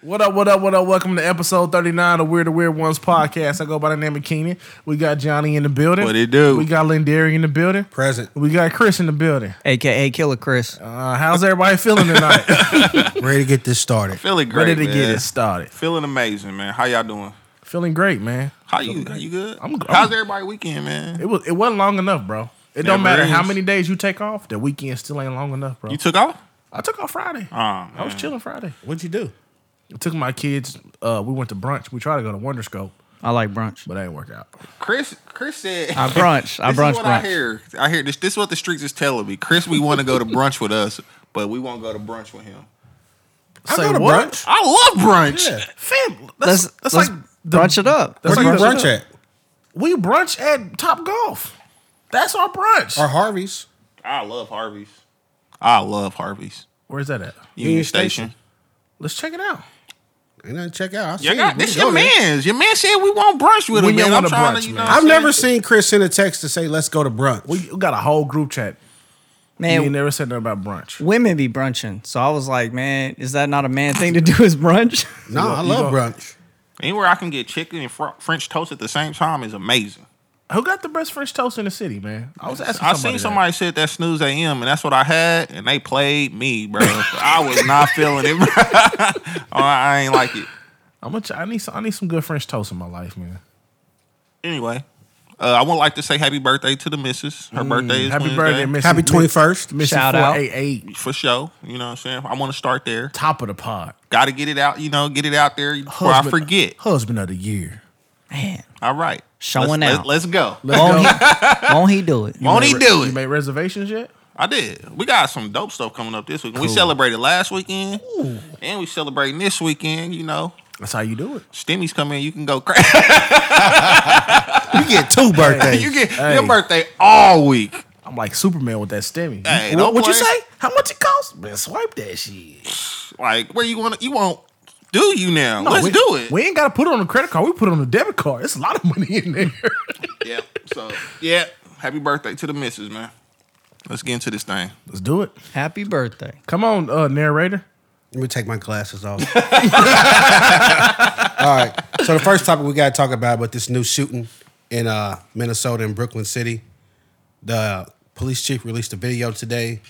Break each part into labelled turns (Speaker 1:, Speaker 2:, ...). Speaker 1: What up, what up, what up? Welcome to episode 39 of Weird to Weird Ones podcast. I go by the name of Keenan. We got Johnny in the building.
Speaker 2: What it do?
Speaker 1: We got Lindari in the building.
Speaker 3: Present.
Speaker 1: We got Chris in the building.
Speaker 4: aka Killer Chris.
Speaker 1: Uh, how's everybody feeling tonight?
Speaker 3: Ready to get this started.
Speaker 2: Feeling great,
Speaker 1: Ready to
Speaker 2: man.
Speaker 1: get it started.
Speaker 2: Feeling amazing, man. How y'all doing?
Speaker 1: Feeling great, man.
Speaker 2: How you? How you good?
Speaker 1: I'm good.
Speaker 2: How's everybody weekend, man?
Speaker 1: It was it wasn't long enough, bro. It don't
Speaker 2: Never
Speaker 1: matter how
Speaker 2: is.
Speaker 1: many days you take off, the weekend still ain't long enough, bro.
Speaker 2: You took off?
Speaker 1: I took off Friday.
Speaker 2: Oh, man.
Speaker 1: I was chilling Friday.
Speaker 3: What'd you do?
Speaker 1: I took my kids, uh, we went to brunch. We tried to go to Wonderscope,
Speaker 4: I like brunch.
Speaker 1: but that didn't work out.
Speaker 2: Chris. Chris said.
Speaker 4: I brunch. I
Speaker 2: this
Speaker 4: brunch
Speaker 2: Is what
Speaker 4: brunch.
Speaker 2: I hear. I hear this. This is what the streets is telling me. Chris, we want to go to brunch with us, but we won't go to brunch with him.
Speaker 1: Say
Speaker 3: go to
Speaker 1: what?
Speaker 3: brunch.
Speaker 2: I love brunch.
Speaker 3: Yeah.
Speaker 1: Fam, that's,
Speaker 4: Let's
Speaker 1: that's
Speaker 4: let's
Speaker 1: like the-
Speaker 4: brunch it up.
Speaker 1: That's
Speaker 3: Where do
Speaker 1: like
Speaker 3: you
Speaker 1: the-
Speaker 3: brunch at?
Speaker 1: We brunch at Top Golf. That's our brunch.
Speaker 3: Or Harvey's?
Speaker 2: I love Harvey's. I love Harvey's.
Speaker 1: Where's that at?
Speaker 2: Union
Speaker 3: Union
Speaker 2: Station.
Speaker 3: Station.
Speaker 1: Let's check it out.
Speaker 3: And then check out. I see
Speaker 2: Yeah,
Speaker 3: it.
Speaker 2: God,
Speaker 3: We
Speaker 2: this
Speaker 3: go
Speaker 2: your
Speaker 3: there.
Speaker 2: man's. Your man said we won't brunch with
Speaker 1: We
Speaker 2: him. Man.
Speaker 1: don't
Speaker 2: I'm
Speaker 1: wanna
Speaker 2: trying
Speaker 1: brunch,
Speaker 2: to, you know.
Speaker 1: man.
Speaker 2: what
Speaker 3: I've
Speaker 2: I'm
Speaker 3: never
Speaker 2: saying?
Speaker 3: seen Chris send a text to say, let's go to brunch.
Speaker 1: We got a whole group chat.
Speaker 4: Man,
Speaker 1: he never said nothing about brunch.
Speaker 4: women be brunching. So I was like, man, is that not a man thing to do is brunch?
Speaker 3: no, I
Speaker 1: you
Speaker 3: love
Speaker 1: go-
Speaker 3: brunch.
Speaker 2: Anywhere I can get chicken and fr- French toast at the same time is amazing.
Speaker 1: Who got the best French toast in the city, man? I was asking.
Speaker 2: I
Speaker 1: somebody
Speaker 2: seen
Speaker 1: that.
Speaker 2: somebody said that snooze AM, and that's what I had, and they played me, bro. I was not feeling it, bro. Oh, I I ain't like it.
Speaker 1: I'm gonna. Ch- I need. Some, I need some good French toast in my life, man.
Speaker 2: Anyway, uh, I would like to say happy birthday to the missus. Her birthday is
Speaker 1: Mm, Happy
Speaker 2: Wednesday,
Speaker 1: birthday, Missy.
Speaker 3: Happy 21st.
Speaker 1: Missy
Speaker 4: Shout out.
Speaker 1: 488,
Speaker 2: for sure. You know what I'm saying? I want to start there.
Speaker 1: top of the pod.
Speaker 2: Got to get it out, you know, get it out there before I forget.
Speaker 1: Husband of the year.
Speaker 4: Man,
Speaker 2: All right.
Speaker 4: Showing
Speaker 2: let's,
Speaker 4: out.
Speaker 2: Let, us go.
Speaker 1: Let's
Speaker 4: won't,
Speaker 1: go.
Speaker 4: he, won't he do it?
Speaker 2: Won't he
Speaker 1: Re-
Speaker 2: do
Speaker 1: You
Speaker 2: it?
Speaker 1: made reservations yet?
Speaker 2: I did. We got some dope stuff coming up this week. We celebrated last weekend, and we celebrating this weekend, you know.
Speaker 1: That's how you do it.
Speaker 2: Stimmy's coming, you can go crazy.
Speaker 3: You get two birthdays.
Speaker 2: You get
Speaker 1: Hey.
Speaker 2: your birthday all week.
Speaker 1: I'm like Superman with that stimmy.
Speaker 2: Hey,
Speaker 1: Wh-
Speaker 2: don't
Speaker 1: what you
Speaker 2: play.
Speaker 1: say? How much it cost? Man, swipe that shit.
Speaker 2: Like, where you want to, you won't do you now. Let's
Speaker 1: we,
Speaker 2: do it.
Speaker 1: We ain't gotta put it on a credit card. We put it on a debit card. It's a lot of money in there.
Speaker 2: yeah. So, yeah. Happy birthday to the missus, man. Let's get into this thing.
Speaker 1: Let's do it.
Speaker 4: Happy birthday.
Speaker 1: Come on, uh, narrator.
Speaker 3: Let me take my glasses off. All right. So the first topic we got to talk about with this new shooting in uh, Minnesota in Brooklyn City. The police chief released a video today,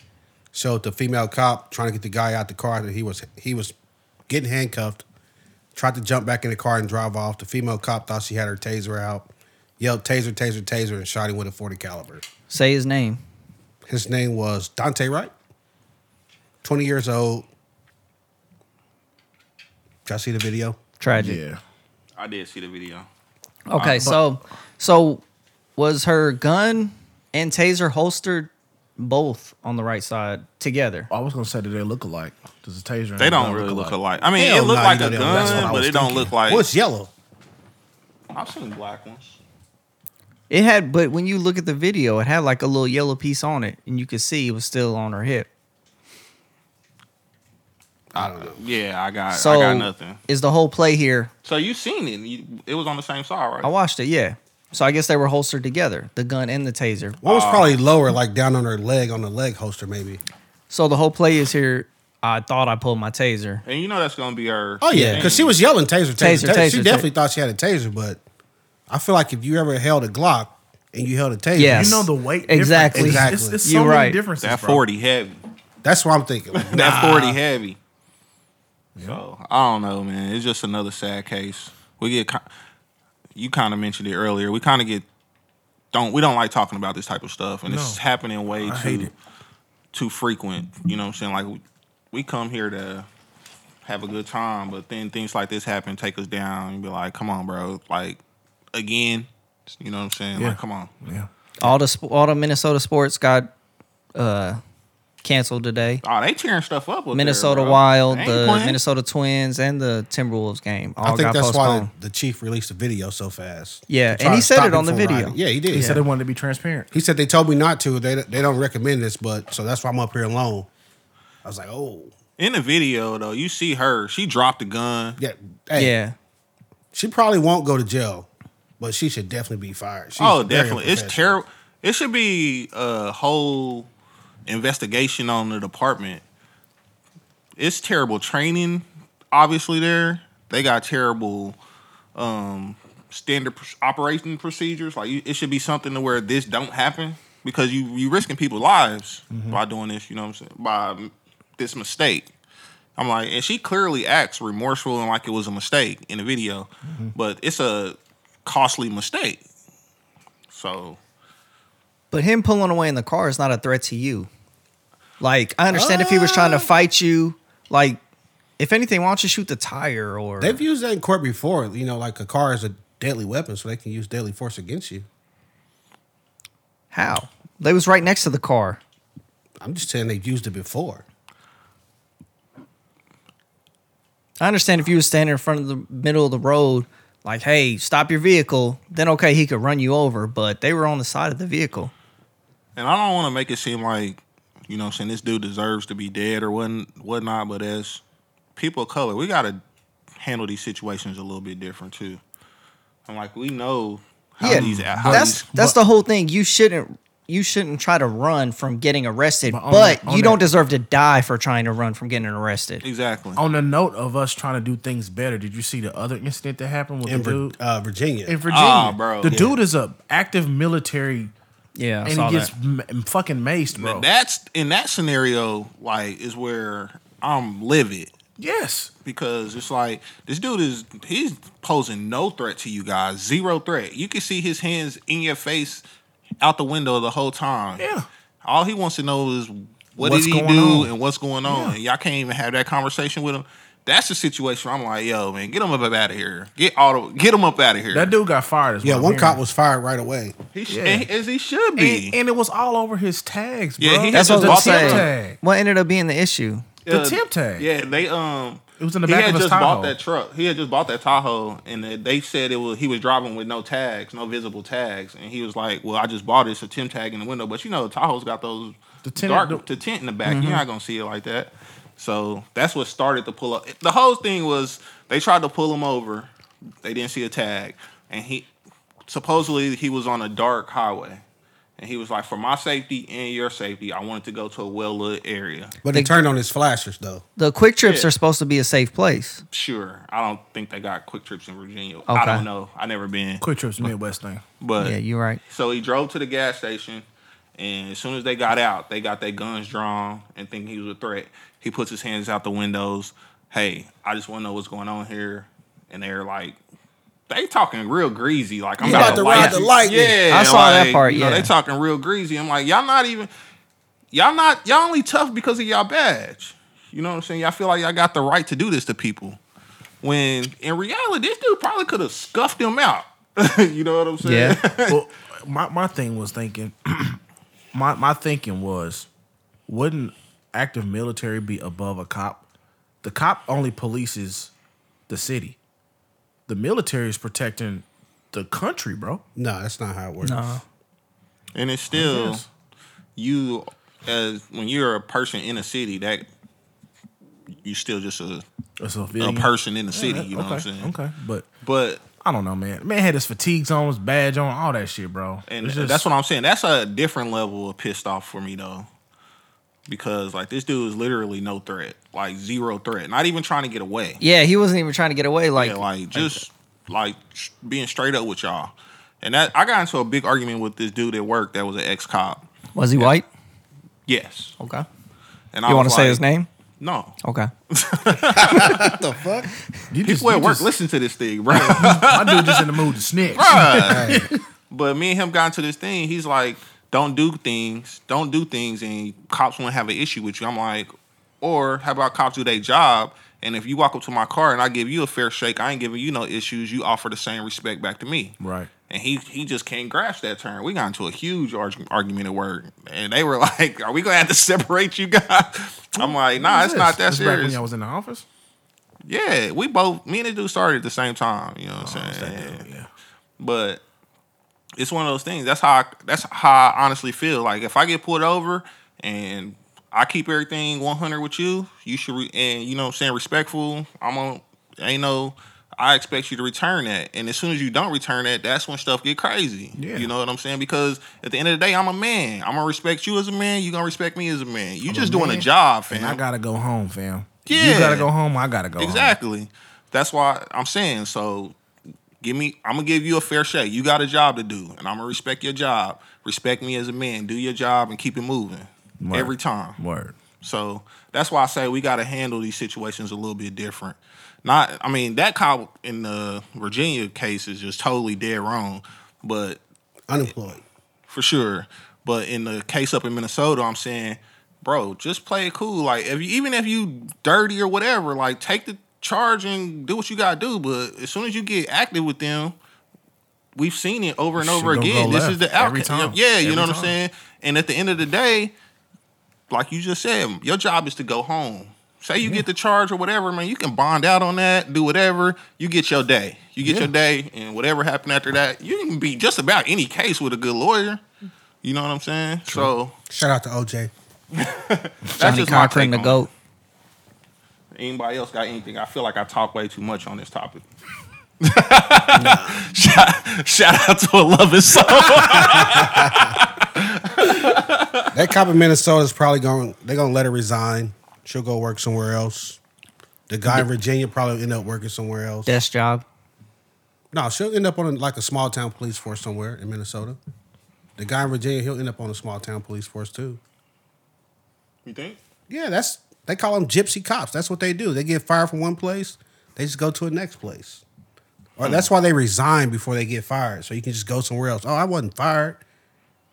Speaker 3: showed the female cop trying to get the guy out the car that he was he was getting handcuffed. Tried to jump back in the car and drive off. The female cop thought she had her taser out, yelled taser, taser, taser, and shot him with a forty caliber.
Speaker 4: Say his name.
Speaker 3: His name was Dante Wright. 20 years old. Y'all see the video?
Speaker 4: Tragic.
Speaker 2: I did see the video.
Speaker 4: Okay, so so was her gun and taser holstered both on the right side together?
Speaker 1: Oh, I was gonna say that they look alike. Does the taser? and
Speaker 2: They
Speaker 1: the
Speaker 2: don't
Speaker 1: gun
Speaker 2: really look alike. I mean,
Speaker 3: Hell
Speaker 2: it looked
Speaker 3: nah,
Speaker 2: like
Speaker 3: you
Speaker 2: a
Speaker 3: know that- that's what I
Speaker 2: gun, but
Speaker 3: was
Speaker 2: it don't
Speaker 3: thinking.
Speaker 2: look like.
Speaker 3: Well, it's yellow.
Speaker 2: I've seen black ones.
Speaker 4: It had, but when you look at the video, it had like a little yellow piece on it, and you could see it was still on her hip.
Speaker 3: I don't know.
Speaker 2: Yeah, I got.
Speaker 4: So
Speaker 2: I got nothing.
Speaker 4: Is the whole play here?
Speaker 2: So you seen it? You, it was on the same side, right?
Speaker 4: I watched it. Yeah. So I guess they were holstered together, the gun and the taser.
Speaker 3: One was probably lower, like down on her leg, on the leg holster, maybe.
Speaker 4: So the whole play is here. I thought I pulled my taser.
Speaker 2: and you know that's gonna be her.
Speaker 3: Oh, yeah.
Speaker 4: Yeah.
Speaker 3: Because she was yelling taser, taser,
Speaker 4: Taser,
Speaker 3: taser. she
Speaker 4: taser,
Speaker 3: definitely thought she had a taser, but I feel like if you ever held a Glock and you held a taser,
Speaker 4: Yes.
Speaker 1: You know the weight. difference.
Speaker 4: Exactly.
Speaker 1: It's- It's,
Speaker 3: Exactly.
Speaker 1: it's so
Speaker 4: You're
Speaker 1: many
Speaker 4: right.
Speaker 1: differences.
Speaker 2: that
Speaker 1: bro.
Speaker 2: forty heavy.
Speaker 3: that's what I'm thinking. Like,
Speaker 2: That forty heavy. So I don't know, man. It's just another sad case. We get ki- you kind of mentioned it earlier. We kind of get don't we don't like talking about this type of stuff, and it's
Speaker 1: No.
Speaker 2: happening way
Speaker 1: I hate
Speaker 2: too
Speaker 1: it.
Speaker 2: too frequent. You know what I'm saying? Like we, we come here to have a good time, but then things like this happen, take us down, and be like, "Come on, bro!" Like again, you know what I'm saying?
Speaker 1: Yeah.
Speaker 2: Like, come on.
Speaker 1: Yeah.
Speaker 4: All the sp- all the Minnesota sports got uh canceled today.
Speaker 2: Oh, they tearing stuff up. With
Speaker 4: Minnesota Wild, the Minnesota Twins, and the Timberwolves game all
Speaker 3: I think
Speaker 4: got
Speaker 3: that's
Speaker 4: postponed.
Speaker 3: why the, the chief released the video so fast.
Speaker 4: Yeah,
Speaker 3: To try
Speaker 4: and he
Speaker 3: to
Speaker 4: said
Speaker 3: stop
Speaker 4: it
Speaker 3: him
Speaker 4: on the
Speaker 3: from
Speaker 4: video.
Speaker 3: riding. Yeah, he did.
Speaker 1: He said they wanted to be transparent.
Speaker 3: He said they told me not to. They they don't recommend this, but so that's why I'm up here alone. I was like, oh
Speaker 2: In the video though, you see her. She dropped the gun.
Speaker 3: yeah, hey,
Speaker 4: Yeah.
Speaker 3: She probably won't go to jail, but she should definitely be fired. She's
Speaker 2: oh,
Speaker 3: very
Speaker 2: definitely. It's
Speaker 3: unprofessional.
Speaker 2: terrible. It should be a whole investigation on the department. It's terrible training. obviously there. They got terrible um, standard pr- operating procedures. Like you, it should be something to where this don't happen because you you risking people's lives
Speaker 3: Mm-hmm.
Speaker 2: by doing this. You know what I'm saying? By um, this mistake. I'm like, and she clearly acts remorseful and like it was a mistake in the video,
Speaker 3: Mm-hmm.
Speaker 2: but it's a costly mistake. So
Speaker 4: But him pulling away in the car is not a threat to you. Like I understand if he was
Speaker 2: Uh.
Speaker 4: trying to fight you. Like if anything, why don't you shoot the tire or
Speaker 3: They've used that in court before. You know, like a car is a deadly weapon, so they can use deadly force against you.
Speaker 4: how? They was right next to the car.
Speaker 3: I'm just saying they've used it before.
Speaker 4: I understand if you was standing in front of the middle of the road, like, hey, stop your vehicle, then okay, he could run you over, but they were on the side of the vehicle.
Speaker 2: And I don't want to make it seem like, you know, what I'm saying this dude deserves to be dead or what whatnot. But as people of color, we gotta handle these situations a little bit different too. I'm like, we know how
Speaker 4: yeah,
Speaker 2: these how
Speaker 4: that's
Speaker 2: these-
Speaker 4: that's the whole thing. You shouldn't you shouldn't try to run from getting arrested, but,
Speaker 1: on that- on
Speaker 4: you don't
Speaker 1: that-
Speaker 4: deserve to die for trying to run from getting arrested.
Speaker 2: exactly.
Speaker 4: Oh,
Speaker 1: On the note of us trying to do things better, did you see the other incident that happened with
Speaker 3: In
Speaker 1: the
Speaker 3: Vir-
Speaker 1: dude
Speaker 3: uh, Virginia,
Speaker 1: in Virginia?
Speaker 2: Ah, bro,
Speaker 1: the
Speaker 2: yeah.
Speaker 1: dude is a active military
Speaker 4: Yeah, I
Speaker 1: and
Speaker 4: saw
Speaker 1: he gets
Speaker 4: that.
Speaker 1: m- fucking maced, bro.
Speaker 2: That's in that scenario, like, is where I'm livid.
Speaker 1: yes,
Speaker 2: because it's like this dude is he's posing no threat to you guys, zero threat. You can see his hands in your face out the window the whole time.
Speaker 1: Yeah.
Speaker 2: All he wants to know is what
Speaker 1: What's
Speaker 2: did he
Speaker 1: going
Speaker 2: do
Speaker 1: on?
Speaker 2: and what's going on. And y'all can't even have that conversation with him. That's the situation. where I'm like, yo, man, get him up out of here. Get all the, get him up out of here.
Speaker 1: that dude got fired. As
Speaker 3: yeah, one cop was fired right away.
Speaker 2: he sh-
Speaker 1: yeah.
Speaker 2: and- as he should be.
Speaker 1: and, and it was all over his tags, bro.
Speaker 2: Yeah, he
Speaker 4: That's
Speaker 2: had
Speaker 4: what I was
Speaker 2: just
Speaker 4: saying.
Speaker 2: bought the
Speaker 1: tag.
Speaker 4: What ended up being the issue?
Speaker 1: The
Speaker 2: Uh,
Speaker 1: tip tag.
Speaker 2: Yeah, they um.
Speaker 1: It was in the
Speaker 2: he
Speaker 1: back
Speaker 2: had
Speaker 1: of his
Speaker 2: just
Speaker 1: Tahoe.
Speaker 2: bought that truck. He had just bought that Tahoe, and they- they said it was he was driving with no tags, no visible tags, and he was like, "Well, I just bought it, it's a tint tag in the window." But you know, Tahoe's got those
Speaker 1: The Mm-hmm.
Speaker 2: the
Speaker 1: tint-
Speaker 2: tint, dark the tint in the back. You're not gonna see it like that. So that's what started the pull up. The whole thing was they tried to pull him over. They didn't see a tag, and he supposedly he was on a dark highway. And he was like, for my safety and your safety, I wanted to go to a well lit area.
Speaker 3: But they
Speaker 4: They-
Speaker 3: turned on his flashers though.
Speaker 4: The quick trips
Speaker 2: Yeah.
Speaker 4: are supposed to be a safe place.
Speaker 2: Sure. I don't think they got quick trips in Virginia.
Speaker 4: Okay.
Speaker 2: I don't know. I never been.
Speaker 1: Quick Trips Midwest thing.
Speaker 2: But
Speaker 4: Yeah, you're right.
Speaker 2: so he drove to the gas station and as soon as they got out, they got their guns drawn and thinking he was a threat. He puts his hands out the windows. Hey, I just wanna know what's going on here. And they're like they talking real greasy, like I'm
Speaker 3: You
Speaker 2: about,
Speaker 3: about to ride
Speaker 2: light
Speaker 3: the
Speaker 2: you.
Speaker 3: lightning.
Speaker 2: Yeah,
Speaker 4: I saw that
Speaker 2: like,
Speaker 4: part,
Speaker 2: you know,
Speaker 4: yeah.
Speaker 2: they talking real greasy. I'm like, y'all not even, y'all not, y'all only tough because of y'all badge. You know what I'm saying? Y'all feel like y'all got the right to do this to people. When in reality, this dude probably could have scuffed him out. you know what I'm saying?
Speaker 4: Yeah.
Speaker 1: well, my my thing was thinking, my my thinking was, wouldn't active military be above a cop? The cop only polices the city. The military is protecting the country, bro.
Speaker 3: No, that's not how it works.
Speaker 4: Uh-huh.
Speaker 2: and it's still
Speaker 1: Yes.
Speaker 2: you as when you're a person in a city that you still just a,
Speaker 1: It's a,
Speaker 2: a
Speaker 1: civilian.
Speaker 2: person in the
Speaker 1: Yeah,
Speaker 2: city. You know
Speaker 1: okay,
Speaker 2: what I'm saying?
Speaker 1: Okay, but
Speaker 2: But
Speaker 1: I don't know, man. Man had his fatigues on, his badge on, all that shit, bro.
Speaker 2: And
Speaker 1: It's just-
Speaker 2: that's what I'm saying. That's a different level of pissed off for me though. Because like this dude is literally no threat. Like zero threat. Not even trying to get away.
Speaker 4: Yeah, he wasn't even trying to get away. Like,
Speaker 2: Yeah, like just like sh- being straight up with y'all. And that I got into a big argument with this dude at work that was an ex cop.
Speaker 4: was he white?
Speaker 2: Yes.
Speaker 4: Okay.
Speaker 2: And
Speaker 4: You
Speaker 2: want to
Speaker 4: say his name?
Speaker 2: No.
Speaker 4: Okay.
Speaker 3: What the fuck?
Speaker 1: you just-
Speaker 2: People at
Speaker 1: you
Speaker 2: work
Speaker 1: just-
Speaker 2: listen to this thing, bro.
Speaker 1: My dude just in the mood to snitch.
Speaker 2: But me and him got into this thing. He's like, "Don't do things. Don't do things, and cops won't have an issue with you." I'm like, "Or how about cops do their job? And if you walk up to my car and I give you a fair shake, I ain't giving you no issues. You offer the same respect back to me."
Speaker 1: Right.
Speaker 2: And he he just can't grasp that term. We got into a huge arg- argument at work, and they were like, "Are we gonna have to separate you guys?" I'm like, "Nah, it's not that
Speaker 1: This back when
Speaker 2: serious."
Speaker 1: y'all was in the office.
Speaker 2: Yeah, we both me and this dude started at the same time. You know
Speaker 1: Oh,
Speaker 2: what I'm saying?
Speaker 1: Yeah.
Speaker 2: but it's one of those things. That's how I, that's how I honestly feel. Like if I get pulled over and I keep everything 100 with you, you should re- and you know what I'm saying respectful. I'm on ain't no I expect you to return that. And as soon as you don't return that, that's when stuff get crazy.
Speaker 1: Yeah.
Speaker 2: You know what I'm saying? Because at the end of the day, I'm a man. I'm going to respect you as a man, you going to respect me as a man. You just doing
Speaker 1: man,
Speaker 2: a job, fam.
Speaker 1: And I gotta go home, fam. You gotta go home. I gotta go. home.
Speaker 2: Exactly. That's why I'm saying so. Give me. I'm gonna give you a fair shake. You got a job to do, and I'm gonna respect your job. Respect me as a man. Do your job and keep it moving
Speaker 1: Right.
Speaker 2: every time.
Speaker 1: Word.
Speaker 2: So that's why I say we got to handle these situations a little bit different. Not, I mean, that cop in the Virginia case is just totally dead wrong, but
Speaker 3: Unemployed.
Speaker 2: for sure. But in the case up in Minnesota, I'm saying, bro, just play it cool. Like, if you, even if you dirty or whatever, like take the charge and do what you gotta do. But as soon as you get active with them, we've seen it over and
Speaker 1: Shit
Speaker 2: over
Speaker 1: gonna
Speaker 2: again.
Speaker 1: go
Speaker 2: This is
Speaker 1: left
Speaker 2: the
Speaker 1: every
Speaker 2: outcome.
Speaker 1: time.
Speaker 2: Yeah, you
Speaker 1: Every
Speaker 2: know what I'm
Speaker 1: time.
Speaker 2: saying. And at the end of the day, like you just said, your job is to go home. Say you get the charge or whatever, man, you can bond out on that, do whatever. You get your day. You get your day, and whatever happened after that, you can be just about any case with a good lawyer. You know what I'm saying? So
Speaker 3: Shout out to OJ.
Speaker 2: that's
Speaker 4: Johnny
Speaker 2: just my take
Speaker 4: Cochran, the
Speaker 2: on it.
Speaker 4: goat.
Speaker 2: Anybody else got anything? I feel like I talk way too much on this topic. shout, shout out to a loving soul.
Speaker 3: That cop in Minnesota is probably going. They're going to let her resign. She'll go work somewhere else. The guy in Virginia probably end up working somewhere else.
Speaker 4: Desk job.
Speaker 3: No, she'll end up on like a small town police force somewhere in Minnesota. The guy in Virginia, he'll end up on a small town police force too.
Speaker 2: You think?
Speaker 3: Yeah, that's they call them gypsy cops. That's what they do. They get fired from one place, they just go to the next place. Or that's why they resign before they get fired, so you can just go somewhere else. Oh, I wasn't fired.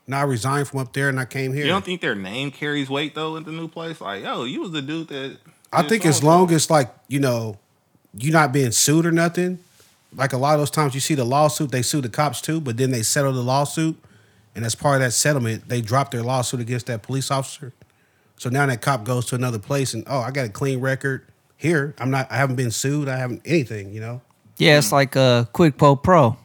Speaker 3: Now I resigned from up there and I came here.
Speaker 2: You don't think their name carries weight though at the new place? Like, yo, you was the dude that.
Speaker 3: I
Speaker 2: did
Speaker 3: think as
Speaker 2: so-and-so.
Speaker 3: long as like you know, you not being sued or nothing. Like a lot of those times, you see the lawsuit. They sue the cops too, but then they settle the lawsuit, and as part of that settlement, they drop their lawsuit against that police officer. So now that cop goes to another place, and oh, I got a clean record here. I'm not. I haven't been sued. I haven't anything. You know,
Speaker 4: Yeah,
Speaker 3: Hmm.
Speaker 4: it's like a quick po pro.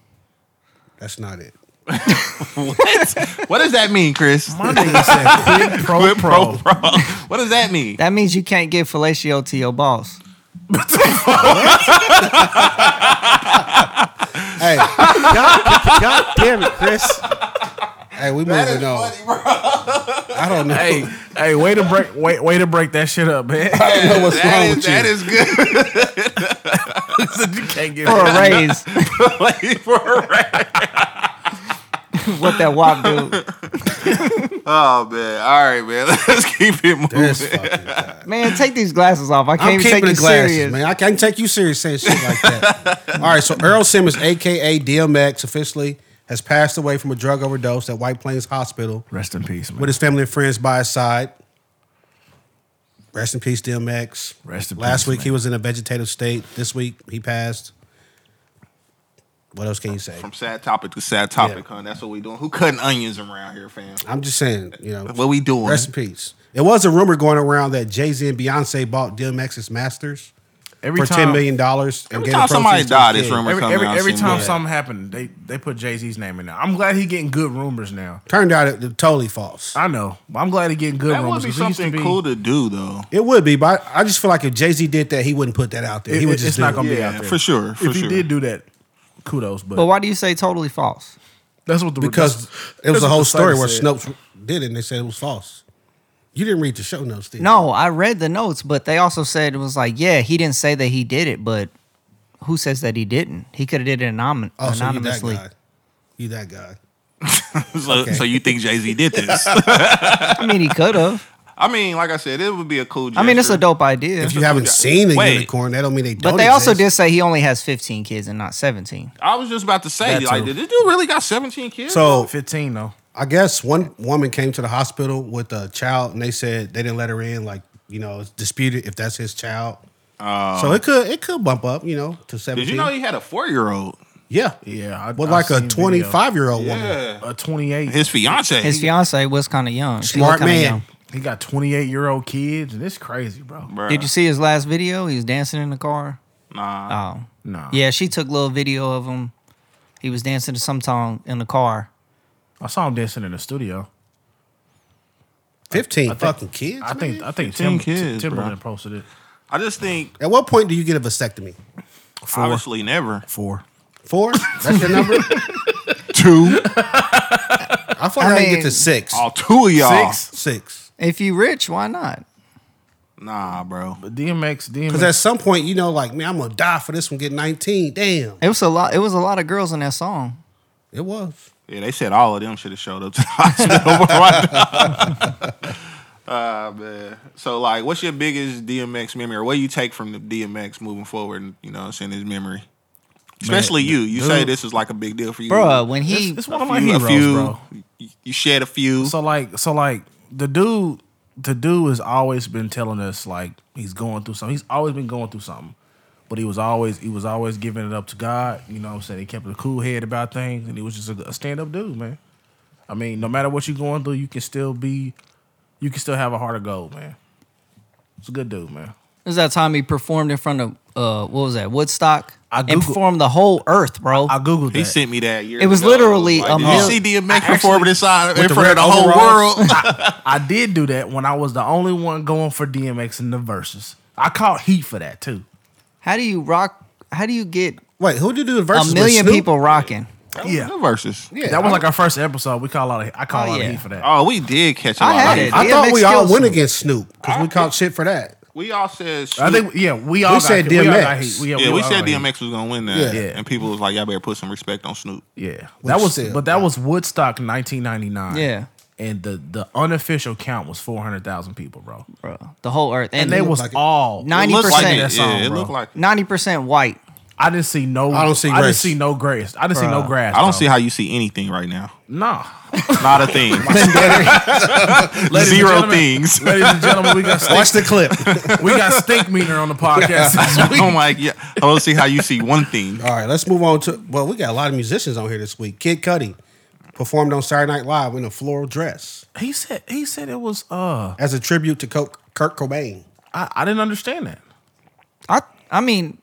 Speaker 3: that's not it.
Speaker 2: What? what does that mean, Chris?
Speaker 1: My nigga said quid pro
Speaker 2: Quid pro
Speaker 1: pro.
Speaker 2: pro. What does that mean?
Speaker 4: That means you can't give fellatio to your boss.
Speaker 3: Hey,
Speaker 5: God, God damn it, Chris.
Speaker 3: hey, we moving on. I don't know.
Speaker 1: Hey, hey, way to break, wait, way to break that shit up, man.
Speaker 3: I don't know what's
Speaker 2: That
Speaker 3: wrong
Speaker 2: is-
Speaker 3: with
Speaker 2: that
Speaker 3: you.
Speaker 2: is good.
Speaker 1: you can't get
Speaker 4: For a raise.
Speaker 2: Like, for a rap.
Speaker 4: what that wop do.
Speaker 2: Oh man. All right, man. Let's keep it moving.
Speaker 3: This fucking guy.
Speaker 4: Man, take these glasses off. I can't
Speaker 3: I'm
Speaker 4: even take
Speaker 3: keeping
Speaker 4: you
Speaker 3: the glasses,
Speaker 4: serious.
Speaker 3: man. I can't take you serious saying shit like that. All right, so Earl Simmons, aka DMX, officially has passed away from a drug overdose at White Plains Hospital
Speaker 1: Rest in peace, man.
Speaker 3: with his family and friends by his side. Rest in peace, DMX.
Speaker 1: Rest in
Speaker 3: Last
Speaker 1: peace,
Speaker 3: week he
Speaker 1: man.
Speaker 3: was in a vegetative state. This week he passed. What else can you say?
Speaker 2: From sad topic to sad topic, huh? That's what we doing. Who cutting onions around here, fam?
Speaker 3: I'm just saying, you know.
Speaker 2: What we doing?
Speaker 3: Rest in peace. It was a rumor going around that Jay Z and Beyonce bought DMX's masters
Speaker 1: Every
Speaker 3: for
Speaker 1: time,
Speaker 3: ten million dollars.
Speaker 2: Every time somebody die, this rumor
Speaker 1: Every,
Speaker 2: coming
Speaker 1: every,
Speaker 2: out
Speaker 1: every
Speaker 2: soon.
Speaker 1: time
Speaker 2: Yeah.
Speaker 1: something happened, they they put Jay Z's name in there. I'm glad he getting good rumors now.
Speaker 3: Turned out it, it totally false.
Speaker 1: I know, but I'm glad he getting good
Speaker 2: that would
Speaker 1: rumors.
Speaker 2: be
Speaker 1: 'cause he used to
Speaker 2: something
Speaker 1: be-
Speaker 2: cool to do, though.
Speaker 3: It would be, but I I just feel like if Jay Z did that, he wouldn't put that out there.
Speaker 1: It,
Speaker 3: he would
Speaker 1: it-
Speaker 3: just
Speaker 1: it's
Speaker 3: do
Speaker 1: not
Speaker 3: it.
Speaker 1: gonna be
Speaker 2: Yeah,
Speaker 1: out there
Speaker 2: for sure, for
Speaker 1: if he
Speaker 2: sure.
Speaker 1: did do that, kudos. But,
Speaker 4: But why do you say totally false?
Speaker 1: that's what the
Speaker 3: because
Speaker 1: that's-
Speaker 3: it was
Speaker 1: that's
Speaker 3: a
Speaker 1: what
Speaker 3: whole
Speaker 1: the
Speaker 3: story
Speaker 1: site
Speaker 3: where
Speaker 1: said.
Speaker 3: Snopes did it, and they said it was false. You didn't read the show notes, did you?
Speaker 4: No, I read the notes, but they also said it was like, yeah, he didn't say that he did it, but who says that he didn't? He could have did it anon-
Speaker 3: oh, so you that
Speaker 4: anonymously.
Speaker 3: guy? You that guy?
Speaker 2: So, so you think Jay Z did this?
Speaker 4: I mean, he could have.
Speaker 2: I mean, like I said, it would be a cool. Gesture.
Speaker 4: I mean, it's a dope idea.
Speaker 3: If you haven't seen a
Speaker 2: Wait.
Speaker 3: unicorn, that don't mean they don't.
Speaker 4: But they also did
Speaker 3: exist.
Speaker 4: say he only has 15 kids and not 17.
Speaker 2: I was just about to say,
Speaker 3: That
Speaker 2: like,
Speaker 3: too.
Speaker 2: did this dude really got seventeen kids?
Speaker 3: So
Speaker 1: fifteen though.
Speaker 3: I guess one woman came to the hospital with a child, and they said they didn't let her in. Like you know, it's disputed if that's his child.
Speaker 1: Oh.
Speaker 3: so it could it could bump up, you know, to
Speaker 2: did
Speaker 3: seventeen.
Speaker 2: you know he had a four year old?
Speaker 3: yeah,
Speaker 1: Yeah, I,
Speaker 3: with
Speaker 1: I
Speaker 3: like
Speaker 1: seen
Speaker 3: a
Speaker 1: video.
Speaker 3: twenty five year old woman.
Speaker 2: Yeah,
Speaker 1: a twenty-eight.
Speaker 2: his fiance.
Speaker 4: His fiance was kind of young. She
Speaker 3: Smart
Speaker 4: looked kinda
Speaker 3: man.
Speaker 4: young.
Speaker 1: he got twenty-eight year old kids, and it's crazy, bro.
Speaker 2: Bruh.
Speaker 4: Did you see his last video? He was dancing in the car.
Speaker 2: Nah.
Speaker 4: Oh,
Speaker 1: Nah,
Speaker 4: yeah. She took little video of him. He was dancing to some song in the car.
Speaker 1: I saw him dancing in the studio.
Speaker 3: 15
Speaker 1: think-
Speaker 3: fucking kids.
Speaker 1: I think
Speaker 3: man?
Speaker 1: I think
Speaker 2: 15
Speaker 1: Tim,
Speaker 2: kids, bro.
Speaker 1: Timberland posted it.
Speaker 2: I just think
Speaker 3: At what point do you get a vasectomy?
Speaker 2: obviously never.
Speaker 1: Four.
Speaker 3: Four? That's your number?
Speaker 2: Two,
Speaker 3: I feel like
Speaker 4: I
Speaker 3: I, get
Speaker 4: mean-
Speaker 3: to six.
Speaker 1: Oh,
Speaker 2: all two of y'all.
Speaker 1: Six?
Speaker 3: Six.
Speaker 4: If you rich, why not?
Speaker 2: Nah, bro.
Speaker 1: But DMX, DMX,
Speaker 3: Because at some point, you know, like, man, I'm gonna die for this one. Get 19. Damn,
Speaker 4: It was a lot. It was a lot of girls in that song.
Speaker 3: it was.
Speaker 2: Yeah, they said all of them should have showed up to the hospital. before I died. Ah man. So like, what's your biggest DMX memory, or what do you take from the DMX moving forward? You know, seeing his memory, especially you. You say
Speaker 1: dude.
Speaker 2: this is like a big deal for you,
Speaker 4: Bro, when he
Speaker 1: it's, it's
Speaker 2: A
Speaker 1: one of my
Speaker 2: few-
Speaker 1: heroes,
Speaker 2: a few,
Speaker 1: bro.
Speaker 2: y- You shared a few.
Speaker 1: So like, so like the dude, the dude has always been telling us like he's going through something. He's always been going through something, but he was always he was always giving it up to God. You know what I'm saying? He kept a cool head about things, and he was just a, stand up dude, man. I mean, no matter what you're going through, you can still be, you can still have a heart of gold, man. It's a good dude, man.
Speaker 4: It was that time he performed in front of uh what was that Woodstock
Speaker 1: I
Speaker 4: and
Speaker 1: Googled-
Speaker 4: performed the whole Earth, bro.
Speaker 1: I googled
Speaker 2: he
Speaker 1: that.
Speaker 2: sent me that. Years
Speaker 4: It was
Speaker 2: ago.
Speaker 4: literally
Speaker 2: Like,
Speaker 4: a
Speaker 2: did you
Speaker 4: mil-
Speaker 2: see DMX performing inside in
Speaker 3: the
Speaker 2: front of
Speaker 3: red
Speaker 2: the whole
Speaker 3: overalls?
Speaker 2: world?
Speaker 1: I did do that when I was the only one going for DMX in the verses. I caught heat for that too.
Speaker 4: how do you rock? How do you get
Speaker 3: Wait, who did you do the
Speaker 4: a
Speaker 3: verses? with
Speaker 4: million
Speaker 3: Snoop?
Speaker 4: people rocking?
Speaker 1: Yeah.
Speaker 2: The verses.
Speaker 3: Yeah,
Speaker 1: that was like our first episode. We caught a lot of I caught a
Speaker 4: Oh,
Speaker 1: lot
Speaker 4: yeah.
Speaker 1: of heat for that.
Speaker 2: Oh, we did catch. a
Speaker 4: I
Speaker 2: lot
Speaker 4: had
Speaker 2: of
Speaker 4: it.
Speaker 2: people.
Speaker 3: I thought
Speaker 4: DMX
Speaker 3: we all
Speaker 4: kills
Speaker 3: went
Speaker 4: him.
Speaker 3: against Snoop because we caught shit for that.
Speaker 2: We all said.
Speaker 1: I
Speaker 2: Snoop.
Speaker 1: think yeah, we all got,
Speaker 3: said
Speaker 1: we all got
Speaker 3: DMX.
Speaker 1: heat.
Speaker 2: Yeah, we
Speaker 1: all
Speaker 2: said
Speaker 1: got heat.
Speaker 2: DMX was gonna win
Speaker 3: Yeah.
Speaker 2: that,
Speaker 1: Yeah.
Speaker 2: and people was like, "Y'all better put some respect on Snoop."
Speaker 1: Yeah,
Speaker 3: Which
Speaker 1: that was
Speaker 3: still-
Speaker 1: but that was Woodstock 1999.
Speaker 4: Yeah.
Speaker 1: and the the unofficial count was 400,000 people, bro,
Speaker 4: Bro, the whole Earth, and,
Speaker 1: and they was
Speaker 3: like it.
Speaker 1: all
Speaker 4: Nine-
Speaker 2: It looked like
Speaker 4: 90%
Speaker 2: it.
Speaker 1: that song,
Speaker 2: yeah, it
Speaker 1: bro.
Speaker 2: looked like. it.
Speaker 4: ninety percent white.
Speaker 1: I didn't see no.
Speaker 3: I don't see
Speaker 1: I didn't
Speaker 3: race.
Speaker 1: see no grass. I didn't see no
Speaker 4: Bruh.
Speaker 1: grass.
Speaker 2: I don't
Speaker 1: bro.
Speaker 2: see how you see anything right now.
Speaker 1: Nah.
Speaker 2: Not a thing.
Speaker 1: Ladies and
Speaker 2: Zero
Speaker 1: gentlemen-
Speaker 2: things.
Speaker 1: Ladies and gentlemen, we got
Speaker 3: Watch
Speaker 1: stink,
Speaker 3: the clip.
Speaker 1: we got stink meter on the podcast. this week.
Speaker 2: I'm like, yeah. I don't see how you see one thing.
Speaker 3: all right, let's move on to. Well, we got a lot of musicians on here this week. Kid Cudi performed on Saturday Night Live in a floral dress
Speaker 1: He said he said it was uh
Speaker 3: as a tribute to Co- Kurt Cobain.
Speaker 1: I, I didn't understand that.
Speaker 4: I I mean,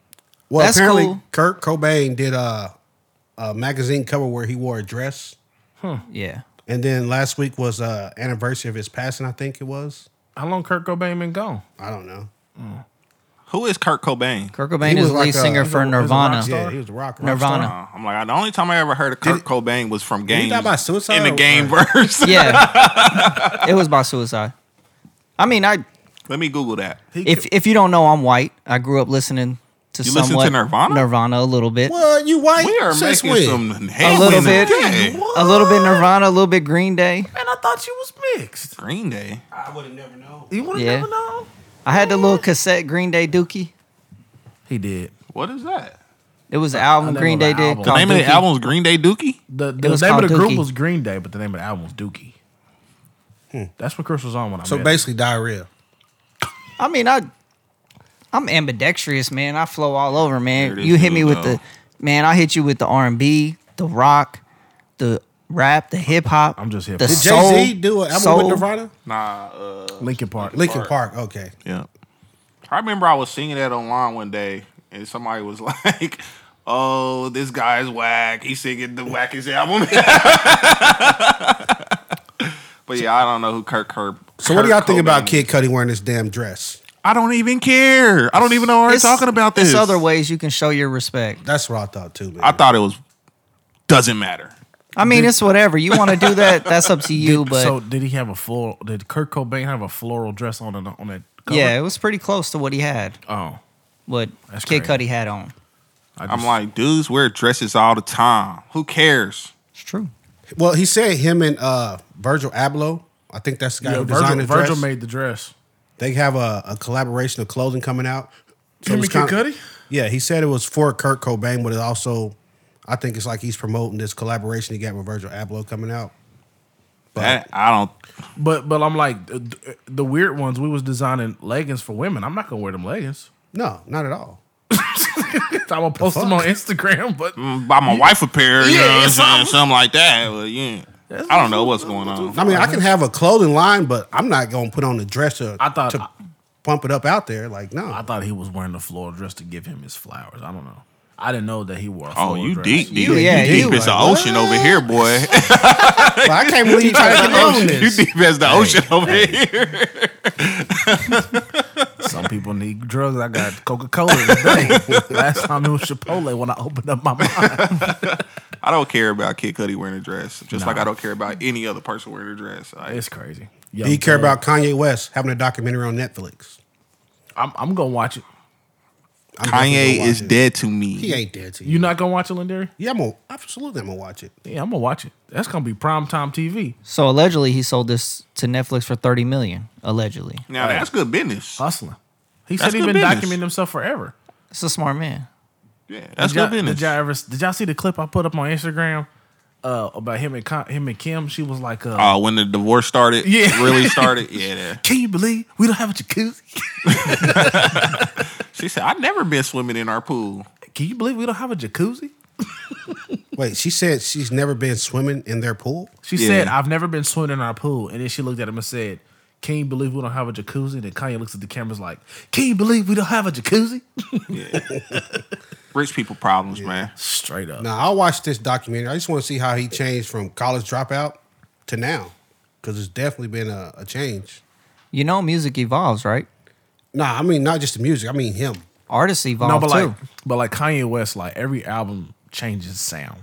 Speaker 3: Well,
Speaker 4: That's
Speaker 3: apparently
Speaker 4: cool.
Speaker 3: Kurt Cobain did a, a magazine cover where he wore a dress,
Speaker 4: yeah,
Speaker 3: and then last week was uh anniversary of his passing. I think it was.
Speaker 1: How long Kurt Cobain been gone?
Speaker 3: I don't know.
Speaker 2: Who is Kurt Cobain?
Speaker 4: Kurt Cobain
Speaker 3: He
Speaker 4: is
Speaker 3: was
Speaker 4: the
Speaker 3: like
Speaker 4: lead
Speaker 3: a-
Speaker 4: singer
Speaker 3: he's
Speaker 4: for
Speaker 1: a- he's a rock
Speaker 4: Nirvana.
Speaker 1: star.
Speaker 3: Yeah, he was a rock. rock
Speaker 4: Nirvana.
Speaker 3: star.
Speaker 2: Uh, I'm like, the only time I ever heard of Kurt
Speaker 3: Did-
Speaker 2: Cobain was from
Speaker 3: he
Speaker 2: games.
Speaker 3: die by suicide
Speaker 2: in the
Speaker 3: or-
Speaker 2: game verse.
Speaker 4: yeah, it was by suicide. I mean, I
Speaker 2: Let me Google that.
Speaker 1: He
Speaker 4: if if you don't know, I'm white. I grew up listening to
Speaker 2: You listen to
Speaker 4: somewhat
Speaker 2: Nirvana?
Speaker 4: Nirvana a little bit.
Speaker 3: Well, you white.
Speaker 2: We are
Speaker 3: Since
Speaker 2: making
Speaker 3: when?
Speaker 2: some
Speaker 4: a
Speaker 2: headwinds.
Speaker 4: little bit,
Speaker 2: today.
Speaker 4: a little bit Nirvana, a little bit Green Day.
Speaker 1: man, I thought you was mixed.
Speaker 2: Green Day.
Speaker 3: I would have never known.
Speaker 1: You would have
Speaker 4: Yeah.
Speaker 1: never known.
Speaker 4: I had the little cassette Green Day Dookie.
Speaker 1: He did.
Speaker 2: What is that?
Speaker 4: It was the
Speaker 1: I
Speaker 4: album
Speaker 1: never
Speaker 4: Green
Speaker 1: know
Speaker 4: Day
Speaker 1: the
Speaker 4: did.
Speaker 1: album. The
Speaker 2: The
Speaker 4: called
Speaker 2: name of the
Speaker 4: Dookie.
Speaker 2: album is Green Day Dookie.
Speaker 1: The, the
Speaker 4: was
Speaker 1: name of
Speaker 4: called
Speaker 1: the
Speaker 4: Dookie.
Speaker 1: group was Green Day, but the name of the album was Dookie. That's what Chris was on when I
Speaker 3: So
Speaker 1: met. him.
Speaker 3: basically, diarrhea.
Speaker 4: I mean, I I'm ambidextrous, man. I flow all over, man.
Speaker 2: There it is,
Speaker 4: You hit
Speaker 2: dude,
Speaker 4: me with
Speaker 2: though.
Speaker 4: the man. I hit you with the R and B, the rock, the rap, the hip hop.
Speaker 1: I'm just hip
Speaker 4: The
Speaker 1: hop.
Speaker 3: Did Jay
Speaker 4: soul,
Speaker 3: Z do an album
Speaker 4: soul.
Speaker 3: with Nirvana?
Speaker 2: Nah. Uh,
Speaker 1: Linkin Park.
Speaker 3: Lincoln Park. Okay.
Speaker 2: Yeah. I remember I was singing that online one day, and somebody was like, "Oh, this guy's whack. He's singing the wackest album." but yeah, I don't know who Kurt Kurt.
Speaker 3: So what do y'all
Speaker 2: Kurt
Speaker 3: think about
Speaker 2: Cobain
Speaker 3: Kid
Speaker 2: is.
Speaker 3: Cudi wearing this damn dress?
Speaker 2: I don't even care. I don't even know why we're
Speaker 4: It's-
Speaker 2: talking about
Speaker 4: it's
Speaker 2: this.
Speaker 4: other ways you can show your respect.
Speaker 3: That's what I thought too, man.
Speaker 2: I thought it was doesn't matter.
Speaker 4: I mean, it's whatever you want to do. That that's up to you. But
Speaker 1: so did he have a floral? Did Kurt Cobain have a floral dress on on, on that? Cover?
Speaker 4: yeah, it was pretty close to what he had.
Speaker 1: Oh,
Speaker 4: What
Speaker 1: That's
Speaker 4: Kid
Speaker 1: crazy.
Speaker 4: Cudi had on.
Speaker 1: I
Speaker 2: I'm like, dudes wear dresses all the time. Who cares?
Speaker 4: It's true.
Speaker 3: well, he said him and uh, Virgil Abloh. I think that's the guy
Speaker 1: yeah,
Speaker 3: who
Speaker 1: Virgil,
Speaker 3: designed the
Speaker 1: Virgil
Speaker 3: dress.
Speaker 1: made the dress.
Speaker 3: they have a, a collaboration of clothing coming out. So
Speaker 1: Him
Speaker 3: it was
Speaker 1: and Kid
Speaker 3: kinda-
Speaker 1: Cudi?
Speaker 3: Yeah, he said it was for Kurt Cobain, but it also, I think it's like he's promoting this collaboration he got with Virgil Abloh coming out. But
Speaker 2: That, I don't.
Speaker 1: But but I'm like the, the weird ones. We was designing leggings for women. I'm not gonna wear them leggings.
Speaker 3: no, not at all.
Speaker 1: I'm gonna post them on
Speaker 3: fuck?
Speaker 1: Instagram. But
Speaker 2: Buy my wife a pair, you know
Speaker 1: Yeah,
Speaker 2: what I'm saying?
Speaker 1: something.
Speaker 2: Something like that. Well, yeah. I don't know what's going on.
Speaker 3: I mean, I can have a clothing line, but I'm not gonna put on a dress to,
Speaker 1: Uh-huh. I thought-
Speaker 3: to pump it up out there. Like, no,
Speaker 1: I thought he was wearing a floral dress to give him his flowers. I don't know. I didn't know that he wore. a
Speaker 2: Oh,
Speaker 1: floral
Speaker 2: you
Speaker 1: dress.
Speaker 2: deep, deep,
Speaker 4: You- yeah,
Speaker 2: you deep
Speaker 4: you
Speaker 2: as the
Speaker 3: like,
Speaker 2: ocean over here, boy.
Speaker 3: But I can't believe you trying to get on
Speaker 2: you
Speaker 3: this.
Speaker 2: deep as the ocean over here.
Speaker 1: Some people need drugs. I got Coca Cola today. Last time it was Chipotle when I opened up my mind.
Speaker 2: I don't care about Kid Cudi wearing a dress, just like I don't care about any other person wearing a dress. Like,
Speaker 1: It's crazy.
Speaker 3: Do you care about Kanye West having a documentary on Netflix?
Speaker 1: I'm, I'm gonna watch it.
Speaker 3: I'm definitely
Speaker 2: Kanye
Speaker 3: gonna
Speaker 2: is
Speaker 3: watch it.
Speaker 2: dead to me.
Speaker 3: He ain't dead to you.
Speaker 1: You not gonna watch it, Lindari?
Speaker 3: Yeah, I'm gonna, absolutely I'm gonna watch it.
Speaker 1: Yeah, I'm gonna watch it. That's gonna be prime time TV.
Speaker 4: So allegedly, he sold this to Netflix for thirty million. Allegedly,
Speaker 2: Now that's good business.
Speaker 1: Hustling. He
Speaker 2: That's
Speaker 1: said he's
Speaker 2: good
Speaker 1: been
Speaker 2: business.
Speaker 1: documenting himself forever.
Speaker 4: it's a smart man.
Speaker 2: Yeah, that's
Speaker 1: did y'all,
Speaker 2: good business.
Speaker 1: Did y'all ever? Did y'all see the clip I put up on Instagram uh, about him and Con- him and Kim? She was like, uh,
Speaker 2: Oh, when the divorce started,
Speaker 1: Yeah.
Speaker 2: really started. Yeah, yeah.
Speaker 1: "Can you believe we don't have a jacuzzi?
Speaker 2: She said, "I never been swimming in our pool."
Speaker 1: Can you believe we don't have a jacuzzi?"
Speaker 3: Wait, she said she's never been swimming in their pool.
Speaker 1: She
Speaker 2: Yeah.
Speaker 1: said, "I've never been swimming in our pool." And then she looked at him and said, "Can you believe we don't have a jacuzzi?" And then Kanye looks at the cameras like, "Can you believe we don't have a jacuzzi?"
Speaker 2: Yeah, rich people problems, man.
Speaker 1: Straight up.
Speaker 3: Now I'll watch this documentary. I just want to see how he changed from college dropout to now, because it's definitely been a, a change.
Speaker 4: You know, music evolves, right?
Speaker 3: Nah, I mean not just the music. I mean him.
Speaker 4: Artists evolve
Speaker 1: No, but
Speaker 4: too.
Speaker 1: like, but like Kanye West, like every album changes sound.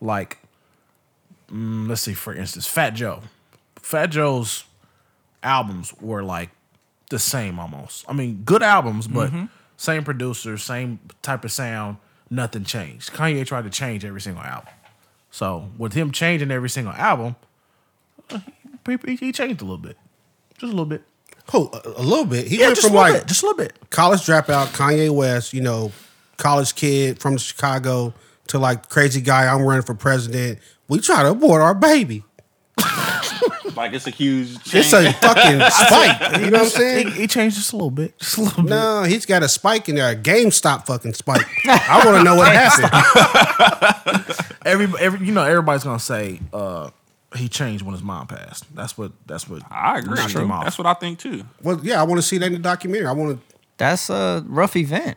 Speaker 1: Like, mm, let's see, for instance, Fat Joe. Fat Joe's albums were like the same almost. I mean, good albums, but same producer, same type of sound. Nothing changed. Kanye tried to change every single album. So with him changing every single album, uh, he, he- he changed a little bit, just a little bit.
Speaker 3: Oh, a, a little bit. He
Speaker 1: Yeah,
Speaker 3: went
Speaker 1: just a
Speaker 3: from
Speaker 1: little
Speaker 3: like
Speaker 1: bit. Just a little bit.
Speaker 3: college dropout, Kanye West, you know, college kid from Chicago to like crazy guy. I'm running for president. We try to abort our baby.
Speaker 2: Like it's a huge. Change.
Speaker 3: It's a fucking spike. You know what I'm saying?
Speaker 1: He, he changed just a little bit. Just a little bit.
Speaker 3: No, he's got a spike in there, a GameStop fucking spike. I want to know what happened.
Speaker 1: every, every you know everybody's gonna say uh he changed when his mom passed. That's what that's what
Speaker 2: I agree.
Speaker 1: knocked him off.
Speaker 2: That's what I think too.
Speaker 3: Well, yeah, I want to see that in the documentary. I want to.
Speaker 4: That's a rough event.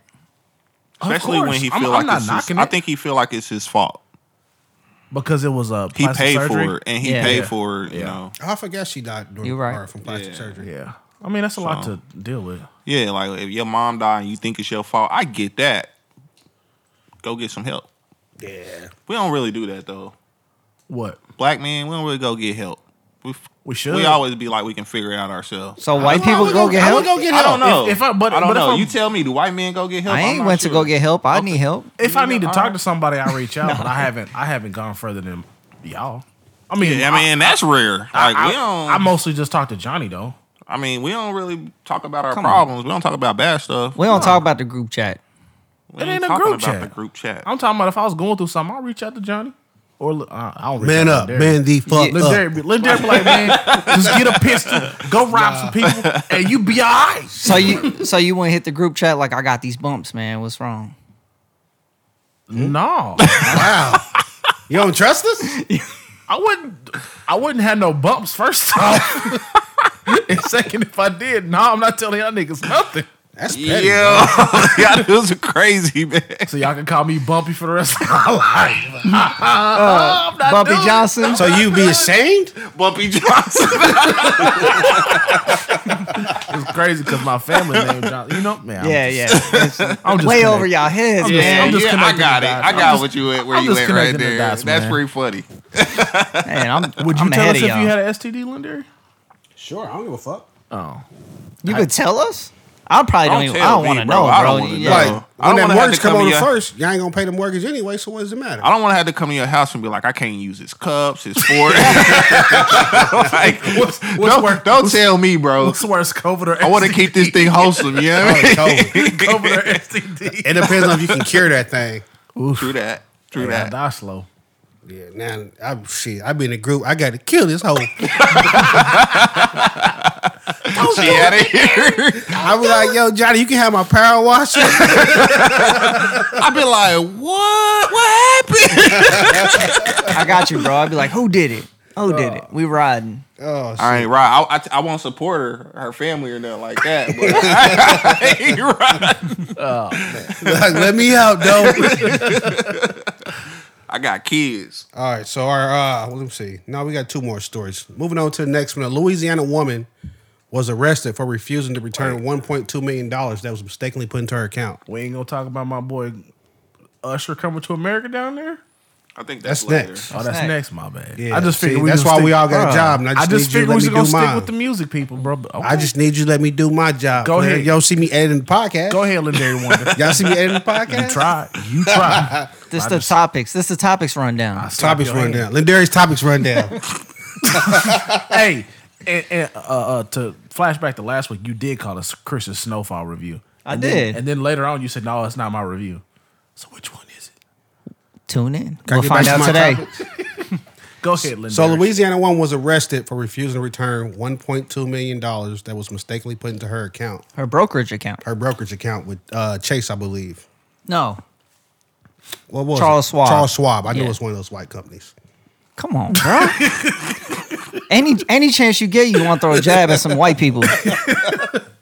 Speaker 1: Of
Speaker 2: Especially when
Speaker 1: course.
Speaker 2: he feel
Speaker 1: I'm- I'm
Speaker 2: like
Speaker 1: not
Speaker 2: it's his,
Speaker 1: knocking
Speaker 2: I
Speaker 1: it.
Speaker 2: think he feel like it's his fault.
Speaker 1: because it was a
Speaker 2: He
Speaker 1: plastic
Speaker 2: paid
Speaker 1: surgery.
Speaker 2: for it, and he
Speaker 4: Yeah.
Speaker 2: paid
Speaker 1: Yeah.
Speaker 2: for it. You
Speaker 1: Yeah.
Speaker 2: know,
Speaker 3: Oh, I forgot she died during
Speaker 4: You're right.
Speaker 3: or from plastic
Speaker 2: Yeah.
Speaker 3: surgery.
Speaker 1: Yeah, I mean that's a lot
Speaker 2: So-
Speaker 1: to deal with.
Speaker 2: yeah. Like if your mom died and you think it's your fault, I get that. Go get some help.
Speaker 3: Yeah.
Speaker 2: We don't really do that though.
Speaker 1: What
Speaker 2: Black men, we don't really go get help. We f-
Speaker 1: we should
Speaker 2: we always be like we can figure it out ourselves.
Speaker 4: So white people go get
Speaker 3: I
Speaker 4: help.
Speaker 3: would go get
Speaker 2: I don't know.
Speaker 3: help.
Speaker 1: If- if I- but-
Speaker 2: I don't
Speaker 1: but if
Speaker 2: know.
Speaker 1: I'm-
Speaker 2: you tell me. Do white men go get help?
Speaker 4: I
Speaker 2: I'm
Speaker 4: ain't
Speaker 2: not
Speaker 4: went to
Speaker 2: sure.
Speaker 4: go get help. I need help.
Speaker 1: if I need to
Speaker 2: Yeah,
Speaker 1: talk
Speaker 2: I-
Speaker 1: to somebody, I reach out, but I haven't I haven't gone further than y'all. I mean,
Speaker 2: Yeah, I mean that's rare. Like
Speaker 1: I, I-
Speaker 2: we don't.
Speaker 1: I mostly just talk to Johnny though.
Speaker 2: I mean, we don't really talk about our
Speaker 4: Come on.
Speaker 2: problems. We don't talk about bad stuff.
Speaker 4: We don't talk about the group chat.
Speaker 2: We
Speaker 1: It ain't a
Speaker 2: talking
Speaker 1: group
Speaker 2: about
Speaker 1: chat.
Speaker 2: The group chat.
Speaker 1: I'm talking about if I was going through something, I'll reach out to Johnny or uh, I don't reach
Speaker 3: Man
Speaker 1: out
Speaker 3: up,
Speaker 1: to Derek.
Speaker 3: man the fuck
Speaker 1: Let
Speaker 3: up.
Speaker 1: Derek, be, let Derek be like, man, just get a pistol, go rob some people, and you be all right.
Speaker 4: So you so you wouldn't hit the group chat like I got these bumps, man. What's wrong?
Speaker 1: No,
Speaker 3: Wow. You don't trust us?
Speaker 1: I wouldn't. I wouldn't have no bumps first off. and second, if I did, no, I'm not telling y'all niggas nothing.
Speaker 3: That's petty.
Speaker 2: Yeah, y'all dudes are crazy, man.
Speaker 1: So y'all can call me Bumpy for the rest of my life. I'm not
Speaker 4: Bumpy
Speaker 1: doing it.
Speaker 4: Johnson.
Speaker 3: So you be ashamed?
Speaker 2: Bumpy Johnson.
Speaker 1: It's crazy because my family name Johnson. You know, man. I'm
Speaker 4: yeah,
Speaker 1: just-
Speaker 4: yeah. It's
Speaker 1: I'm just
Speaker 4: way
Speaker 1: connected.
Speaker 4: over y'all heads,
Speaker 1: I'm just-
Speaker 4: man.
Speaker 1: I'm just
Speaker 2: yeah, I
Speaker 1: connecting
Speaker 2: got
Speaker 1: the
Speaker 2: it.
Speaker 1: dots.
Speaker 2: I
Speaker 1: I'm
Speaker 2: got
Speaker 1: just-
Speaker 2: what you at where
Speaker 1: I'm
Speaker 2: you
Speaker 1: just
Speaker 2: at right
Speaker 1: connecting the
Speaker 2: there.
Speaker 1: dots,
Speaker 2: That's
Speaker 1: man.
Speaker 2: pretty funny.
Speaker 4: Man, I'm,
Speaker 1: Would you
Speaker 4: I'm
Speaker 1: tell
Speaker 4: ahead
Speaker 1: us if
Speaker 4: of
Speaker 1: you
Speaker 4: y'all.
Speaker 1: had an STD, Linder?
Speaker 3: Sure, I don't give a fuck.
Speaker 1: Oh,
Speaker 4: You could tell us. I probably
Speaker 2: Don't
Speaker 4: don't. even,
Speaker 2: tell
Speaker 4: I don't
Speaker 2: me,
Speaker 4: want to
Speaker 2: bro.
Speaker 4: know,
Speaker 2: I
Speaker 4: bro.
Speaker 2: don't wanna
Speaker 4: Yeah.
Speaker 2: know.
Speaker 3: Like
Speaker 2: No. I
Speaker 3: when
Speaker 2: don't
Speaker 3: that
Speaker 2: wanna have
Speaker 3: mortgage
Speaker 2: to
Speaker 3: come
Speaker 2: come
Speaker 3: on the
Speaker 2: here.
Speaker 3: first, y'all ain't gonna pay the mortgage anyway. So what does it matter?
Speaker 2: I don't want to have to come in your house and be like, I can't use his cups, his fork. like,
Speaker 1: what's
Speaker 2: don't,
Speaker 1: work-
Speaker 2: don't tell me, bro.
Speaker 1: what's Oh, worse, COVID or STD?
Speaker 2: I want to keep this thing wholesome. You know what I
Speaker 3: COVID.
Speaker 2: mean?
Speaker 1: COVID or STD.
Speaker 3: It depends on if you can cure that thing.
Speaker 2: True that. True
Speaker 1: Yeah, I
Speaker 2: that.
Speaker 1: die slow.
Speaker 3: Yeah, now I shit. I be in a group. I got to kill this hoe.
Speaker 2: She out of here.
Speaker 3: I was like, yo, Johnny, you can have my power washer.
Speaker 2: I've been like, what? What happened?
Speaker 4: I got you, bro. I'd be like, who did it? Who did it? We riding.
Speaker 3: Oh, shit.
Speaker 2: I ain't right. I, I, I won't support her, her family, or nothing like that. But I, ain't right.
Speaker 3: Like, let me out, though.
Speaker 2: I got kids.
Speaker 3: All right, so our uh, well, let me see. Now we got two more stories. Moving on to the next one. A Louisiana woman was arrested for refusing to return 1.2 million dollars that was mistakenly put into her account.
Speaker 1: We ain't gonna talk about my boy Usher coming to America down there.
Speaker 2: I think that's,
Speaker 3: That's
Speaker 2: later.
Speaker 3: next.
Speaker 1: Oh, that's
Speaker 4: Snack.
Speaker 1: next, my bad.
Speaker 3: Yeah,
Speaker 1: I just
Speaker 3: see,
Speaker 1: figured we
Speaker 3: that's
Speaker 1: gonna
Speaker 3: why
Speaker 1: stick-
Speaker 3: we all got a
Speaker 1: Bruh,
Speaker 3: job, and I just need you to
Speaker 1: figured
Speaker 3: let
Speaker 1: we was
Speaker 3: me do
Speaker 1: gonna stick
Speaker 3: mine.
Speaker 1: with the music people, bro. but-
Speaker 3: I
Speaker 1: okay.
Speaker 3: just need you to let me do my job.
Speaker 1: Go
Speaker 3: player.
Speaker 1: ahead.
Speaker 3: Y'all see me editing the podcast.
Speaker 1: go ahead, Legendary Wonder.
Speaker 3: Y'all see me editing the podcast?
Speaker 1: You tried. You tried.
Speaker 4: This the topics. This the topics rundown.
Speaker 3: Topics run down. Lindary's topics run down.
Speaker 1: hey, and, and uh, uh, to flashback to last week, you did call us Chris's Snowfall review.
Speaker 4: I
Speaker 1: And
Speaker 4: did.
Speaker 1: Then, and then later on, you said, "No, it's not my review." So which one is it?
Speaker 4: Tune in.
Speaker 3: I
Speaker 4: We'll
Speaker 3: get back
Speaker 4: find
Speaker 3: to
Speaker 4: out
Speaker 3: my
Speaker 4: today.
Speaker 3: topics?
Speaker 1: Go ahead, Legendary.
Speaker 3: So Louisiana one was arrested for refusing to return 1.2 million dollars that was mistakenly put into her account,
Speaker 4: Her brokerage account.
Speaker 3: her brokerage account with uh, Chase, I believe.
Speaker 4: No,
Speaker 3: What was
Speaker 4: Charles
Speaker 3: it?
Speaker 4: Schwab.
Speaker 3: Charles Schwab. I knew it
Speaker 4: Yeah.
Speaker 3: was one of those white companies.
Speaker 4: come on, bro. any any chance you get, you want to throw a jab at some white people.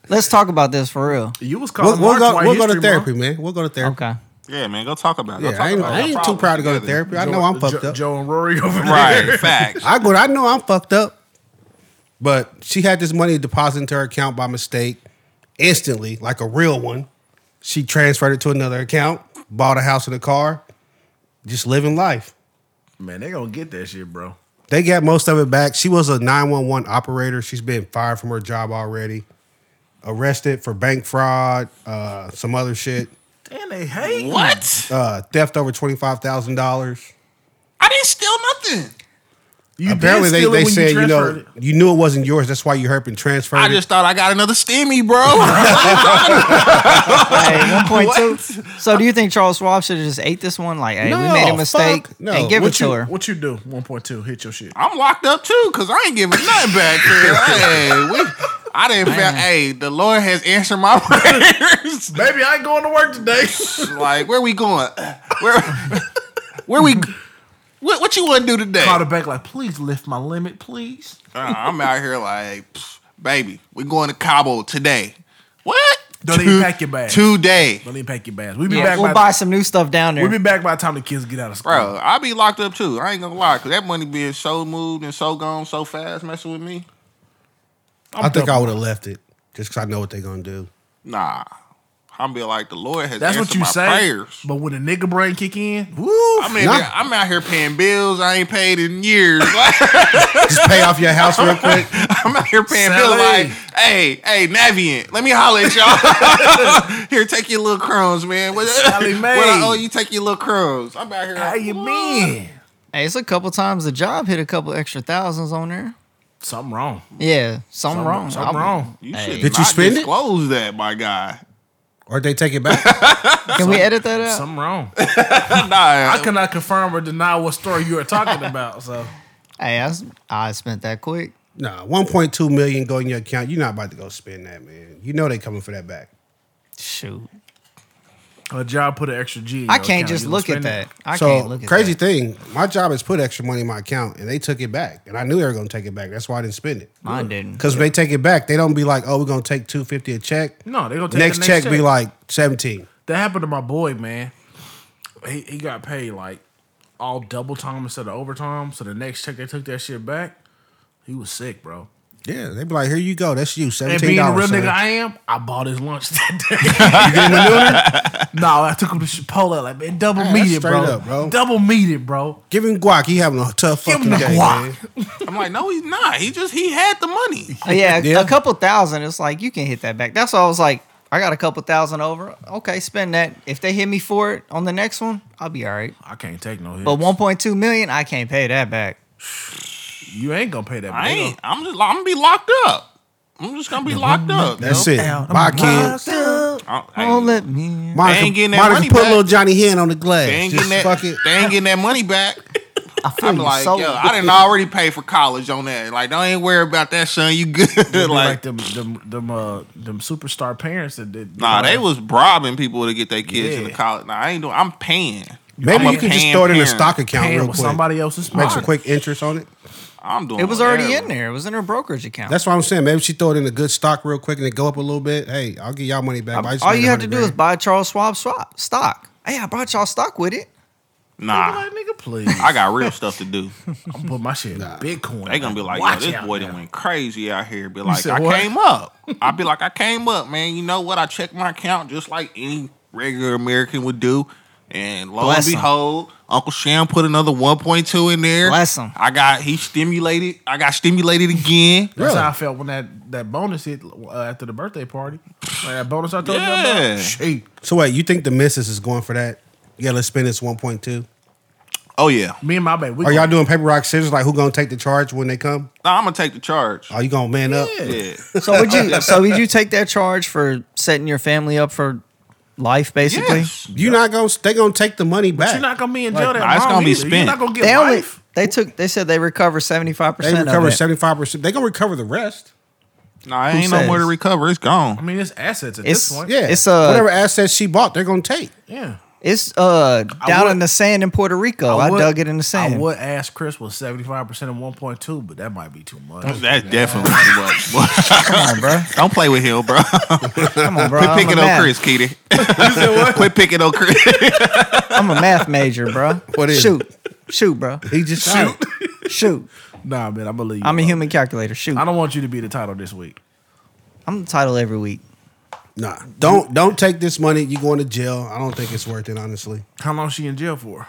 Speaker 4: Let's talk about this for real.
Speaker 1: you was
Speaker 3: We'll,
Speaker 1: calling
Speaker 3: we'll
Speaker 1: Mark's
Speaker 3: go.
Speaker 1: white
Speaker 3: We'll go to
Speaker 1: history month.
Speaker 3: therapy, man. We'll go to therapy.
Speaker 4: Okay.
Speaker 2: Yeah, man, go talk about it. Go
Speaker 3: Yeah,
Speaker 2: talk
Speaker 3: I ain't,
Speaker 2: about
Speaker 3: I
Speaker 2: our
Speaker 3: ain't too
Speaker 2: problems
Speaker 3: proud to go to
Speaker 2: together.
Speaker 3: therapy. I know I'm fucked
Speaker 1: Joe,
Speaker 3: up.
Speaker 1: Joe and Rory over there.
Speaker 2: Right, facts.
Speaker 3: I go. I know I'm fucked up. But she had this money deposited into her account by mistake. Instantly, like a real one, she transferred it to another account, bought a house and a car, just living life.
Speaker 1: Man, they gonna get that shit, bro.
Speaker 3: They got most of it back. She was a 911 operator. She's been fired from her job already, arrested for bank fraud, uh, some other shit,
Speaker 1: And they hate
Speaker 2: What?
Speaker 3: uh, theft over twenty five thousand dollars.
Speaker 2: I didn't steal nothing.
Speaker 1: you.
Speaker 3: Apparently,
Speaker 1: did
Speaker 3: they,
Speaker 1: steal it
Speaker 3: they
Speaker 1: when
Speaker 3: said you,
Speaker 1: transferred
Speaker 3: know
Speaker 1: it.
Speaker 3: you knew it wasn't yours. That's why you herped and transferred.
Speaker 2: I
Speaker 3: it.
Speaker 2: just thought I got another stimmy, bro.
Speaker 4: Hey, one point two. So, do you think Charles Schwab should have just ate this one? Like, hey,
Speaker 3: No,
Speaker 4: we made a mistake
Speaker 3: fuck no.
Speaker 4: and give
Speaker 3: What
Speaker 4: it to
Speaker 3: you-
Speaker 4: her.
Speaker 1: What you do? One point two. Hit your shit.
Speaker 2: I'm locked up too, cause I ain't giving nothing back. man. hey, we, I didn't. Found, hey, the Lord has answered my prayers.
Speaker 1: Baby, I ain't going to work today.
Speaker 2: like, where we going? Where, where we? What, what you want to do today?
Speaker 1: Called her back like, please lift my limit, please.
Speaker 2: Uh, I'm out here like, pff, baby, we going to Cabo today. What?
Speaker 1: Don't even pack your bags.
Speaker 2: Today,
Speaker 1: Don't even pack your bags. We'll be
Speaker 4: Yeah,
Speaker 1: back
Speaker 4: we'll
Speaker 1: by
Speaker 4: buy some new stuff down there.
Speaker 1: we'll be back by the time the kids get out of school.
Speaker 2: bro. I be locked up too. I ain't gonna lie, cause that money being so moved and so gone so fast, messing with me.
Speaker 3: I think I would have left it just because I know what they're gonna do.
Speaker 2: Nah, I'm be like, the Lord has
Speaker 1: That's
Speaker 2: answered
Speaker 1: what you
Speaker 2: my
Speaker 1: say.
Speaker 2: prayers.
Speaker 1: But when the nigga brain kick in, woo,
Speaker 2: I'm, in
Speaker 3: Nah.
Speaker 2: here- I'm out here paying bills I ain't paid in years. Like,
Speaker 3: Just pay off your house real quick.
Speaker 2: I'm out here paying bills
Speaker 1: Sally.
Speaker 2: like, hey, hey, Navient, let me holler at y'all. here, take your little crumbs, man. What,
Speaker 1: Sally
Speaker 2: what I
Speaker 1: Mae.
Speaker 2: owe you, take your little crumbs. I'm out here.
Speaker 1: how you mean?
Speaker 4: hey, it's a couple times the job hit a couple extra thousands on there.
Speaker 1: Something wrong.
Speaker 4: Yeah, something
Speaker 1: Something
Speaker 4: wrong.
Speaker 1: Something
Speaker 4: I-
Speaker 1: wrong.
Speaker 2: You
Speaker 4: Hey.
Speaker 2: should
Speaker 3: Did
Speaker 2: Did
Speaker 3: you
Speaker 2: not
Speaker 3: spend it?
Speaker 2: disclose that, my guy.
Speaker 3: Or they take it back.
Speaker 4: Can we edit that out?
Speaker 1: Something wrong.
Speaker 2: Nah,
Speaker 1: I cannot confirm or deny what story you are talking about. So
Speaker 4: Hey, I, s- I spent that quick.
Speaker 3: nah, 1.2 million go in your account. You're not about to go spend that, man. You know they coming for that back.
Speaker 4: Shoot,
Speaker 1: a job put an extra G. in
Speaker 4: I
Speaker 1: your
Speaker 4: can't
Speaker 1: account.
Speaker 4: just
Speaker 1: You gonna
Speaker 4: look at
Speaker 1: spend it?
Speaker 4: that. I
Speaker 3: so
Speaker 4: can't look at
Speaker 3: crazy
Speaker 4: that.
Speaker 3: thing, my job is put extra money in my account and they took it back. And I knew they were gonna take it back. That's why I didn't spend it.
Speaker 4: Mine didn't.
Speaker 3: Because when they take it back, they don't be like, oh, we're gonna take 250 a check.
Speaker 1: No, they gonna take
Speaker 3: Next,
Speaker 1: the next
Speaker 3: check, be
Speaker 1: check.
Speaker 3: like 17.
Speaker 1: That happened to my boy, man. He he got paid like all double time instead of overtime. So the next check they took that shit back. He was sick, bro.
Speaker 3: Yeah, they be like, here you go. That's you. $17.
Speaker 1: And being the real
Speaker 3: son.
Speaker 1: nigga I am, I bought his lunch that day. no, I took him to Chipotle. Like, man, double
Speaker 3: Hey,
Speaker 1: meat
Speaker 3: that's
Speaker 1: it,
Speaker 3: straight
Speaker 1: bro.
Speaker 3: up, bro.
Speaker 1: Double meat it, bro.
Speaker 3: Give him guac. He having a tough
Speaker 1: Give
Speaker 3: fucking
Speaker 1: him the
Speaker 3: day. man.
Speaker 1: guac.
Speaker 2: I'm like, no, he's not. He just he had the money.
Speaker 4: Uh, Yeah, a-
Speaker 3: Yeah.
Speaker 4: a couple thousand. It's like you can hit that back. That's why I was like, I got a couple thousand over. Okay, spend that. If they hit me for it on the next one, I'll be all right.
Speaker 1: I can't take no hits.
Speaker 4: But 1.2 million, I can't pay that back.
Speaker 1: you ain't gonna pay that.
Speaker 2: I
Speaker 1: bill.
Speaker 2: ain't. I'm just. I'm gonna be locked up. I'm just gonna be locked up.
Speaker 3: That's
Speaker 2: yo.
Speaker 3: it. Bye, kids.
Speaker 2: I-
Speaker 3: Oh,
Speaker 2: I-
Speaker 4: Don't let me.
Speaker 3: Monica,
Speaker 2: They ain't getting that
Speaker 3: Monica
Speaker 2: money
Speaker 3: put
Speaker 2: back.
Speaker 3: a little Johnny Hen on the glass.
Speaker 2: They ain't
Speaker 3: Just
Speaker 2: getting that.
Speaker 3: fuck it.
Speaker 2: They ain't getting that money back.
Speaker 4: I feel
Speaker 2: I'm
Speaker 4: you
Speaker 2: like,
Speaker 4: so-
Speaker 2: yo, I didn't already pay for college on that. Like, don't ain't worry about that, son. You good?
Speaker 1: Be like,
Speaker 2: like,
Speaker 1: them, them, them, uh, them superstar parents that did.
Speaker 2: nah, they was bribing people to get their kids
Speaker 1: Yeah.
Speaker 2: into college. Nah, I ain't doing. I'm paying.
Speaker 3: Maybe
Speaker 2: I'm a
Speaker 3: you can just
Speaker 2: paying
Speaker 3: throw it in a
Speaker 2: parent.
Speaker 3: stock account
Speaker 1: paying
Speaker 3: real
Speaker 1: with
Speaker 3: quick.
Speaker 1: somebody else's
Speaker 3: Make some
Speaker 1: money.
Speaker 3: quick interest on it.
Speaker 2: I'm doing.
Speaker 4: It was already
Speaker 2: whatever.
Speaker 4: in there. It was in her brokerage account.
Speaker 3: That's what I'm saying. Maybe she throw it in a good stock real quick and it go up a little bit. Hey, I'll give y'all money back. but I just
Speaker 4: all
Speaker 3: made
Speaker 4: you have to
Speaker 3: 100
Speaker 4: do is
Speaker 3: grand.
Speaker 4: buy Charles Schwab swap, stock. Hey, I brought y'all stock with it.
Speaker 1: I'm
Speaker 2: Nah,
Speaker 1: like, nigga, please.
Speaker 2: Ah. I got real stuff to do.
Speaker 1: I'm putting my shit in Bitcoin.
Speaker 2: They gonna be like,
Speaker 1: watch
Speaker 2: yo, this
Speaker 1: out
Speaker 2: boy that
Speaker 1: now.
Speaker 2: went crazy out here. Be like,
Speaker 1: said
Speaker 2: I
Speaker 1: what?
Speaker 2: came up. I'd be like, I came up, man. You know what? I checked my account just like any regular American would do. And lo
Speaker 4: Bless
Speaker 2: and
Speaker 4: 'em.
Speaker 2: behold, Uncle Sham put another 1.2 in there.
Speaker 4: Bless 'em.
Speaker 2: I got he stimulated. I got stimulated again.
Speaker 1: That's
Speaker 3: Really?
Speaker 1: how I felt when that, that bonus hit uh, after the birthday party. Like that bonus I told you
Speaker 2: Yeah.
Speaker 1: about. Shit.
Speaker 3: So wait, you think the missus is going for that? Yeah, let's spend this one point two.
Speaker 2: Oh yeah.
Speaker 1: Me and my baby. We
Speaker 3: Are y'all
Speaker 1: gonna-
Speaker 3: doing paper rock scissors? Like who gonna take the charge when they come?
Speaker 2: Nah, I'm gonna take the
Speaker 4: Oh,
Speaker 2: charge.
Speaker 3: Are you gonna man up?
Speaker 2: Yeah.
Speaker 4: So would you? so would you take that charge for setting your family up for life, basically?
Speaker 2: Yes.
Speaker 3: You not gonna? They gonna take the money back.
Speaker 1: You're not gonna be in jail that
Speaker 2: nah, it's
Speaker 1: long
Speaker 2: gonna be
Speaker 1: either. You're
Speaker 2: spent.
Speaker 1: not gonna get
Speaker 4: They only
Speaker 1: life.
Speaker 4: they took they said they recover seventy five
Speaker 3: they
Speaker 4: percent of
Speaker 3: recover
Speaker 4: it.
Speaker 3: seventy five percent. They gonna recover the rest.
Speaker 2: Nah, it
Speaker 4: Who
Speaker 2: ain't no more to
Speaker 4: says?
Speaker 2: recover. It's
Speaker 1: I
Speaker 2: gone.
Speaker 1: mean, it's assets at
Speaker 4: It's-
Speaker 1: this point.
Speaker 3: Yeah,
Speaker 4: It's, uh,
Speaker 3: whatever assets she bought, they're gonna take.
Speaker 1: yeah.
Speaker 4: it's uh down
Speaker 1: would-
Speaker 4: in the sand in Puerto Rico. Oh, I,
Speaker 1: would-
Speaker 4: dug it in the sand.
Speaker 1: I would ask Chris was seventy five percent of one point two, but that might be too much.
Speaker 2: That's definitely too much. boy.
Speaker 4: Come on, bro.
Speaker 2: Don't play with him, bro.
Speaker 4: Come on, bro.
Speaker 2: Quit
Speaker 4: I'm a
Speaker 2: picking
Speaker 4: math-
Speaker 2: on Chris, Keaton. Quit picking on Chris.
Speaker 4: I'm a math major, bro.
Speaker 3: What is it?
Speaker 4: Shoot, shoot, bro.
Speaker 3: He just shoot.
Speaker 4: Shoot.
Speaker 1: Nah, man, I'm gonna leave. you
Speaker 4: I'm a
Speaker 1: alone.
Speaker 4: human calculator. Shoot.
Speaker 1: I don't want you to be the title this week.
Speaker 4: I'm the title every week.
Speaker 3: Nah, don't don't take this money. You going to jail? I don't think it's worth it. Honestly,
Speaker 1: How long she in jail for?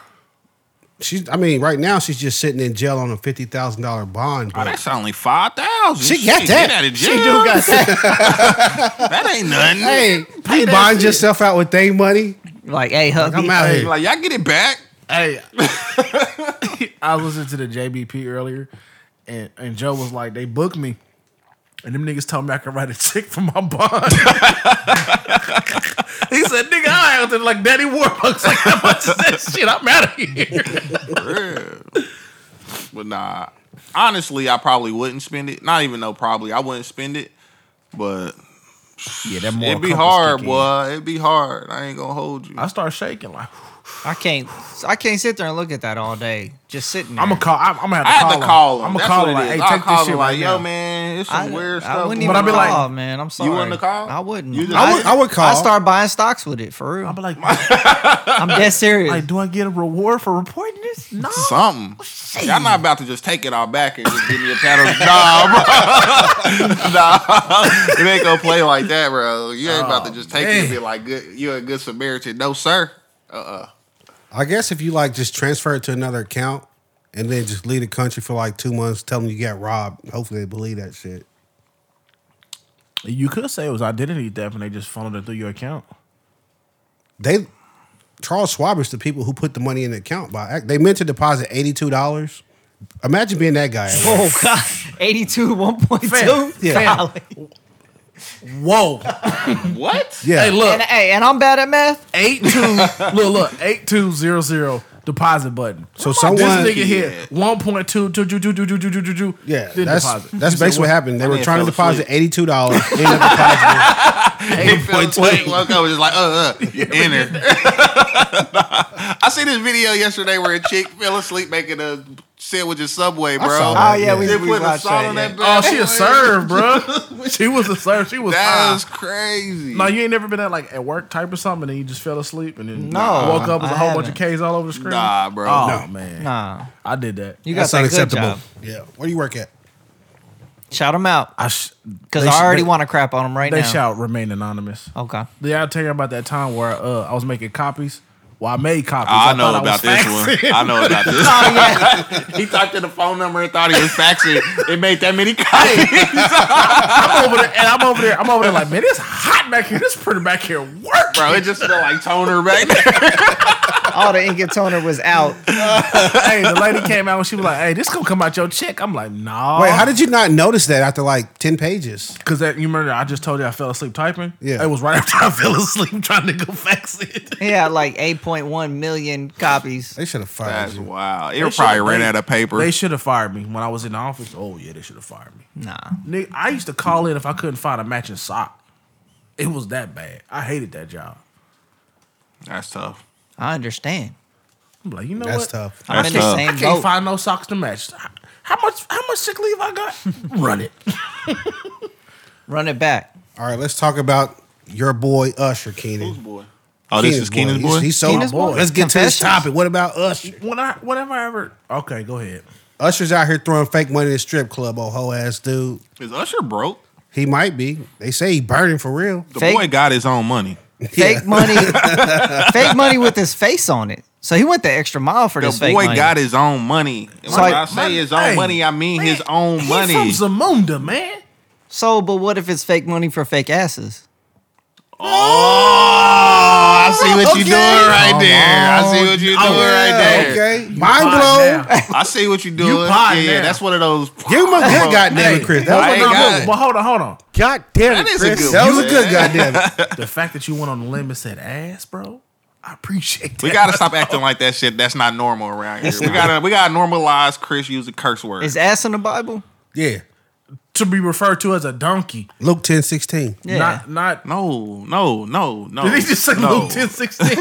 Speaker 3: she's. I mean, right now she's just sitting in jail on a fifty thousand dollar bond.
Speaker 2: Oh,
Speaker 3: But
Speaker 2: that's only five thousand.
Speaker 3: She got
Speaker 2: Get
Speaker 3: that.
Speaker 2: out of
Speaker 3: She
Speaker 2: jail.
Speaker 3: do got
Speaker 2: that. ain't nothing.
Speaker 3: hey, you bond yourself out with they money.
Speaker 4: Like, hey, hug
Speaker 3: I'm
Speaker 4: me.
Speaker 3: out here.
Speaker 2: Like y'all get it back.
Speaker 1: Hey, I listened to the JBP earlier, and, and Joe was like, "They booked me, and them niggas told me I could write a check for my bond." he said, "Nigga, I acted like Daddy Warbucks. Like how much is that shit? I'm out of here."
Speaker 2: But nah. Honestly, I probably wouldn't spend it. Not even though probably I wouldn't spend it. But
Speaker 1: Yeah, that
Speaker 2: it'd be hard, boy. It'd be hard. I ain't gonna hold you.
Speaker 1: I start shaking like
Speaker 4: I can't. I can't sit there and look at that all day. Just sitting. There.
Speaker 1: I'm gonna call. I'm, I'm gonna have to
Speaker 2: I
Speaker 1: call.
Speaker 2: have to call him.
Speaker 1: I'm gonna
Speaker 2: That's
Speaker 1: call
Speaker 2: what
Speaker 1: him.
Speaker 2: it
Speaker 1: Like,
Speaker 2: is.
Speaker 1: hey,
Speaker 2: I'll
Speaker 1: take
Speaker 2: call
Speaker 1: this
Speaker 2: him
Speaker 1: shit
Speaker 2: like,
Speaker 1: right
Speaker 2: yo,
Speaker 1: now.
Speaker 2: man, it's
Speaker 4: I,
Speaker 2: some weird
Speaker 4: I
Speaker 2: stuff.
Speaker 4: wouldn't
Speaker 2: going
Speaker 4: even
Speaker 1: But I'd be
Speaker 4: call,
Speaker 1: like-
Speaker 4: man. I'm sorry.
Speaker 2: You wouldn't call?
Speaker 4: I wouldn't.
Speaker 2: You just-
Speaker 3: I would- I would call.
Speaker 4: I start buying stocks with it for real.
Speaker 1: I'll be like,
Speaker 4: I'm dead serious.
Speaker 1: like, do I get a reward for reporting this? No.
Speaker 4: Oh,
Speaker 2: Something. Y'all not about to just take it all back and just give me a pat on the Nah, bro. nah. It ain't gonna play like that, bro. You ain't
Speaker 1: Oh,
Speaker 2: about to just take it and be like, good, you're a good Samaritan. No, sir.
Speaker 3: I guess if you like just transfer it to another account and then just leave the country for like two months, tell them you got robbed. Hopefully they believe that shit.
Speaker 1: You could say it was identity theft, and they just funneled it through your account.
Speaker 3: They Charles Schwab is the people who put the money in the account by act. They meant to deposit eighty two dollars. Imagine being that guy.
Speaker 4: oh god, 82, 1.2.
Speaker 1: Fam,
Speaker 4: Yeah.
Speaker 1: Whoa.
Speaker 2: What?
Speaker 3: Yeah,
Speaker 1: Hey, look.
Speaker 4: And hey, and I'm bad at math.
Speaker 1: eight two look look eight two zero zero deposit button.
Speaker 3: So
Speaker 1: Fuck
Speaker 3: someone-
Speaker 1: this nigga hit one point two two two two two two two two two two.
Speaker 3: yeah. That's that's
Speaker 1: basically
Speaker 3: basically what happened. They
Speaker 2: I
Speaker 3: were
Speaker 2: mean,
Speaker 3: trying
Speaker 2: fell
Speaker 3: to deposit
Speaker 2: asleep.
Speaker 3: eighty two dollars. That's
Speaker 2: It fell asleep, woke up, was just like, uh, uh, enter. Nah. I see this video yesterday where a chick fell asleep making a sandwich at Subway, bro.
Speaker 3: saw that, Oh, yeah, yeah.
Speaker 4: we-
Speaker 2: They
Speaker 4: we
Speaker 2: put a
Speaker 4: watched
Speaker 2: salt
Speaker 4: that,
Speaker 2: on
Speaker 4: yeah.
Speaker 2: that.
Speaker 1: Oh,
Speaker 2: bad
Speaker 1: she
Speaker 2: boy.
Speaker 1: a serve, bro. She was a serve. She was.
Speaker 2: That is
Speaker 1: That
Speaker 2: crazy.
Speaker 1: no, you ain't never been at like at work type or something, and then you just fell asleep, and then
Speaker 4: No,
Speaker 1: woke up with
Speaker 4: I
Speaker 1: a whole bunch of
Speaker 4: haven't.
Speaker 1: K's all over the screen.
Speaker 2: Nah, bro.
Speaker 1: Oh
Speaker 3: No.
Speaker 1: man,
Speaker 4: Nah,
Speaker 1: I did that.
Speaker 4: you got that good job.
Speaker 3: Yeah. Where do you work at?
Speaker 4: Shout them out
Speaker 1: I sh-
Speaker 4: because
Speaker 1: they sh-
Speaker 4: I already
Speaker 1: they-
Speaker 4: want to crap on them right
Speaker 1: They
Speaker 4: now.
Speaker 1: shout remain anonymous.
Speaker 4: Okay.
Speaker 1: Yeah, I'll tell you about that time where uh, I was making copies. Well, I made copies.
Speaker 2: I,
Speaker 1: thought
Speaker 2: know
Speaker 1: was
Speaker 2: about this one.
Speaker 1: faxing.
Speaker 2: I know about this.
Speaker 4: Oh yeah.
Speaker 2: he typed in the phone number and thought he was faxing. It made that many copies.
Speaker 1: I'm over there, and I'm over there. I'm over there, like, man, it's hot back here. This printer back here work.
Speaker 2: Bro, it just smelled like toner back there.
Speaker 4: All the ink and toner was out.
Speaker 1: hey, the lady came out and she was like, "Hey, this gonna come out your check." I'm like, "Nah."
Speaker 2: Oh.
Speaker 3: Wait, how did you not notice that after like ten pages?
Speaker 1: Because that you remember I just told you I fell asleep typing.
Speaker 3: Yeah.
Speaker 1: it was right after I fell asleep trying to go fax it.
Speaker 4: Yeah, like 8.1 million copies.
Speaker 3: They should have fired
Speaker 2: That's
Speaker 3: you.
Speaker 2: wow. It
Speaker 1: They
Speaker 2: probably
Speaker 1: should've-
Speaker 2: ran
Speaker 1: they-
Speaker 2: out of paper.
Speaker 1: They should have fired me when I was in the office. Oh yeah, they should have fired me.
Speaker 4: Nah.
Speaker 1: Nick, I used to call in if I couldn't find a matching sock. It was that bad. I hated that job.
Speaker 2: That's tough.
Speaker 4: I understand.
Speaker 1: I'm like, you know
Speaker 3: That's
Speaker 1: what?
Speaker 3: tough.
Speaker 4: I'm
Speaker 2: That's
Speaker 4: in the
Speaker 2: tough.
Speaker 4: same
Speaker 1: I can't
Speaker 4: boat.
Speaker 1: find no socks to match. How- How much? How much sick leave I got? Run it.
Speaker 4: Run it back.
Speaker 3: All right, let's talk about your boy Usher Keenan.
Speaker 2: boy? Oh, this is Keenan's boy?
Speaker 3: He's, he's so
Speaker 4: Keenan's boy.
Speaker 3: Let's get to this
Speaker 4: Confessions.
Speaker 3: topic. What about Usher?
Speaker 1: When I, whenever I ever, okay, go ahead.
Speaker 3: Usher's out here throwing fake money in the strip club, oh hoe ass dude.
Speaker 2: Is Usher broke?
Speaker 3: He might be. They say he burning for real.
Speaker 2: The
Speaker 4: Fake-
Speaker 2: boy got his own money.
Speaker 4: fake money, fake money with his face on it. So he went the extra mile for this
Speaker 2: The
Speaker 4: fake
Speaker 2: boy
Speaker 4: money.
Speaker 2: got his own money. And
Speaker 4: So
Speaker 2: when
Speaker 4: I-
Speaker 2: I say his
Speaker 1: Hey,
Speaker 2: own money, I mean his
Speaker 1: man,
Speaker 2: own money.
Speaker 1: He from Zamunda, man.
Speaker 4: So, but what if it's fake money for fake asses?
Speaker 2: Oh, I see what you
Speaker 1: Okay.
Speaker 2: doing right there. I see what you doing right
Speaker 3: Yeah,
Speaker 2: there.
Speaker 3: okay. Mind
Speaker 1: Right
Speaker 3: blown.
Speaker 1: now.
Speaker 2: I see what you doing.
Speaker 1: pot
Speaker 2: yeah,
Speaker 1: now.
Speaker 2: that's one of those.
Speaker 3: You must
Speaker 2: Bro,
Speaker 3: good goddamn
Speaker 1: Hey,
Speaker 3: it, Chris.
Speaker 1: that
Speaker 2: I
Speaker 1: was a
Speaker 2: ain't
Speaker 1: good
Speaker 2: got
Speaker 1: move.
Speaker 2: it.
Speaker 1: But hold on, hold on.
Speaker 5: God damn
Speaker 2: That
Speaker 5: it,
Speaker 2: is a
Speaker 5: Chris.
Speaker 2: good
Speaker 3: That
Speaker 2: one.
Speaker 3: was a good goddamn it.
Speaker 1: The fact that you went on the limb and said ass, bro, I appreciate that.
Speaker 2: We gotta stop acting like that shit. That's not normal around here. We gotta we gotta normalize Chris using curse words.
Speaker 4: Is ass in the Bible?
Speaker 3: Yeah.
Speaker 1: to be referred to as a donkey,
Speaker 3: Luke 10, 16.
Speaker 4: Yeah.
Speaker 1: not not.
Speaker 2: No, no, no, no.
Speaker 1: Did he just say
Speaker 2: no.
Speaker 1: Luke ten sixteen?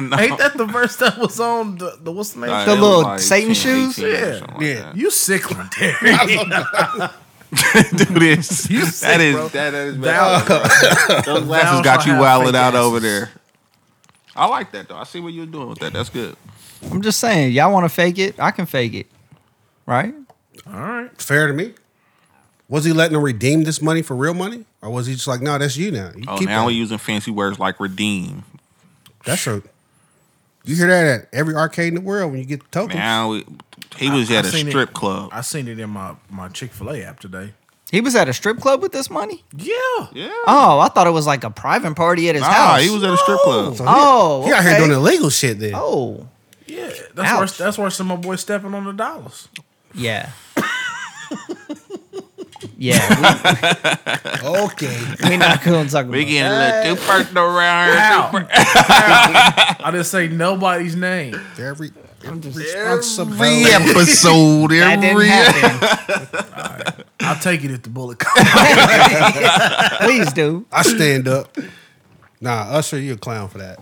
Speaker 2: No.
Speaker 1: Ain't that the verse that was on the, the what's the name?
Speaker 2: Nah,
Speaker 4: The
Speaker 2: it was
Speaker 4: little
Speaker 2: 10,
Speaker 4: Satan shoes?
Speaker 2: 18 or
Speaker 1: Yeah.
Speaker 2: something
Speaker 3: Yeah.
Speaker 2: Like
Speaker 1: You sick one, Terry.
Speaker 2: that. Do this.
Speaker 1: You
Speaker 2: that
Speaker 1: sick,
Speaker 2: is
Speaker 1: bro.
Speaker 2: that is
Speaker 1: Thou-
Speaker 2: bad. Those
Speaker 1: shall
Speaker 2: glasses got you
Speaker 1: have
Speaker 2: wilded
Speaker 1: fake
Speaker 2: out
Speaker 1: asses.
Speaker 2: over there. I like that though. I see what you're doing with that. That's good.
Speaker 4: I'm just saying, y'all want to fake it? I can fake it, right?
Speaker 1: All right.
Speaker 3: Fair to me. Was he letting him redeem this money for real money? Or was he just like, no, that's you now. You
Speaker 2: Oh,
Speaker 3: keep
Speaker 2: now
Speaker 3: that.
Speaker 2: we're using fancy words like redeem.
Speaker 3: That's a. You hear that at every arcade in the world when you get the tokens.
Speaker 2: Now we, he was
Speaker 1: I
Speaker 2: at a
Speaker 1: seen it.
Speaker 2: strip club.
Speaker 1: I seen it in my my Chick Fil A app today.
Speaker 4: He was at a strip club with this money.
Speaker 1: Yeah.
Speaker 2: yeah.
Speaker 4: Oh, I thought it was like a private party at his
Speaker 2: Nah,
Speaker 4: house.
Speaker 2: he was at a strip club.
Speaker 3: So he-
Speaker 4: Oh,
Speaker 3: he out here
Speaker 4: okay.
Speaker 3: doing illegal shit then.
Speaker 4: Oh,
Speaker 1: Yeah, that's worse.
Speaker 4: Ouch.
Speaker 1: That's worse than my boy stepping on the dollars.
Speaker 4: yeah, yeah.
Speaker 3: Okay.
Speaker 4: We, we not gonna talk about.
Speaker 2: We
Speaker 4: it.
Speaker 2: getting a little too personal around here.
Speaker 1: How? I didn't say nobody's name.
Speaker 3: Every, every
Speaker 2: Every
Speaker 3: responsibility.
Speaker 2: episode,
Speaker 4: That didn't
Speaker 2: every
Speaker 4: happen.
Speaker 1: I'll take it if the bullet comes.
Speaker 4: Please do.
Speaker 3: I stand up. Nah, Usher, you a clown for that.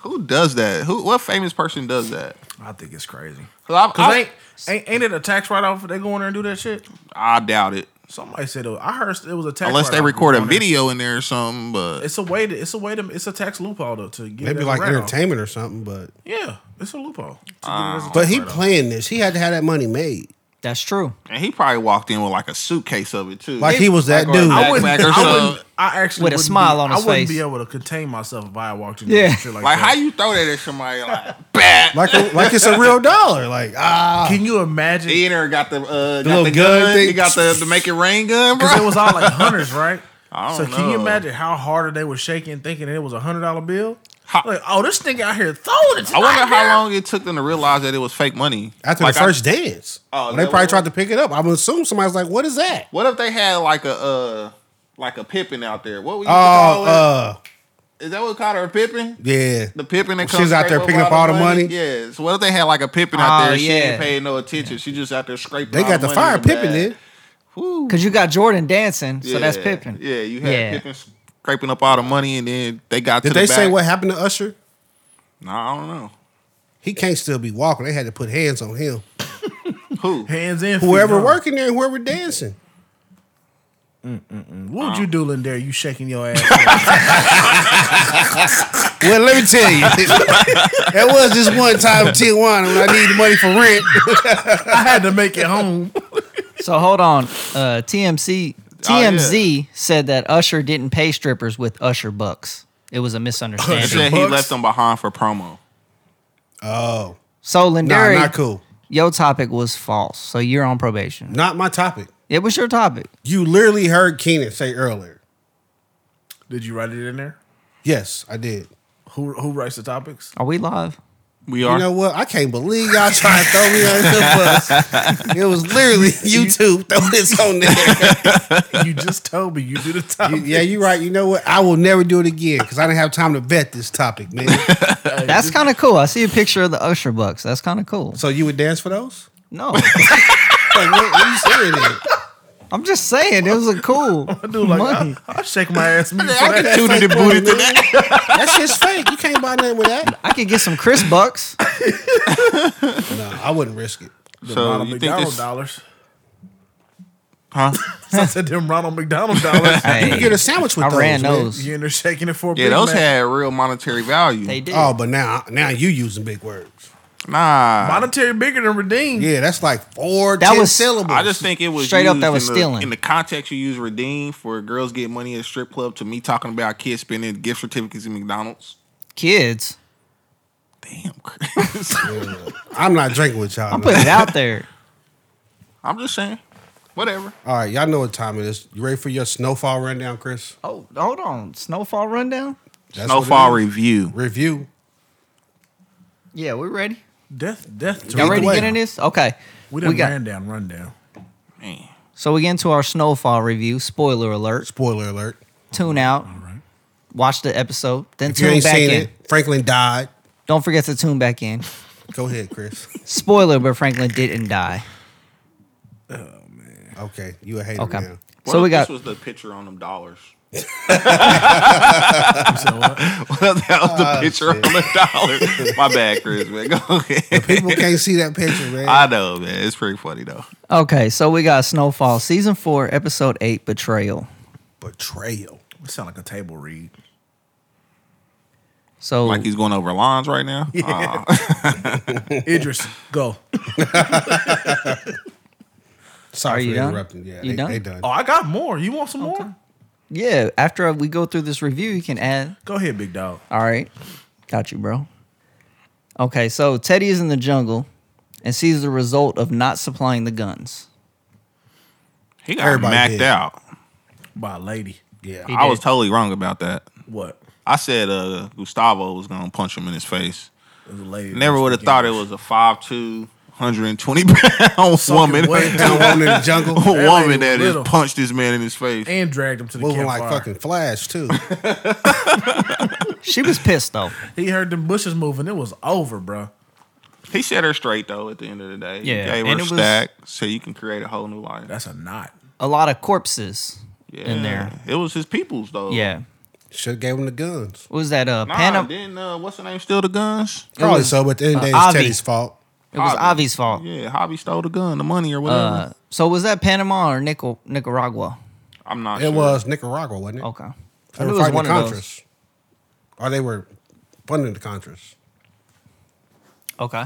Speaker 2: Who does that? Who? What famous person does that?
Speaker 1: I think it's crazy.
Speaker 2: 'Cause I-
Speaker 1: Cause
Speaker 2: I-
Speaker 1: ain't, ain't ain't it a tax write off if they go in there and do that shit?
Speaker 2: I doubt it.
Speaker 1: Somebody said it was, I heard it was a tax.
Speaker 2: Unless they
Speaker 1: write-off.
Speaker 2: record a
Speaker 1: Go in there.
Speaker 2: video in there or something, but
Speaker 1: It's a way to. It's a way to. It's a tax loophole though to get it
Speaker 3: Maybe
Speaker 1: as a
Speaker 3: like
Speaker 1: write-off.
Speaker 3: entertainment or something, but
Speaker 1: Yeah, it's a loophole. to get it
Speaker 4: Ah.
Speaker 1: as a
Speaker 3: but
Speaker 1: tax
Speaker 3: he
Speaker 1: write-off.
Speaker 3: playing this. He had to have that money made.
Speaker 4: That's true.
Speaker 2: and he probably walked in with like a suitcase of it too.
Speaker 3: Like he was that
Speaker 2: or a
Speaker 3: dude.
Speaker 1: I
Speaker 2: backpack
Speaker 3: I
Speaker 1: wouldn't,
Speaker 2: or
Speaker 1: I,
Speaker 2: something.
Speaker 1: wouldn't, I actually
Speaker 4: With a
Speaker 1: wouldn't
Speaker 4: smile
Speaker 1: be,
Speaker 4: on
Speaker 1: I
Speaker 4: his
Speaker 1: wouldn't
Speaker 4: face.
Speaker 1: be able to contain myself if I walked in
Speaker 4: Yeah.
Speaker 1: yeah. shit like,
Speaker 2: Like
Speaker 1: that.
Speaker 2: how you throw that at somebody? Like,
Speaker 3: Like a, like it's a real dollar. Like ah,
Speaker 1: Can you imagine?
Speaker 2: he in there got the uh, got
Speaker 3: little
Speaker 2: the
Speaker 3: gun
Speaker 2: gun.
Speaker 3: thing.
Speaker 2: He got the, the make it rain gun,
Speaker 1: Because it
Speaker 2: bro.
Speaker 1: was all like hunters, right?
Speaker 2: I don't
Speaker 1: so can you
Speaker 2: know.
Speaker 1: imagine how harder they were shaking, thinking it was a hundred dollar bill?
Speaker 2: How-
Speaker 1: like, oh, this nigga out here throwing it.
Speaker 2: I wonder
Speaker 1: tonight, man.
Speaker 2: how long it took them to realize that it was fake money.
Speaker 3: after
Speaker 2: Like,
Speaker 3: the
Speaker 2: I-
Speaker 3: first dance,
Speaker 2: Oh,
Speaker 3: they
Speaker 2: that
Speaker 3: probably
Speaker 2: was-
Speaker 3: tried to pick it up. I would assume somebody's like, "What is that?"
Speaker 2: what if they had like a uh, like a Pippin out there? What we
Speaker 3: Oh, uh,
Speaker 2: Is that what called her a Pippin?
Speaker 3: yeah.
Speaker 2: The Pippin that
Speaker 3: She
Speaker 2: comes
Speaker 3: was out
Speaker 2: straight
Speaker 3: there
Speaker 2: with
Speaker 3: picking up all the money?
Speaker 2: Yeah. So what if they had like a Pippin out
Speaker 4: Oh,
Speaker 2: there? She
Speaker 4: yeah.
Speaker 2: ain't paying no attention. She just out there scraping.
Speaker 3: They
Speaker 2: all
Speaker 3: got the
Speaker 2: money
Speaker 3: fire
Speaker 2: in the
Speaker 3: pipping
Speaker 2: bag.
Speaker 3: in.
Speaker 2: Whew.
Speaker 4: Cause you got Jordan dancing, so that's
Speaker 2: Yeah.
Speaker 4: Pippin.
Speaker 2: Yeah, you had
Speaker 4: Yeah.
Speaker 2: Pippin scraping up all the money, and then they got.
Speaker 3: Did
Speaker 2: to
Speaker 3: they
Speaker 2: the
Speaker 3: say
Speaker 2: back.
Speaker 3: what happened to Usher?
Speaker 2: No, I don't know.
Speaker 3: He can't still be walking. They had to put hands on him.
Speaker 2: Who?
Speaker 1: Hands in. feet
Speaker 3: Whoever
Speaker 1: down.
Speaker 3: working there, and whoever dancing.
Speaker 1: What would you do in there? You shaking your ass.
Speaker 3: Well, let me tell you, that was this one time in Tijuana when I needed money for rent.
Speaker 1: I had to make it home.
Speaker 4: So hold on. Uh, TMC
Speaker 2: Oh, yeah.
Speaker 4: TMZ said that Usher didn't pay strippers with Usher bucks. It was a
Speaker 2: They
Speaker 4: misunderstanding.
Speaker 2: said he
Speaker 1: Bucks?
Speaker 2: left them behind for promo.
Speaker 3: Oh,
Speaker 4: So
Speaker 3: nah,
Speaker 4: Lindari,
Speaker 3: not cool.
Speaker 4: your topic was false. So you're on probation.
Speaker 3: Not my topic.
Speaker 4: It was your topic.
Speaker 3: You literally heard Keenan say earlier.
Speaker 1: Did you write it in there?
Speaker 3: Yes, I did.
Speaker 1: Who who writes the topics?
Speaker 4: Are we live?
Speaker 2: We
Speaker 3: You
Speaker 2: are.
Speaker 3: know what? I can't believe y'all trying to throw me under the bus. It was literally YouTube throw this on there.
Speaker 1: You just told me you do the topic.
Speaker 3: yeah, you're right. You know what? I will never do it again because I didn't have time to vet this topic, man.
Speaker 4: That's kind of cool. I see a picture of the Usher bucks. That's kind of cool.
Speaker 3: So you would dance for those?
Speaker 4: No,
Speaker 3: Like, what, what you saying? then?
Speaker 4: I'm just saying it was a cool
Speaker 1: I do like
Speaker 4: money.
Speaker 1: I, I shake my ass. Me
Speaker 2: I can tune the booty to that.
Speaker 3: That shit's fake. You can't buy nothing with that.
Speaker 4: I could get some Chris bucks.
Speaker 3: No, I wouldn't risk it.
Speaker 2: So
Speaker 1: Ronald
Speaker 2: you think
Speaker 1: McDonald
Speaker 2: this?
Speaker 1: dollars.
Speaker 2: Huh?
Speaker 1: I said them Ronald McDonald dollars.
Speaker 4: Hey,
Speaker 3: You get a sandwich with
Speaker 4: I
Speaker 3: those.
Speaker 4: ran
Speaker 3: man.
Speaker 4: those.
Speaker 1: You in there shaking it for a
Speaker 2: Yeah,
Speaker 1: Big
Speaker 2: those
Speaker 1: Mac.
Speaker 2: had real monetary value.
Speaker 4: They did.
Speaker 3: Oh, but now, now you using big words.
Speaker 2: Nah.
Speaker 1: Monetary bigger than redeemed.
Speaker 3: Yeah, that's like four
Speaker 4: That
Speaker 3: that
Speaker 4: was-
Speaker 3: was, syllables.
Speaker 2: I just think it was
Speaker 4: Straight up,
Speaker 2: used
Speaker 4: that was
Speaker 2: in the,
Speaker 4: stealing.
Speaker 2: In the context, you use redeem for girls get money at strip club to me talking about kids spending gift certificates at McDonald's.
Speaker 4: Kids,
Speaker 2: Damn, Chris.
Speaker 3: I'm not drinking with y'all.
Speaker 4: I'm
Speaker 3: man.
Speaker 4: putting it out there.
Speaker 2: I'm just saying, whatever.
Speaker 3: All right, y'all know what time it is. You ready for your snowfall rundown, Chris?
Speaker 4: Oh, hold on. Snowfall rundown.
Speaker 3: That's what it
Speaker 2: Snowfall
Speaker 3: is.
Speaker 2: review.
Speaker 3: review.
Speaker 4: Yeah, we're ready.
Speaker 1: Death, death. To
Speaker 4: Y'all
Speaker 3: Either
Speaker 4: ready to
Speaker 3: way.
Speaker 4: get in this? Okay.
Speaker 1: We
Speaker 4: We
Speaker 1: done
Speaker 4: got-
Speaker 1: ran down, run down.
Speaker 2: Man,
Speaker 4: So we get into our snowfall review. Spoiler alert.
Speaker 3: Spoiler alert.
Speaker 4: Tune out. Watch the episode. Then
Speaker 3: If you
Speaker 4: tune
Speaker 3: ain't
Speaker 4: back
Speaker 3: seen
Speaker 4: in.
Speaker 3: it, Franklin died.
Speaker 4: Don't forget to tune back in.
Speaker 3: Go ahead, Chris.
Speaker 4: Spoiler, but Franklin didn't die.
Speaker 3: Okay, you a hater
Speaker 4: Okay.
Speaker 3: now.
Speaker 2: what
Speaker 4: So
Speaker 2: if
Speaker 4: we got
Speaker 2: this was the picture on them dollars.
Speaker 1: So uh,
Speaker 2: What if that was the picture on the dollars? My bad, Chris. Man, go ahead.
Speaker 3: People can't see that picture, man.
Speaker 2: I know, man. It's pretty funny though.
Speaker 4: okay. So we got Snowfall season four, episode eight, Betrayal.
Speaker 3: Betrayal.
Speaker 1: it sound like a table read.
Speaker 4: So
Speaker 2: Like he's going over lines right now. Yeah.
Speaker 1: Idris, go.
Speaker 3: Sorry
Speaker 4: Are
Speaker 3: for
Speaker 4: you done?
Speaker 3: interrupting. Yeah,
Speaker 4: You
Speaker 3: they,
Speaker 4: done?
Speaker 3: they done.
Speaker 1: Oh, I got more. You want some more?
Speaker 4: yeah, after we go through this review, you can add
Speaker 1: Go ahead, big dog.
Speaker 4: All right. Got you, bro. Okay, so Teddy is in the jungle and sees the result of not supplying the guns.
Speaker 2: he got
Speaker 3: Everybody
Speaker 2: macked
Speaker 3: did.
Speaker 2: out.
Speaker 1: By a lady.
Speaker 3: Yeah.
Speaker 4: He
Speaker 2: I was
Speaker 4: did.
Speaker 2: totally wrong about that.
Speaker 1: What?
Speaker 2: I said uh, Gustavo was gonna punch him in his face.
Speaker 1: It was a lady.
Speaker 2: Never would have thought it was a 5'2", 120 pound woman.
Speaker 1: wet
Speaker 3: Down on in the jungle,
Speaker 2: A woman
Speaker 1: lady
Speaker 2: that
Speaker 1: was
Speaker 2: has
Speaker 1: little.
Speaker 2: punched this man in his face.
Speaker 1: And dragged him to the
Speaker 3: moving
Speaker 1: campfire.
Speaker 3: like fucking Flash too.
Speaker 4: She was pissed though.
Speaker 1: He heard them bushes moving. It was over, bro.
Speaker 2: He set her straight though. At the end of the day,
Speaker 4: Yeah,
Speaker 2: he gave
Speaker 4: and
Speaker 2: her
Speaker 4: it was-
Speaker 2: stack so you can create a whole new life.
Speaker 1: That's a knot.
Speaker 4: A lot of corpses
Speaker 2: yeah.
Speaker 4: in there.
Speaker 2: it was his people's though.
Speaker 4: Yeah.
Speaker 3: Should gave him the guns.
Speaker 4: What was that? Uh,
Speaker 2: Oh. Nah,
Speaker 4: Panam- It
Speaker 2: then uh, what's the name? Steal the guns?
Speaker 3: Probably
Speaker 4: was-
Speaker 3: so, but at the end of the day,
Speaker 4: uh,
Speaker 3: it's
Speaker 4: Avi.
Speaker 3: Teddy's fault.
Speaker 4: was
Speaker 2: Hobby.
Speaker 4: Avi's fault.
Speaker 2: Yeah, Hobby stole the gun, the money or whatever.
Speaker 4: Uh, so was that Panama or Nicar- Nicaragua?
Speaker 2: I'm not.
Speaker 3: It
Speaker 2: sure.
Speaker 3: was Nicaragua, wasn't it?
Speaker 4: Okay. I
Speaker 3: They
Speaker 4: knew
Speaker 3: were
Speaker 4: it was
Speaker 3: fighting the
Speaker 4: one of those.
Speaker 3: Contras. Or they were funding the Contras.
Speaker 4: Okay.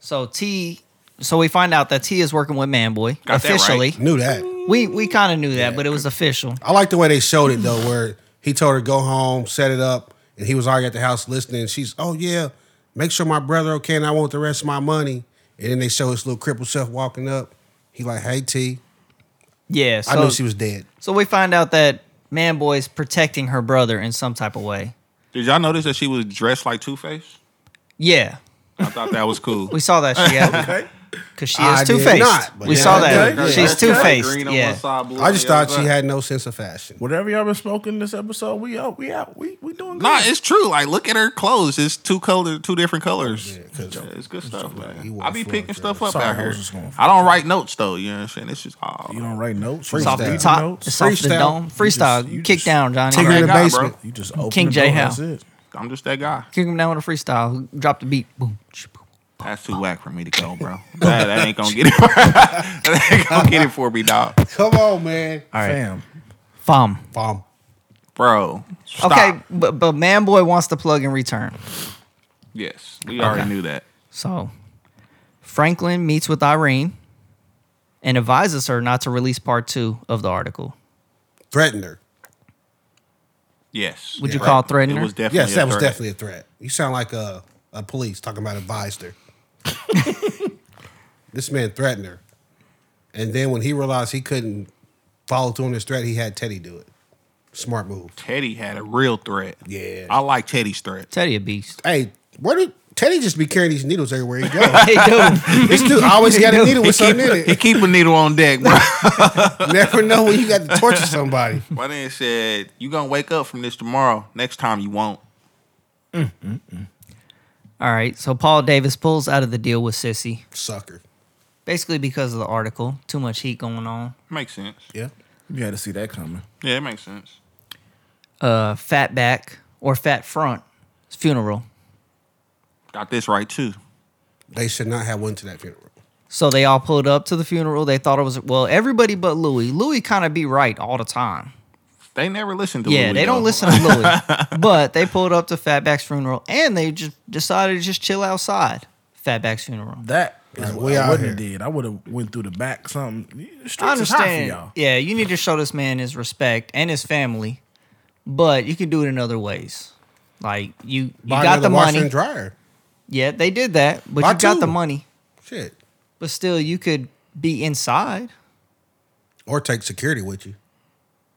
Speaker 4: So T. So we find out that T is working with Manboy
Speaker 2: Got that right.
Speaker 4: officially.
Speaker 3: Knew that.
Speaker 4: We we kind of knew that, but it was official.
Speaker 3: I like the way they showed it though, where he told her go home, set it up, and he was already at the house listening. And she's, oh yeah, make sure my brother okay, and I want the rest of my money. And then they show his little crippled self walking up. He like, hey T,
Speaker 4: Yeah.
Speaker 3: I
Speaker 4: So
Speaker 3: knew she was dead.
Speaker 4: So we find out that Manboy's protecting her brother in some type of way.
Speaker 2: Did y'all notice that she was dressed like Two Face?
Speaker 4: Yeah,
Speaker 2: I thought that was cool.
Speaker 4: we saw that she had
Speaker 1: Okay.
Speaker 4: because she
Speaker 3: I
Speaker 4: is
Speaker 3: did
Speaker 4: two faced.
Speaker 3: not, but
Speaker 4: We
Speaker 3: yeah,
Speaker 4: saw
Speaker 1: okay.
Speaker 4: that
Speaker 1: Yeah,
Speaker 4: she's
Speaker 1: okay.
Speaker 4: two faced.
Speaker 2: Green on
Speaker 4: Yeah,
Speaker 2: one side, blue
Speaker 3: I
Speaker 2: on
Speaker 3: just
Speaker 2: the
Speaker 3: thought
Speaker 2: other
Speaker 3: she
Speaker 2: side.
Speaker 3: had no sense of fashion.
Speaker 1: Whatever y'all been smoking this episode, we out. We out. We we doing good.
Speaker 2: Nah, it's true. Like, look at her clothes. It's two color, two different colors.
Speaker 3: good
Speaker 2: Yeah,
Speaker 3: joke.
Speaker 2: it's good stuff,
Speaker 3: You
Speaker 2: man.
Speaker 3: were
Speaker 2: I be
Speaker 3: full
Speaker 2: picking
Speaker 3: of
Speaker 2: stuff
Speaker 3: crap.
Speaker 2: up
Speaker 1: Sorry,
Speaker 2: out
Speaker 1: I
Speaker 2: here.
Speaker 1: was just going for
Speaker 2: I don't write notes though. You know what I'm saying? It's just oh, all.
Speaker 1: you don't write notes.
Speaker 4: it's
Speaker 1: You just
Speaker 4: off
Speaker 3: freestyle.
Speaker 4: the
Speaker 1: read
Speaker 4: top.
Speaker 1: notes?
Speaker 4: It's off the
Speaker 3: Freestyle.
Speaker 4: dome. Freestyle.
Speaker 1: You
Speaker 4: You
Speaker 1: just-
Speaker 4: kick down, Johnny.
Speaker 3: Tigger in
Speaker 2: God,
Speaker 3: the
Speaker 2: bro.
Speaker 3: basement.
Speaker 1: You just open
Speaker 4: King
Speaker 1: the
Speaker 4: J
Speaker 1: door,
Speaker 4: Hell.
Speaker 1: That's it.
Speaker 2: I'm just that guy.
Speaker 4: Kick him down with a freestyle. Who Dropped the beat. Boom.
Speaker 2: That's too whack for me to go, bro. that, that ain't gonna get it. that ain't gonna get it for me, dog.
Speaker 3: Come on, man.
Speaker 4: All right.
Speaker 1: Fam.
Speaker 4: Fum.
Speaker 3: Bomb.
Speaker 2: Bro. Stop.
Speaker 4: Okay, but but Manboy wants the plug in return.
Speaker 2: Yes, we already knew that.
Speaker 4: So Franklin meets with Irene and advises her not to release part two of the article.
Speaker 3: Threatened her.
Speaker 2: Yes.
Speaker 4: Would you call it threatening
Speaker 2: It
Speaker 4: her?
Speaker 2: was definitely.
Speaker 3: Yes,
Speaker 2: a
Speaker 3: that was
Speaker 2: threat.
Speaker 3: definitely a threat. You sound like a, a police talking about advised her. this man threatened her. And then when he realized he couldn't follow through on his threat, he had Teddy do it. Smart move.
Speaker 2: Teddy had a real threat.
Speaker 3: Yeah.
Speaker 2: I like Teddy's threat.
Speaker 4: Teddy a beast.
Speaker 3: Hey, where did Teddy just be carrying these needles everywhere he goes?
Speaker 4: Hey, dude.
Speaker 3: this dude always got a needle with
Speaker 2: Keep,
Speaker 3: something in
Speaker 2: he
Speaker 3: it.
Speaker 2: keep a needle on deck, bro.
Speaker 3: Never know when you got to torture somebody.
Speaker 2: My then said, "You gonna wake up from this tomorrow. Next time you won't."
Speaker 4: All right, so Paul Davis pulls out of the deal with Sissy,
Speaker 3: Sucker.
Speaker 4: basically because of the article. Too much heat going on.
Speaker 2: Makes sense.
Speaker 3: Yeah.
Speaker 1: You had to see that coming.
Speaker 2: Yeah, it makes sense.
Speaker 4: Uh, fat back or fat front funeral.
Speaker 2: Got this right too.
Speaker 3: They should not have went to that funeral.
Speaker 4: So they all pulled up to the funeral. They thought it was well, everybody but Louis. Louis kind of be right all the time.
Speaker 2: They never listen to
Speaker 4: Yeah,
Speaker 2: Louis,
Speaker 4: they
Speaker 2: though.
Speaker 4: don't listen to Louis. but they pulled up to Fatback's funeral and they just decided to just chill outside Fatback's funeral.
Speaker 1: That is
Speaker 3: Like,
Speaker 1: what
Speaker 3: we
Speaker 1: I
Speaker 3: out
Speaker 1: wouldn't have
Speaker 3: here.
Speaker 1: did. I would have went through the back something. The Streets
Speaker 4: I
Speaker 1: is hot for
Speaker 4: understand.
Speaker 1: y'all.
Speaker 4: Yeah, you need to show this man his respect and his family, but you can do it in other ways. Like you, you
Speaker 3: Buy
Speaker 4: got the
Speaker 3: another washer
Speaker 4: money.
Speaker 3: and dryer.
Speaker 4: Yeah, they did that, but
Speaker 3: Buy
Speaker 4: you got the
Speaker 3: two.
Speaker 4: money.
Speaker 3: Shit,
Speaker 4: But still, you could be inside.
Speaker 3: or take security with you.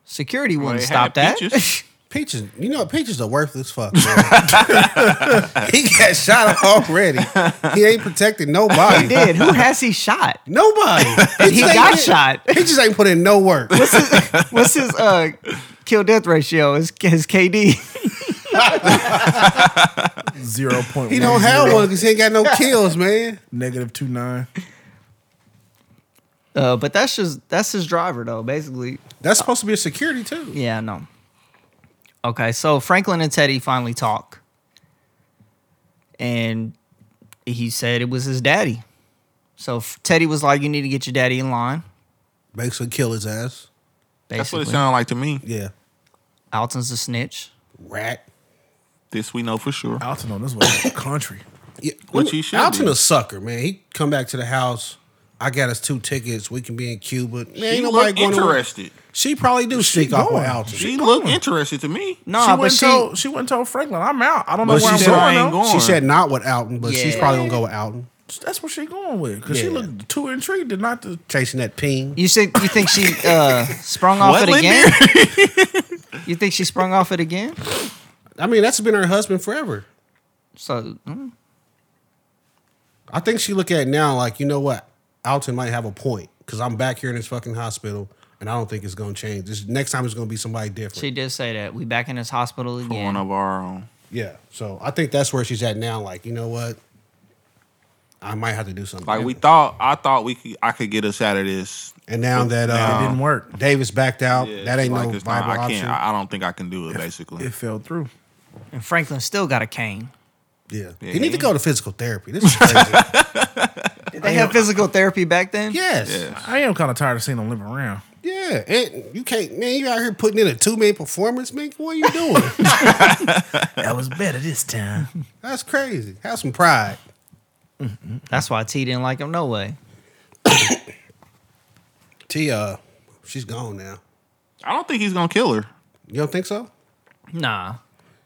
Speaker 4: Security wouldn't
Speaker 2: they
Speaker 4: stop
Speaker 2: had
Speaker 4: that.
Speaker 2: peaches.
Speaker 3: Peaches, you know Peaches are worthless fuck. man. he got shot up already. He ain't protecting
Speaker 4: he
Speaker 3: nobody.
Speaker 4: did. Who has he shot?
Speaker 3: Nobody.
Speaker 4: he
Speaker 3: Peaches ain't
Speaker 4: got
Speaker 3: put-
Speaker 4: shot.
Speaker 3: Peaches ain't put in no work.
Speaker 4: What's his uh kill death ratio? His his KD.
Speaker 1: Zero point.
Speaker 3: He don't have one because he ain't got no kills, man.
Speaker 1: Negative two nine.
Speaker 4: Uh, but that's just that's his driver though, basically.
Speaker 3: That's supposed to be a security too.
Speaker 4: Yeah, no. Okay, so Franklin and Teddy finally talk. And he said it was his daddy. So f- Teddy was like, You need to get your daddy in line.
Speaker 3: Basically, kill his ass.
Speaker 2: That's
Speaker 4: Basically.
Speaker 2: what it sounded like to me.
Speaker 3: Yeah,
Speaker 4: Alton's a snitch.
Speaker 3: rat.
Speaker 2: This we know for sure.
Speaker 1: Alton on this way. country.
Speaker 3: Yeah,
Speaker 2: Which he should
Speaker 3: Alton
Speaker 2: be.
Speaker 3: a sucker, man. He come back to the house. I got us two tickets. We can be in Cuba. Man,
Speaker 2: She
Speaker 3: ain't nobody
Speaker 2: looked
Speaker 3: going to-
Speaker 2: interested.
Speaker 3: She probably do sneak off on
Speaker 1: going.
Speaker 3: Alton.
Speaker 2: She looked interested to me.
Speaker 4: No,
Speaker 1: she
Speaker 4: but
Speaker 1: went
Speaker 4: she
Speaker 1: told she went told Franklin, I'm out. I don't know
Speaker 2: But
Speaker 1: where
Speaker 2: she
Speaker 1: I'm
Speaker 2: said I
Speaker 1: going.
Speaker 2: ain't
Speaker 1: though."
Speaker 2: going.
Speaker 3: She said not with Alton, but she's
Speaker 4: Yeah.
Speaker 3: probably gonna go with Alton,
Speaker 1: That's what she going with because she
Speaker 3: Yeah.
Speaker 1: looked too intrigued and not to.
Speaker 3: chasing that ping.
Speaker 4: you think you think she uh sprung off
Speaker 2: What,
Speaker 4: it
Speaker 2: Lindy?
Speaker 4: again? you think she sprung off it again?
Speaker 3: I mean, that's been her husband forever.
Speaker 4: So mm,
Speaker 3: I think she look at it now like, you know what, Alton might have a point because I'm back here in this fucking hospital, and I don't think it's gonna change. This next time it's gonna be somebody different.
Speaker 4: she did say that. We back in this hospital
Speaker 2: For one
Speaker 4: again.
Speaker 2: of our own.
Speaker 3: yeah, so I think that's where she's at now. Like, you know what, I might have to do something.
Speaker 2: Like we
Speaker 3: different.
Speaker 2: thought, I thought we could, I could get us out of this.
Speaker 3: and now that
Speaker 1: It
Speaker 3: uh,
Speaker 1: didn't work.
Speaker 3: Davis backed out.
Speaker 2: Yeah,
Speaker 3: that ain't
Speaker 2: like,
Speaker 3: no
Speaker 2: it's not-
Speaker 3: viable
Speaker 2: I
Speaker 3: option.
Speaker 2: can't. I I don't think I can do it. Basically,
Speaker 1: It fell through.
Speaker 2: oh.
Speaker 4: And Franklin still got a cane.
Speaker 3: yeah.
Speaker 2: Yeah.
Speaker 3: he need to go to physical therapy. This is crazy.
Speaker 4: Did they have physical therapy back then?
Speaker 3: yes.
Speaker 2: yeah.
Speaker 1: I am kind of tired of seeing them live around.
Speaker 3: Yeah, and you can't, man. You out here putting in a two man performance, man. What are you doing?
Speaker 1: That was better this time.
Speaker 3: That's crazy. Have some pride.
Speaker 4: That's why T didn't like him no way.
Speaker 3: Tia, uh, she's gone now.
Speaker 2: I don't think he's gonna kill her.
Speaker 3: You don't think so?
Speaker 4: Nah.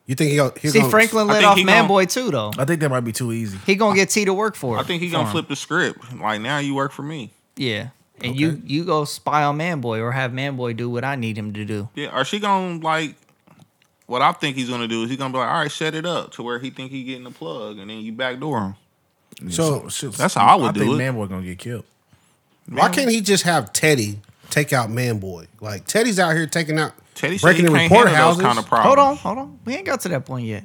Speaker 3: You think he'll? He's
Speaker 4: See,
Speaker 3: gonna,
Speaker 4: Franklin
Speaker 2: I
Speaker 4: let
Speaker 2: think
Speaker 4: off
Speaker 2: he
Speaker 4: man
Speaker 2: gon-
Speaker 4: boy too though.
Speaker 1: I think that might be too easy.
Speaker 4: He gonna get T to work for.
Speaker 2: I think he's
Speaker 4: for
Speaker 2: gonna
Speaker 4: him.
Speaker 2: flip the script. Like now, you work for me.
Speaker 4: Yeah, and you you go spy on man boy or have man boy do what I need him to do.
Speaker 2: Yeah. Or she gonna like? What I think he's gonna do is he's gonna be like, all right, set it up to where he think he getting the plug, and then you backdoor him.
Speaker 3: So
Speaker 1: shit,
Speaker 2: that's how I would do
Speaker 1: think
Speaker 2: it.
Speaker 1: Manboy gonna get killed.
Speaker 3: Why can't he just have Teddy take out Manboy? Like Teddy's out here taking out,
Speaker 2: Teddy said he
Speaker 3: breaking in
Speaker 2: can't
Speaker 3: report
Speaker 2: handle those
Speaker 3: houses. Oh,
Speaker 2: kind of problems.
Speaker 4: Hold on, hold on. We ain't got to that point yet.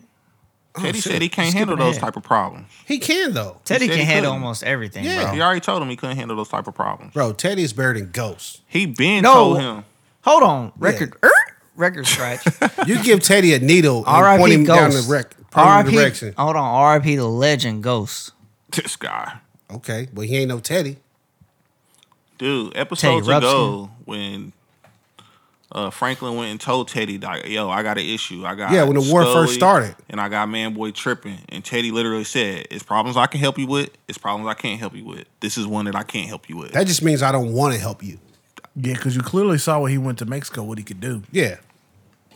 Speaker 2: Teddy
Speaker 3: shit.
Speaker 2: said he can't
Speaker 4: Skipping
Speaker 2: handle those
Speaker 4: ahead.
Speaker 2: type of problems.
Speaker 3: he can though,
Speaker 4: Teddy
Speaker 2: said
Speaker 4: can
Speaker 2: he
Speaker 4: handle
Speaker 2: couldn't.
Speaker 4: almost everything.
Speaker 3: Yeah.
Speaker 4: bro.
Speaker 2: He already told him he couldn't handle those type of problems.
Speaker 3: bro. Teddy's buried in ghosts.
Speaker 2: He been
Speaker 4: No.
Speaker 2: told him.
Speaker 4: Hold on, record er, record scratch.
Speaker 3: You give Teddy a needle and point
Speaker 4: R.I.P.
Speaker 3: him down the
Speaker 4: Ghost.
Speaker 3: rec, point him in the
Speaker 4: R.I.P.
Speaker 3: direction.
Speaker 4: Hold on, R.I.P. The legend Ghost.
Speaker 2: This guy,
Speaker 3: Okay, but he ain't no Teddy.
Speaker 2: dude. Episodes
Speaker 4: Teddy Ruxpin.
Speaker 2: ago when. Uh, Franklin went and told Teddy, like, yo, I got an issue. I got
Speaker 3: Yeah, when the war
Speaker 2: Scully
Speaker 3: first started.
Speaker 2: and I got man boy tripping. And Teddy literally said, "It's problems I can help you with. It's problems I can't help you with. This is one that I can't help you with."
Speaker 3: That just means I don't want to help you.
Speaker 1: Yeah, because you clearly saw when he went to Mexico what he could do.
Speaker 3: Yeah,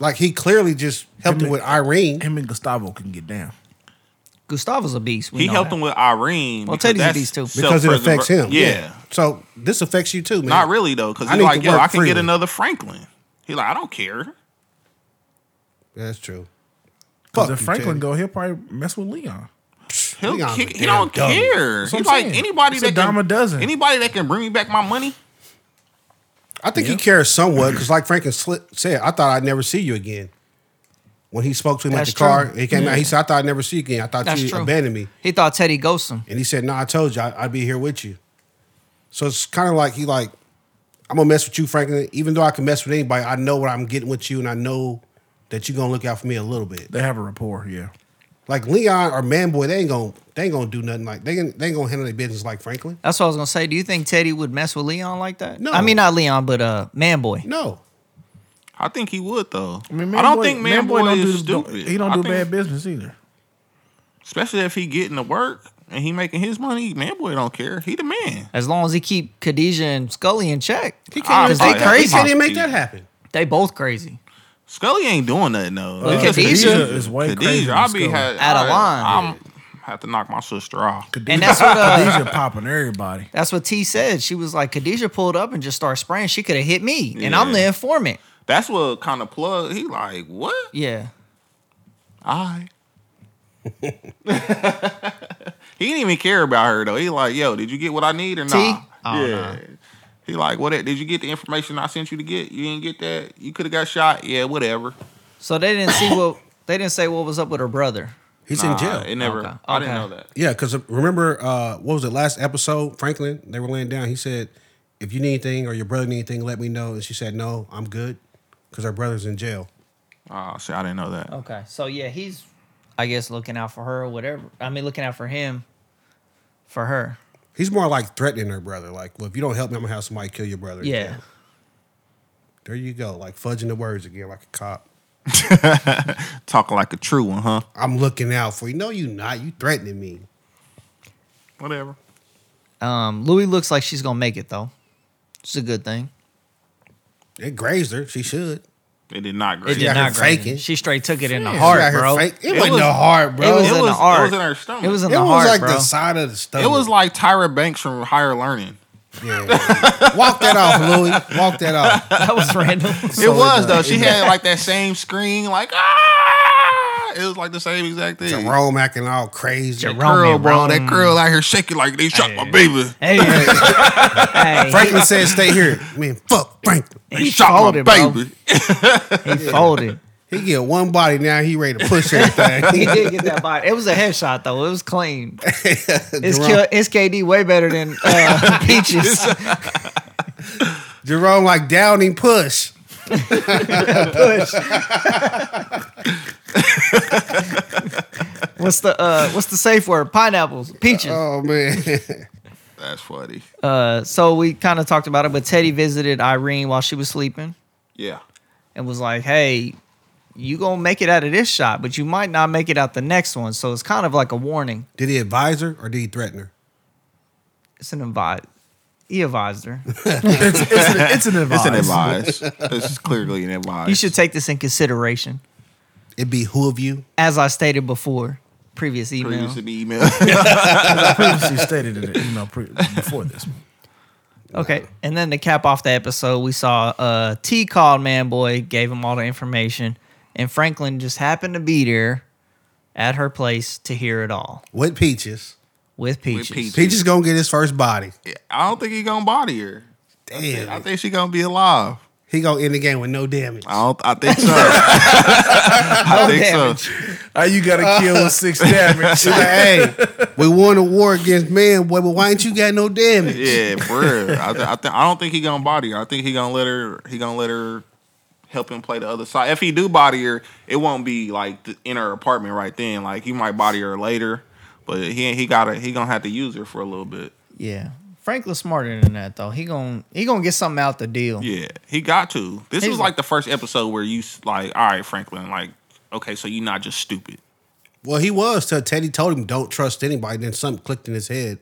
Speaker 3: like he clearly just helped
Speaker 1: Him and-
Speaker 3: him with Irene.
Speaker 1: Him and Gustavo can get down.
Speaker 4: Gustavo's a beast. We
Speaker 2: he
Speaker 4: know
Speaker 2: helped
Speaker 4: that.
Speaker 2: him with Irene.
Speaker 4: Well,
Speaker 2: because
Speaker 4: Teddy's a
Speaker 2: that's
Speaker 4: beast, too.
Speaker 3: because it
Speaker 2: self-preserva-
Speaker 3: affects him.
Speaker 2: Yeah.
Speaker 3: So this affects you too, man.
Speaker 2: not really though, because
Speaker 3: I
Speaker 2: he's
Speaker 3: need
Speaker 2: like,
Speaker 3: to
Speaker 2: yo,
Speaker 3: work
Speaker 2: I can
Speaker 3: freely."
Speaker 2: get another Franklin. He like, I don't care.
Speaker 3: That's true.
Speaker 1: Because
Speaker 3: Fuck
Speaker 1: if
Speaker 3: you,
Speaker 1: Franklin
Speaker 3: Teddy.
Speaker 1: go, he'll probably mess with Leon.
Speaker 2: He'll,
Speaker 3: Leon's
Speaker 2: he
Speaker 3: a
Speaker 2: he
Speaker 3: damn
Speaker 2: don't
Speaker 3: dummy.
Speaker 2: care.
Speaker 1: That's
Speaker 2: He's
Speaker 1: what I'm
Speaker 2: like
Speaker 1: saying.
Speaker 2: anybody
Speaker 1: It's a
Speaker 2: that
Speaker 1: dime
Speaker 2: can,
Speaker 1: a dozen.
Speaker 2: Anybody that can bring me back my money.
Speaker 3: I think he cares somewhat because, like Franklin sli- said, I thought I'd never see you again. When he spoke to him
Speaker 4: That's
Speaker 3: at the car,
Speaker 4: true.
Speaker 3: he came out. He said, "I thought I'd never see you again. I thought
Speaker 4: That's
Speaker 3: you
Speaker 4: true.
Speaker 3: abandoned me."
Speaker 4: He thought Teddy ghosts him.
Speaker 3: And he said, "No, I told you I, I'd be here with you." So it's kind of like he like, "I'm gonna mess with you, Franklin. Even though I can mess with anybody, I know what I'm getting with you, and I know that you're gonna look out for me a little bit."
Speaker 1: They have a rapport, yeah.
Speaker 3: Like Leon or Manboy, they ain't gonna they ain't gonna do nothing like they ain't, they ain't gonna handle their business like Franklin.
Speaker 4: That's what I was gonna say. Do you think Teddy would mess with Leon like that?
Speaker 3: No.
Speaker 4: I mean not Leon, but uh, man boy.
Speaker 3: No,
Speaker 2: I think he would though. I,
Speaker 1: mean,
Speaker 2: don't
Speaker 1: Boy-
Speaker 2: think man, boy,
Speaker 1: don't
Speaker 2: is
Speaker 1: do-
Speaker 2: stupid.
Speaker 1: he don't
Speaker 2: I
Speaker 1: do
Speaker 2: think-
Speaker 1: bad business either.
Speaker 2: especially if he getting to work and he making his money. Man, boy, don't care. He the man.
Speaker 4: As long as he keep Khadijah and Scully in check, Uh,
Speaker 3: He can't,
Speaker 2: Ah,
Speaker 3: even,
Speaker 4: they
Speaker 3: make that- he
Speaker 4: crazy.
Speaker 3: can't even make that happen.
Speaker 4: they both crazy.
Speaker 2: Scully ain't doing nothing though.
Speaker 4: Look,
Speaker 2: It's just
Speaker 4: Uh, Khadijah
Speaker 1: is way
Speaker 2: Khadijah,
Speaker 1: crazier
Speaker 2: I
Speaker 1: than
Speaker 2: be
Speaker 1: Scully.
Speaker 2: had,
Speaker 4: Out of
Speaker 2: I-
Speaker 4: line.
Speaker 2: I'm have to knock my sister off.
Speaker 4: And that's what uh,
Speaker 1: Khadijah popping everybody.
Speaker 4: that's what T said. She was like, Khadijah pulled up and just started spraying. She could have hit me, and I'm
Speaker 2: Yeah.
Speaker 4: the informant.
Speaker 2: That's what kind of plug. He like what?
Speaker 4: Yeah,
Speaker 2: I. he didn't even care about her though. He like, yo, did you get what I need or not?
Speaker 4: T? Oh,
Speaker 2: yeah. He like, what? Did you get the information I sent you to get? You didn't get that. You could have got shot. Yeah, whatever.
Speaker 4: so they didn't see what they didn't say what was up with her brother.
Speaker 3: He's
Speaker 2: Nah,
Speaker 3: in jail.
Speaker 2: It never.
Speaker 4: Okay.
Speaker 2: I didn't
Speaker 4: Okay.
Speaker 2: know that.
Speaker 3: Yeah, because remember, uh, what was it last episode? Franklin, they were laying down. He said, "If you need anything or your brother need anything, let me know." And she said, "No, I'm good," because her brother's in jail.
Speaker 2: Oh, see, I didn't know that.
Speaker 4: Okay, so yeah, he's I guess looking out for her, or whatever. I mean, looking out for him, for her.
Speaker 3: He's more like threatening her brother. Like, well, if you don't help me, I'm gonna have somebody kill your brother. in
Speaker 4: Yeah,
Speaker 3: jail." There you go. Like fudging the words again, like a cop.
Speaker 2: Talking like a true one, huh?
Speaker 3: I'm looking out for you. No, you not. You threatening me.
Speaker 2: Whatever.
Speaker 4: um, Louis looks like she's gonna make it though. It's a good thing.
Speaker 3: It grazed her. She should.
Speaker 2: It did not.
Speaker 4: It
Speaker 2: Great.
Speaker 4: did
Speaker 3: out
Speaker 4: not
Speaker 3: here
Speaker 4: grate.
Speaker 3: faking.
Speaker 4: She straight took it in the
Speaker 3: Yeah, she
Speaker 4: heart,
Speaker 3: out here
Speaker 4: bro.
Speaker 3: fake- It,
Speaker 2: It
Speaker 3: wasn't
Speaker 2: was-
Speaker 3: the heart, bro.
Speaker 4: It was, in
Speaker 2: was-
Speaker 4: the
Speaker 2: it
Speaker 4: heart.
Speaker 2: was in her stomach.
Speaker 4: It was in
Speaker 3: It
Speaker 4: the
Speaker 3: was
Speaker 4: heart,
Speaker 3: like
Speaker 4: bro.
Speaker 3: the side of the stomach.
Speaker 2: It was like Tyra Banks from Higher Learning.
Speaker 3: Yeah. Walk that off, Louis. Walk that off.
Speaker 4: that was random.
Speaker 2: it was though. She had like that same scream, like ah. It was like the same exact thing.
Speaker 3: Jerome acting all crazy.
Speaker 4: Jerome.
Speaker 2: Curl, bro.
Speaker 4: Jerome.
Speaker 2: That girl out here shaking like they shot my
Speaker 4: Hey.
Speaker 2: baby.
Speaker 4: hey, hey,
Speaker 3: Franklin said, "Stay here." Man, fuck Franklin.
Speaker 4: he,
Speaker 2: They
Speaker 4: he
Speaker 2: shot my
Speaker 4: folded, bro.
Speaker 2: baby.
Speaker 4: He folded.
Speaker 3: He get one body now. He ready to push
Speaker 4: He
Speaker 3: everything.
Speaker 4: did get that body. It was a headshot though. It was clean. It's,
Speaker 3: Jerome,
Speaker 4: K- it's KD way better than uh, Peaches.
Speaker 3: Jerome like downing push.
Speaker 4: What's the uh, what's the safe word? Pineapples, peaches.
Speaker 3: Oh man,
Speaker 2: That's funny.
Speaker 4: Uh, so we kind of talked about it, but Teddy visited Irene while she was sleeping
Speaker 2: Yeah.
Speaker 4: and was like, "Hey, you gonna make it out of this shot, but you might not make it out the next one." So it's kind of like a warning.
Speaker 3: did he advise her or did he threaten her?
Speaker 4: It's an advice. He advised her.
Speaker 1: It's, it's, an, it's an advice.
Speaker 2: It's an advice. this is clearly an advice.
Speaker 4: You should take this in consideration.
Speaker 3: It be who of you?
Speaker 4: As I stated before, previous email.
Speaker 2: Previous to the email.
Speaker 1: Previously stated it, you know, pre- before this.
Speaker 4: Okay, and then to cap off the episode, we saw uh, T called Man Boy, gave him all the information, and Franklin just happened to be there at her place to hear it all
Speaker 3: With peaches.
Speaker 4: with Peaches.
Speaker 2: Peaches.
Speaker 3: Peaches gonna get his first body.
Speaker 2: I don't think he gonna body her. I
Speaker 3: Damn,
Speaker 2: think she gonna be alive.
Speaker 3: he gonna end the game with no damage.
Speaker 2: I don't. I think so. I think so.
Speaker 1: Oh, you got to kill with six damage.
Speaker 3: She's like, hey, we won a war against man, boy, but why ain't you got no damage?
Speaker 2: Yeah, for real. I, th- I, th- I don't think he gonna body her. I think he gonna let her. He gonna let her help him play the other side. If he do body her, it won't be like th- in her apartment right then. Like he might body her later, but he he gotta he gonna have to use her for a little bit.
Speaker 4: Yeah, Franklin's smarter than that though. He gon' he gonna get something out the deal.
Speaker 2: Yeah, he got to. This
Speaker 4: He's
Speaker 2: was like the first episode where you s- like, all right, Franklin, like, okay, so you're not just stupid.
Speaker 3: Well, he was till Teddy told him don't trust anybody. Then something clicked in his head.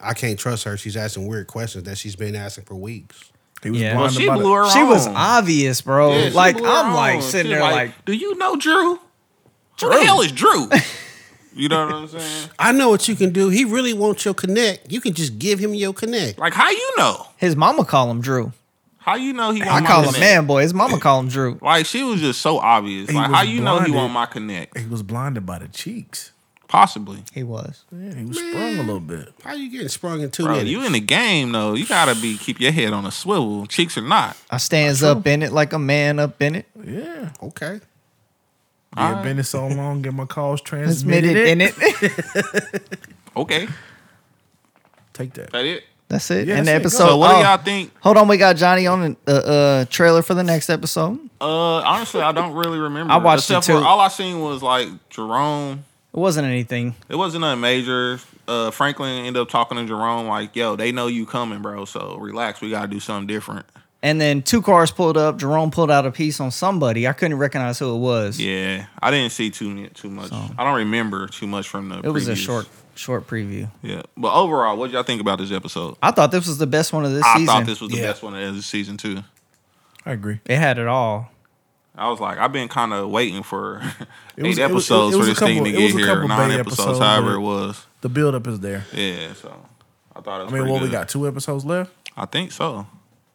Speaker 3: I can't trust her. She's asking weird questions that she's been asking for weeks.
Speaker 1: He was
Speaker 4: Yeah.
Speaker 1: blind
Speaker 4: Well,
Speaker 2: She
Speaker 1: about
Speaker 2: blew
Speaker 1: it.
Speaker 2: her.
Speaker 4: She was
Speaker 2: own.
Speaker 4: obvious, bro.
Speaker 2: Yeah, she
Speaker 4: like I'm
Speaker 2: blew her
Speaker 4: like
Speaker 2: own.
Speaker 4: sitting
Speaker 2: She
Speaker 4: there like,
Speaker 2: do you know Drew? Who the hell is Drew? you know what I'm saying?
Speaker 3: I know what you can do. He really wants your connect. You can just give him your connect.
Speaker 2: Like, how you know?
Speaker 4: his mama call him Drew.
Speaker 2: How you know he?
Speaker 4: I
Speaker 2: Want
Speaker 4: call
Speaker 2: my
Speaker 4: him
Speaker 2: connect?
Speaker 4: Man Boy. His mama call him Drew.
Speaker 2: Like she was just so obvious.
Speaker 1: He
Speaker 2: like
Speaker 1: was
Speaker 2: how you know he
Speaker 1: blinded.
Speaker 2: want my connect?
Speaker 1: He was blinded by the cheeks.
Speaker 2: Possibly,
Speaker 4: He was.
Speaker 1: Yeah, he was sprung a little bit.
Speaker 3: How you getting sprung in two
Speaker 2: bro.
Speaker 3: minutes?
Speaker 2: You in the game though? You gotta be keep your head on a swivel, cheeks or not.
Speaker 4: I stands up in it like a man up in it.
Speaker 1: Yeah.
Speaker 3: okay.
Speaker 1: Yeah, been it so long, get my calls transmitted.
Speaker 4: Transmitted in it.
Speaker 2: Okay,
Speaker 1: Take that.
Speaker 2: that it.
Speaker 4: That's it.
Speaker 1: Yeah,
Speaker 4: and the
Speaker 1: that's it.
Speaker 4: episode.
Speaker 2: So, what
Speaker 4: oh,
Speaker 2: do y'all think?
Speaker 4: Hold on, we got Johnny on the uh, uh, trailer for the next episode. It
Speaker 2: Uh, honestly, I don't really remember.
Speaker 4: I watched it,
Speaker 2: Except for
Speaker 4: too.
Speaker 2: all I seen was like Jerome.
Speaker 4: wasn't anything.
Speaker 2: It wasn't nothing major. Uh, Franklin ended up talking to Jerome like, "Yo, they know you coming, bro. So relax. We gotta do something different."
Speaker 4: And then two cars pulled up. Jerome pulled out a piece on somebody. I couldn't recognize who it was.
Speaker 2: Yeah, I didn't see too many- too much. I don't remember too much from the.
Speaker 4: it was a short short preview.
Speaker 2: Yeah, but overall, what did y'all think about this episode?
Speaker 4: I thought this was the best one of this
Speaker 2: I
Speaker 4: season.
Speaker 2: thought this was the
Speaker 3: Yeah.
Speaker 2: best one of the season too.
Speaker 1: I agree.
Speaker 4: it had it all.
Speaker 2: I was like, I've been kind of waiting for eight
Speaker 1: was- it was- it was-
Speaker 2: episodes
Speaker 1: it was
Speaker 2: for
Speaker 1: a
Speaker 2: this thing to
Speaker 1: couple- it was a
Speaker 2: get here,
Speaker 1: couple
Speaker 2: nine
Speaker 1: bad
Speaker 2: episodes,
Speaker 1: episodes,
Speaker 2: however
Speaker 1: but-
Speaker 2: it was.
Speaker 1: The buildup is there.
Speaker 2: Yeah, so I thought it was.
Speaker 1: I mean,
Speaker 2: pretty
Speaker 1: what we
Speaker 2: good.
Speaker 1: got? Two episodes left.
Speaker 2: I think so.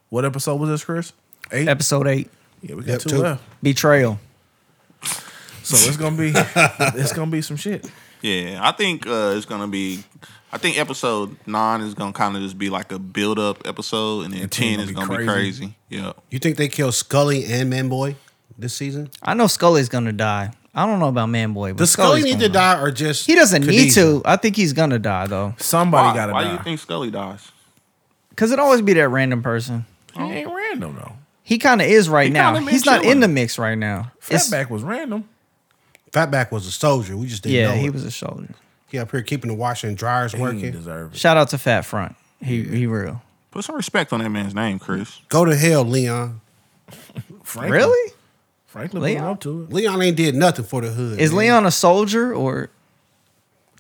Speaker 1: What episode was this, Chris? Eight.
Speaker 4: Episode eight,
Speaker 1: yeah, we got
Speaker 3: Yep,
Speaker 1: two,
Speaker 3: two.
Speaker 1: left.
Speaker 4: betrayal.
Speaker 1: So it's gonna be it's gonna be some shit.
Speaker 2: Yeah, I think uh, it's gonna be. I think episode nine is gonna kind of just be like a build up episode, and then
Speaker 1: And
Speaker 2: ten
Speaker 1: 10
Speaker 2: is
Speaker 1: gonna
Speaker 2: gonna
Speaker 1: be
Speaker 2: be
Speaker 1: crazy.
Speaker 2: crazy. Yeah,
Speaker 3: You think they kill Scully and Man Boy this season?
Speaker 4: I know Scully's gonna die. I don't know about Manboy, but
Speaker 3: Does Scully
Speaker 4: Scully's
Speaker 3: need
Speaker 4: gonna
Speaker 3: to die or just
Speaker 4: He doesn't need
Speaker 3: Khadijah?
Speaker 4: to. I think he's gonna die though,
Speaker 1: Somebody
Speaker 2: why,
Speaker 1: gotta
Speaker 2: why
Speaker 1: die.
Speaker 2: do you think Scully dies?
Speaker 4: because it always be that random person.
Speaker 1: it ain't random though.
Speaker 4: He kind of is right now.
Speaker 2: kinda been
Speaker 4: He's not
Speaker 2: chilling.
Speaker 4: in the mix right now. It's-
Speaker 1: Fatback was random.
Speaker 3: Fatback was a soldier. We just didn't
Speaker 4: yeah,
Speaker 3: know.
Speaker 4: he
Speaker 3: it.
Speaker 4: was a soldier.
Speaker 3: He up here keeping the washer and dryers
Speaker 1: He didn't
Speaker 3: working.
Speaker 1: deserve it.
Speaker 4: Shout out to Fat Front. He he real.
Speaker 2: Put some respect on that man's name, Chris.
Speaker 3: Go to hell, Leon.
Speaker 1: Franklin,
Speaker 4: Really?
Speaker 1: Franklin Leon?
Speaker 4: Leon?
Speaker 1: up to it.
Speaker 3: Leon ain't did nothing for the hood.
Speaker 4: Is
Speaker 3: man.
Speaker 4: Leon a soldier or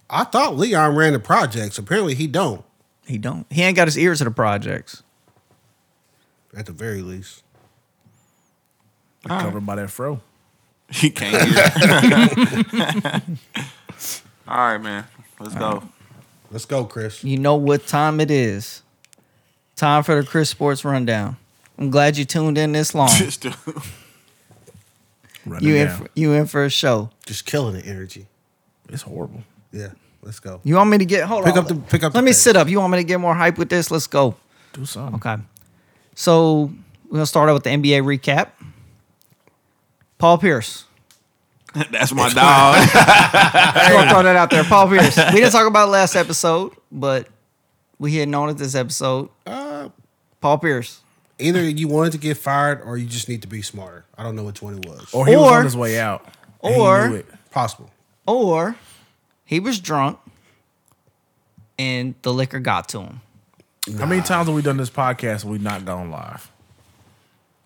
Speaker 3: I thought Leon ran the projects. Apparently, he don't.
Speaker 4: he don't? He ain't got his ears to the projects.
Speaker 3: At the very least,
Speaker 2: All right.
Speaker 1: Covered by that fro.
Speaker 2: He can't hear. All right, man. Let's go.
Speaker 3: let's go, Chris.
Speaker 4: You know what time it is. Time for the Chris Sports Rundown. I'm glad you tuned in this long.
Speaker 2: Just do-
Speaker 1: Running
Speaker 4: you in
Speaker 1: down.
Speaker 4: for, you in for a show.
Speaker 3: Just killing the energy.
Speaker 1: it's horrible.
Speaker 3: Yeah, let's go.
Speaker 4: You want me to get hold
Speaker 3: Pick
Speaker 4: on.
Speaker 3: up the- pick up
Speaker 4: Let
Speaker 3: the
Speaker 4: me
Speaker 3: pace.
Speaker 4: sit up. You want me to get more hype with this? Let's go.
Speaker 1: Do something.
Speaker 4: Okay. So we're gonna start out with the NBA recap. Paul Pierce.
Speaker 2: That's my dog.
Speaker 4: I'm gonna throw that out there. Paul Pierce. We didn't talk about it last episode, but we had known it this episode.
Speaker 3: Uh,
Speaker 4: Paul Pierce.
Speaker 3: Either you wanted to get fired or you just need to be smarter. I don't know which one it was.
Speaker 1: Or he was
Speaker 4: Or-
Speaker 1: on his way out. and he
Speaker 4: or-
Speaker 1: knew it.
Speaker 3: possible.
Speaker 4: Or he was drunk and the liquor got to him.
Speaker 1: how many times have we done this podcast and we not gone live?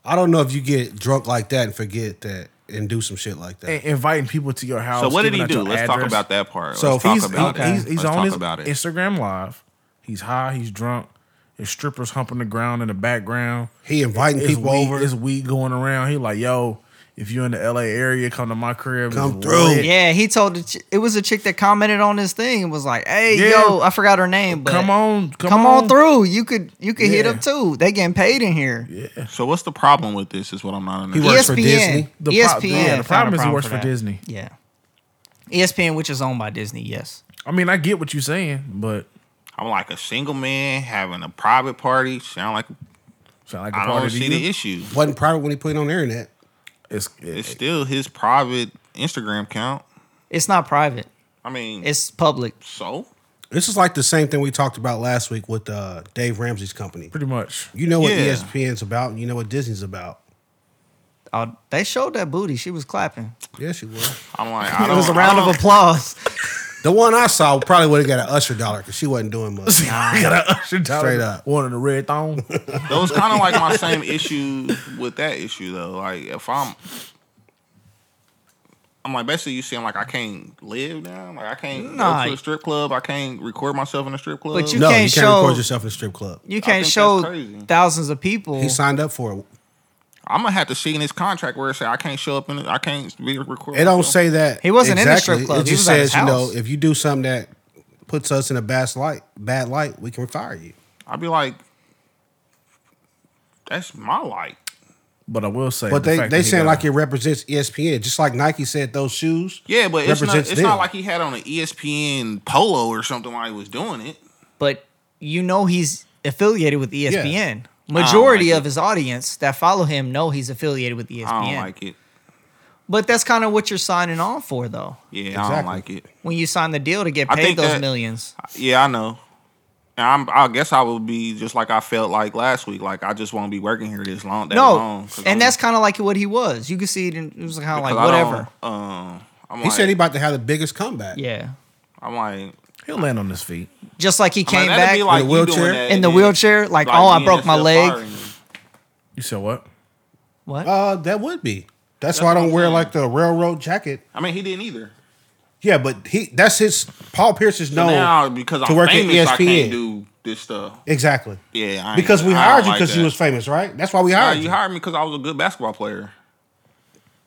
Speaker 3: I don't know if you get drunk like that and forget that and do some shit like that.
Speaker 1: And inviting people to your house.
Speaker 2: so what did
Speaker 1: giving
Speaker 2: he
Speaker 1: out
Speaker 2: do?
Speaker 1: your
Speaker 2: Let's talk
Speaker 1: address.
Speaker 2: about that part.
Speaker 3: So
Speaker 2: Let's talk
Speaker 1: he's,
Speaker 2: about
Speaker 1: he-
Speaker 2: it.
Speaker 1: he's, he's
Speaker 2: Let's
Speaker 1: on
Speaker 2: talk
Speaker 1: his
Speaker 2: about it.
Speaker 1: Instagram live. He's high. He's drunk. His strippers humping the ground in the background.
Speaker 3: He inviting
Speaker 1: It's
Speaker 3: people
Speaker 1: weed,
Speaker 3: over.
Speaker 1: It's weed going around. He like, yo, if you're in the LA area, come to my crib. It's
Speaker 3: Come through.
Speaker 1: lit.
Speaker 4: Yeah, he told the ch- it was a chick that commented on his thing and was like, "Hey,
Speaker 1: Yeah.
Speaker 4: yo, I forgot her name, but
Speaker 1: Come on, come,
Speaker 4: come on through. You could you could hit
Speaker 1: Yeah.
Speaker 4: them too. They getting paid in here. E
Speaker 2: So what's the problem with this? Is what I'm not
Speaker 3: He
Speaker 2: understanding.
Speaker 3: works for
Speaker 4: ESPN.
Speaker 3: Disney.
Speaker 1: The pro-
Speaker 4: ESPN.
Speaker 1: yeah, the
Speaker 4: found
Speaker 1: problem
Speaker 4: a
Speaker 1: is he works
Speaker 4: for
Speaker 1: for
Speaker 4: that.
Speaker 1: Disney.
Speaker 4: Yeah. E ESPN, which is owned by Disney, yes.
Speaker 1: I mean, I get what you're saying, but
Speaker 2: I'm like a single man having a private party. Sound like
Speaker 1: sound like a
Speaker 2: I
Speaker 1: part
Speaker 2: don't
Speaker 1: of
Speaker 2: see
Speaker 1: you.
Speaker 2: the issue.
Speaker 3: Wasn't private when he put it on the internet.
Speaker 1: It's,
Speaker 2: It's
Speaker 1: it,
Speaker 2: still his private Instagram account.
Speaker 4: It's not private.
Speaker 2: I mean,
Speaker 4: It's public.
Speaker 2: so
Speaker 3: This is like the same thing we talked about last week with uh, Dave Ramsey's company.
Speaker 1: pretty much.
Speaker 3: You know what E
Speaker 2: Yeah.
Speaker 3: ESPN's about, and you know what Disney's about.
Speaker 4: Oh, they showed that booty. She was clapping.
Speaker 3: Yes, you will.
Speaker 2: I'm like, I
Speaker 4: It
Speaker 2: don't.
Speaker 4: was a
Speaker 2: I
Speaker 4: round of
Speaker 2: don't-
Speaker 4: applause.
Speaker 3: The one I saw probably would have got an usher dollar because she wasn't doing much.
Speaker 1: got a usher dollar.
Speaker 3: Straight up.
Speaker 1: One of the red thong.
Speaker 2: That was kind of like my same issue with that issue though. Like if I'm, I'm like basically you see, I'm like I can't live now. Like I can't
Speaker 4: Nah.
Speaker 2: go to a strip club. I can't record myself in a strip club.
Speaker 4: But you-
Speaker 3: no,
Speaker 4: can't
Speaker 3: you can't
Speaker 4: show-
Speaker 3: record yourself in a strip club.
Speaker 4: You
Speaker 2: think
Speaker 4: can't
Speaker 2: that's
Speaker 4: show
Speaker 2: crazy.
Speaker 4: thousands of people.
Speaker 3: He signed up for it.
Speaker 2: I'm gonna have to see in his contract where it say I can't show up and I can't be recorded.
Speaker 3: It don't say that
Speaker 4: He wasn't in a strip club.
Speaker 3: It
Speaker 4: He
Speaker 3: just
Speaker 4: was at his
Speaker 3: says, you know,
Speaker 4: house.
Speaker 3: if you do something that puts us in a bad light, bad light, we can fire you.
Speaker 2: I'd be like, that's my life.
Speaker 1: but I will say,
Speaker 3: But
Speaker 1: the
Speaker 3: they
Speaker 1: fact
Speaker 3: they
Speaker 1: that he
Speaker 3: saying
Speaker 1: got-
Speaker 3: like it represents E ESPN, just like Nike said those shoes.
Speaker 2: Yeah, but it's not.
Speaker 3: represents
Speaker 2: It's not
Speaker 3: them.
Speaker 2: like he had on an E ESPN polo or something while he was doing it.
Speaker 4: but you know he's affiliated with E ESPN.
Speaker 2: I
Speaker 4: Majority
Speaker 2: don't like
Speaker 4: of his audience that follow him know he's affiliated with E ESPN.
Speaker 2: I don't like it.
Speaker 4: But that's kind of what you're signing on for, though.
Speaker 2: Yeah, I don't
Speaker 3: Exactly.
Speaker 2: like it.
Speaker 4: When you sign the deal to get
Speaker 2: I
Speaker 4: paid
Speaker 2: think
Speaker 4: those
Speaker 2: that-
Speaker 4: millions,
Speaker 2: Yeah, I know. And I'm, I guess I would be just like I felt like last week. Like I just won't be working here this long. That long,
Speaker 4: no,
Speaker 2: 'cause I'm-
Speaker 4: and that's kind of like what he was. You could see it, in, it was kind of like
Speaker 2: 'cause I don't,
Speaker 4: whatever.
Speaker 2: Um, I'm
Speaker 3: He
Speaker 2: like,
Speaker 3: said he about to have the biggest comeback.
Speaker 4: Yeah,
Speaker 2: I'm like,
Speaker 1: he'll land on his feet.
Speaker 4: just like he
Speaker 2: I'm like,
Speaker 4: came
Speaker 2: that'd
Speaker 4: back
Speaker 2: be like
Speaker 3: in a
Speaker 2: you doing
Speaker 3: wheelchair?
Speaker 2: that
Speaker 4: in the
Speaker 2: and then,
Speaker 4: wheelchair, like,
Speaker 2: like,
Speaker 4: oh,
Speaker 2: the
Speaker 4: I broke my
Speaker 2: NFL
Speaker 4: leg.
Speaker 2: firing me.
Speaker 1: You said what?
Speaker 4: What?
Speaker 3: Uh, that would be. That's, why I don't wear like the railroad jacket.
Speaker 2: I mean, he didn't either.
Speaker 3: Yeah, but he that's his Paul Pierce is
Speaker 2: No,
Speaker 3: known
Speaker 2: now because
Speaker 3: to
Speaker 2: I'm
Speaker 3: work at E
Speaker 2: famous, I
Speaker 3: ESPN.
Speaker 2: can't do this stuff.
Speaker 3: exactly
Speaker 2: Yeah, I
Speaker 3: because
Speaker 2: ain't-
Speaker 3: we
Speaker 2: I don't
Speaker 3: hired you
Speaker 2: like
Speaker 3: because you
Speaker 2: that.
Speaker 3: was famous, right? That's why we
Speaker 2: Nah,
Speaker 3: hired
Speaker 2: you
Speaker 3: you.
Speaker 2: hired me because I was a good basketball player.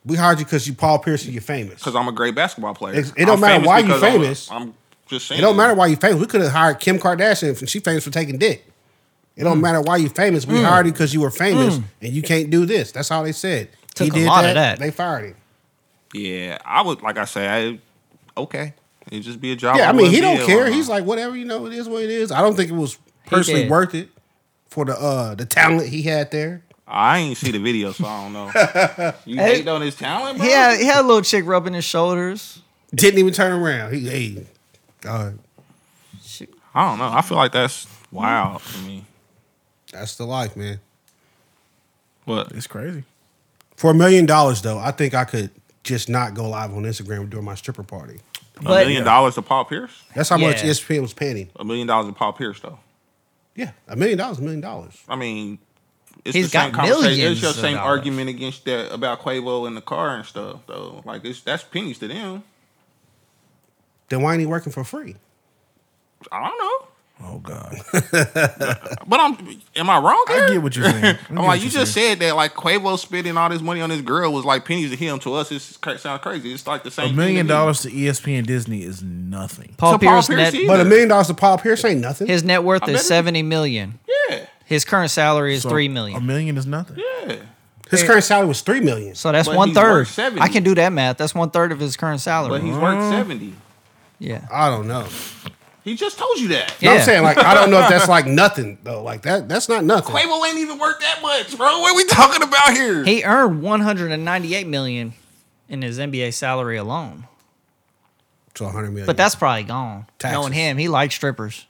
Speaker 3: we hired you because you Paul Pierce and you're famous.
Speaker 2: Because I'm a great basketball player.
Speaker 3: It's- it don't
Speaker 2: I'm
Speaker 3: matter
Speaker 2: famous
Speaker 3: why you
Speaker 2: because I'm-
Speaker 3: famous.
Speaker 2: I'm, just saying.
Speaker 3: It don't matter why you famous. We could have hired Kim Kardashian and she famous for taking dick. It
Speaker 4: Mm.
Speaker 3: don't matter why you famous. We hired you because you were famous and you can't do this. That's all they said.
Speaker 4: Took a lot of that.
Speaker 3: They fired him.
Speaker 2: Yeah, I would like I say, I, okay, it just be a job.
Speaker 3: Yeah, I
Speaker 2: it
Speaker 3: mean
Speaker 2: would
Speaker 3: he
Speaker 2: be
Speaker 3: don't
Speaker 2: a-
Speaker 4: uh,
Speaker 3: care. He's like whatever you know. It is what it is. I don't think it was personally
Speaker 4: did.
Speaker 3: worth it for the uh the talent he had there.
Speaker 2: I ain't see the video, so I don't know. You
Speaker 4: Hey.
Speaker 2: hate on his talent, bro?
Speaker 4: he had he had a little chick rubbing his shoulders.
Speaker 3: Didn't even turn around. He hey, God,
Speaker 2: I don't know. I feel like that's wild to me.
Speaker 3: that's the life, man.
Speaker 2: But
Speaker 1: It's crazy.
Speaker 3: For a million dollars though, I think I could just not go live on Instagram during my stripper party.
Speaker 2: a
Speaker 4: But-
Speaker 2: million dollars to Paul Pierce?
Speaker 3: That's how much E
Speaker 4: Yeah.
Speaker 3: ESPN was paying him.
Speaker 2: A million dollars to Paul Pierce, though.
Speaker 3: Yeah, a million dollars, a million dollars.
Speaker 2: I mean, it's
Speaker 4: He's
Speaker 2: the same
Speaker 4: got
Speaker 2: conversation.
Speaker 4: millions
Speaker 2: It's your
Speaker 4: of
Speaker 2: same
Speaker 4: dollars.
Speaker 2: argument against that about Quavo and the car and stuff, though. Like it's that's pennies to them.
Speaker 3: Then why ain't he working for free?
Speaker 2: I don't know.
Speaker 1: Oh God,
Speaker 2: But I'm am I wrong? Here?
Speaker 1: I get what you're saying. I get
Speaker 2: I'm
Speaker 1: what
Speaker 2: Oh, like, you
Speaker 1: you're
Speaker 2: just
Speaker 1: saying.
Speaker 2: said that like Quavo spending all this money on this girl was like pennies to him. To us, it's cra- sounds crazy. It's like the same.
Speaker 1: a
Speaker 2: thing
Speaker 1: million
Speaker 2: to me.
Speaker 1: dollars to E ESPN Disney is nothing.
Speaker 2: Paul
Speaker 4: Paul, Pierce,
Speaker 2: Pierce,
Speaker 4: net,
Speaker 2: he-
Speaker 3: But a million dollars to Paul Pierce ain't nothing.
Speaker 4: his net worth
Speaker 2: bet
Speaker 4: is
Speaker 2: it-
Speaker 4: seventy million.
Speaker 2: Yeah,
Speaker 4: His current salary is
Speaker 1: So,
Speaker 4: three
Speaker 1: A
Speaker 4: million.
Speaker 1: million is nothing.
Speaker 2: yeah.
Speaker 3: His current salary was three million.
Speaker 4: So that's
Speaker 2: But
Speaker 4: one
Speaker 2: he's worth
Speaker 4: third.
Speaker 2: 70.
Speaker 4: I can do that math. That's one third of his current salary.
Speaker 2: But he's
Speaker 1: Uh-huh.
Speaker 2: worth seventy.
Speaker 4: yeah.
Speaker 3: I don't know.
Speaker 2: He just told you that.
Speaker 3: No,
Speaker 4: Yeah.
Speaker 3: I'm saying like I don't know if that's like nothing though. Like that that's not nothing.
Speaker 2: Quavo ain't even worth that much, bro. What are we talking about here?
Speaker 4: He earned 198 million in his NBA salary alone.
Speaker 3: So 100 million.
Speaker 4: But that's probably gone.
Speaker 3: Taxes.
Speaker 4: Knowing him, he likes strippers,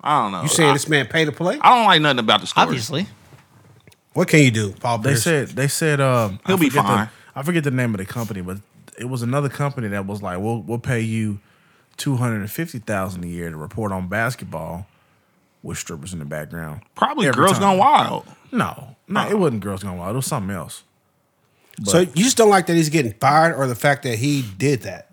Speaker 2: I don't know.
Speaker 3: you saying
Speaker 2: I,
Speaker 3: this man paid to play?
Speaker 2: I don't like nothing about the story.
Speaker 4: obviously.
Speaker 3: What can you do, Paul
Speaker 1: They
Speaker 3: Pierce?
Speaker 1: said they said um, I
Speaker 2: He'll be
Speaker 1: forget the-
Speaker 2: fine.
Speaker 1: I forget the name of the company, but it was another company that was like, "We'll we'll pay you two hundred and fifty thousand a year to report on basketball with strippers in the background."
Speaker 2: Probably
Speaker 1: Every
Speaker 2: girls
Speaker 1: time.
Speaker 2: gone wild.
Speaker 1: No, no,
Speaker 2: Uh-uh.
Speaker 1: it wasn't Girls Gone Wild. It was something else.
Speaker 3: so you just don't like that he's getting fired or the fact that he did that.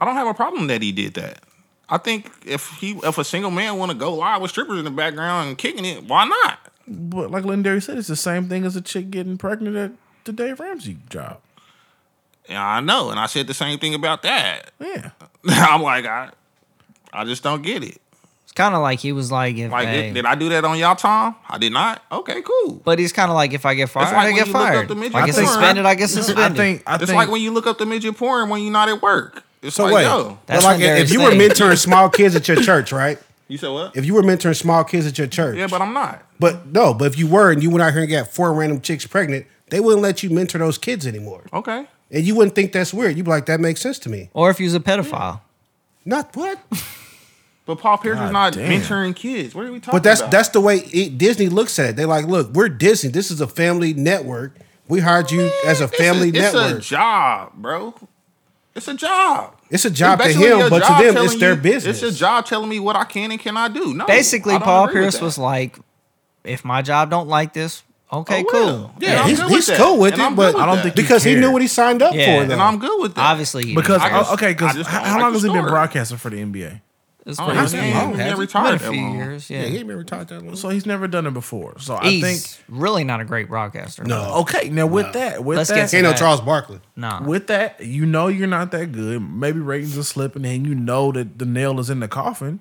Speaker 2: I don't have a problem that he did that. I think if he if a single man want to go live with strippers in the background and kicking it, why not?
Speaker 1: But like Lindari said, it's the same thing as a chick getting pregnant at the Dave Ramsey job.
Speaker 2: And I know, and I said the same thing about that.
Speaker 1: Yeah,
Speaker 2: I'm like, I, I just don't get it.
Speaker 4: It's kind of like he was like, if
Speaker 2: Like,
Speaker 4: hey-
Speaker 2: did, did I do that on y'all time? I did not. Okay, cool.
Speaker 4: but he's kind of like, if I get fired,
Speaker 2: like
Speaker 4: I
Speaker 2: when
Speaker 4: get
Speaker 2: you look up
Speaker 4: fired.
Speaker 2: the midget
Speaker 4: If I get
Speaker 1: porn.
Speaker 4: suspended, I get suspended.
Speaker 1: I think I
Speaker 2: it's
Speaker 1: think
Speaker 2: like when you look up the midget porn when you're not at work. It's
Speaker 3: So
Speaker 2: like,
Speaker 3: wait.
Speaker 2: yo,
Speaker 3: But
Speaker 4: Oh, That's
Speaker 3: like
Speaker 4: when
Speaker 3: if
Speaker 4: there's
Speaker 3: you were
Speaker 4: things.
Speaker 3: mentoring small kids at your church, right?
Speaker 2: you said what?
Speaker 3: If you were mentoring small kids at your church.
Speaker 2: yeah, but I'm not.
Speaker 3: But no, but if you were and you went out here and got four random chicks pregnant, they wouldn't let you mentor those kids anymore.
Speaker 2: Okay.
Speaker 3: And you wouldn't think that's weird. You'd be like, that makes sense to me.
Speaker 4: or if he's a pedophile.
Speaker 3: Not what?
Speaker 2: But Paul Pierce
Speaker 1: God
Speaker 2: is not
Speaker 1: damn.
Speaker 2: mentoring kids. What are we talking
Speaker 3: But that's
Speaker 2: about?
Speaker 3: that's the way it, Disney looks at it. They're like, look, we're Disney. This is a family network. We hired you as a
Speaker 2: It's
Speaker 3: family
Speaker 2: it's
Speaker 3: network.
Speaker 2: It's a job, bro. It's a job.
Speaker 3: It's a job to
Speaker 2: basically
Speaker 3: him,
Speaker 2: a
Speaker 3: but
Speaker 2: job
Speaker 3: to them,
Speaker 2: telling
Speaker 3: it's their
Speaker 2: you-
Speaker 3: business.
Speaker 2: It's a job telling me what I can and cannot do. No, I
Speaker 4: Basically,
Speaker 2: don't
Speaker 4: Paul
Speaker 2: agree with
Speaker 4: Pierce
Speaker 2: that.
Speaker 4: was like, if my job don't like this, okay,
Speaker 2: Oh, I
Speaker 4: cool.
Speaker 2: will.
Speaker 3: Yeah,
Speaker 2: I'm
Speaker 3: he's,
Speaker 2: good
Speaker 3: he's
Speaker 2: that.
Speaker 3: cool with
Speaker 2: And
Speaker 3: it,
Speaker 2: I'm
Speaker 3: but
Speaker 2: good with
Speaker 1: I don't
Speaker 2: that.
Speaker 1: think
Speaker 3: because he
Speaker 1: cared.
Speaker 3: knew what he signed up
Speaker 4: Yeah.
Speaker 3: for. Though.
Speaker 2: and I'm good with that.
Speaker 4: Obviously, he
Speaker 1: because
Speaker 4: didn't.
Speaker 2: I just-
Speaker 1: oh, okay,
Speaker 2: I
Speaker 1: because
Speaker 2: just
Speaker 1: how,
Speaker 2: don't
Speaker 1: how
Speaker 2: like
Speaker 1: long
Speaker 2: the
Speaker 1: has he been
Speaker 2: story.
Speaker 1: broadcasting for the NBA?
Speaker 4: It's
Speaker 2: Oh,
Speaker 4: pretty
Speaker 2: he's
Speaker 4: long.
Speaker 2: been- he's been
Speaker 4: It's
Speaker 2: retired
Speaker 4: been
Speaker 2: that
Speaker 4: a few
Speaker 2: long.
Speaker 4: years.
Speaker 3: yeah,
Speaker 4: Yeah,
Speaker 3: he ain't been retired that long.
Speaker 1: So he's never done it before. So I
Speaker 4: he's
Speaker 1: think
Speaker 4: really not a great broadcaster.
Speaker 3: No,
Speaker 1: okay. Now with that, with
Speaker 4: Let's
Speaker 1: that,
Speaker 4: get
Speaker 3: ain't no
Speaker 4: that-
Speaker 3: Charles Barkley.
Speaker 4: nah.
Speaker 1: with that, you know you're not that good. Maybe ratings are slipping, and you know that the nail is in the coffin.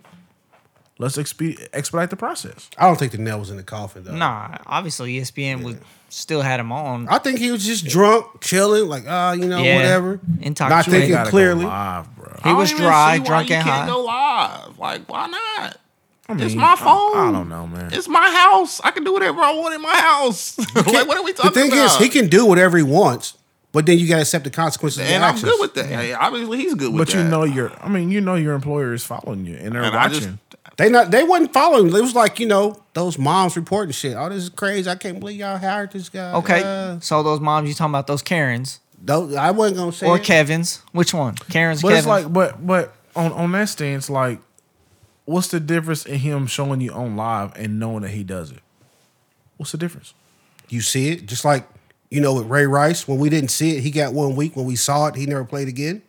Speaker 1: Let's expe- expedite the process.
Speaker 3: I don't think the nail was in the coffin though.
Speaker 4: Nah, obviously E ESPN would still had him on.
Speaker 3: I think he was just drunk, chilling, like ah, you know,
Speaker 4: Yeah.
Speaker 3: whatever. Not
Speaker 4: Intoxicated.
Speaker 1: They
Speaker 3: thinking
Speaker 1: gotta go
Speaker 3: clearly.
Speaker 1: live, bro.
Speaker 4: He
Speaker 2: I don't
Speaker 4: was
Speaker 2: even
Speaker 4: dry,
Speaker 2: see why
Speaker 4: drunk
Speaker 2: you
Speaker 4: and
Speaker 2: can't
Speaker 4: high.
Speaker 2: Go live, like why not? it's
Speaker 1: mean,
Speaker 2: my
Speaker 1: I-
Speaker 2: phone.
Speaker 1: I don't know, man.
Speaker 2: It's my house. I can do whatever I want in my house. like, what are we
Speaker 3: The
Speaker 2: talking
Speaker 3: thing
Speaker 2: about?
Speaker 3: is, he can do whatever he wants, but then you got to accept the consequences. of
Speaker 2: and
Speaker 3: your
Speaker 2: I'm
Speaker 3: actions.
Speaker 2: good with that. Hey, Obviously, he's good with
Speaker 1: But
Speaker 2: that.
Speaker 1: you know your, I mean, you know your employer is following you and they're
Speaker 2: and I
Speaker 1: watching.
Speaker 2: just
Speaker 3: They not they wasn't following. It was like you know those moms reporting shit. Oh, this is crazy. I can't believe y'all hired this guy.
Speaker 4: Okay,
Speaker 3: Uh,
Speaker 4: so those moms you talking about those Karens
Speaker 3: those, I wasn't gonna say
Speaker 4: or
Speaker 3: it.
Speaker 4: Kevin's? Which one? Karens,
Speaker 1: but
Speaker 4: Kevin.
Speaker 1: it's like, but but on on that stance, like, what's the difference in him showing you on live and knowing that he does it? What's the difference?
Speaker 3: You see it, just like you know with Ray Rice. When we didn't see it, he got one week. When we saw it, he never played again.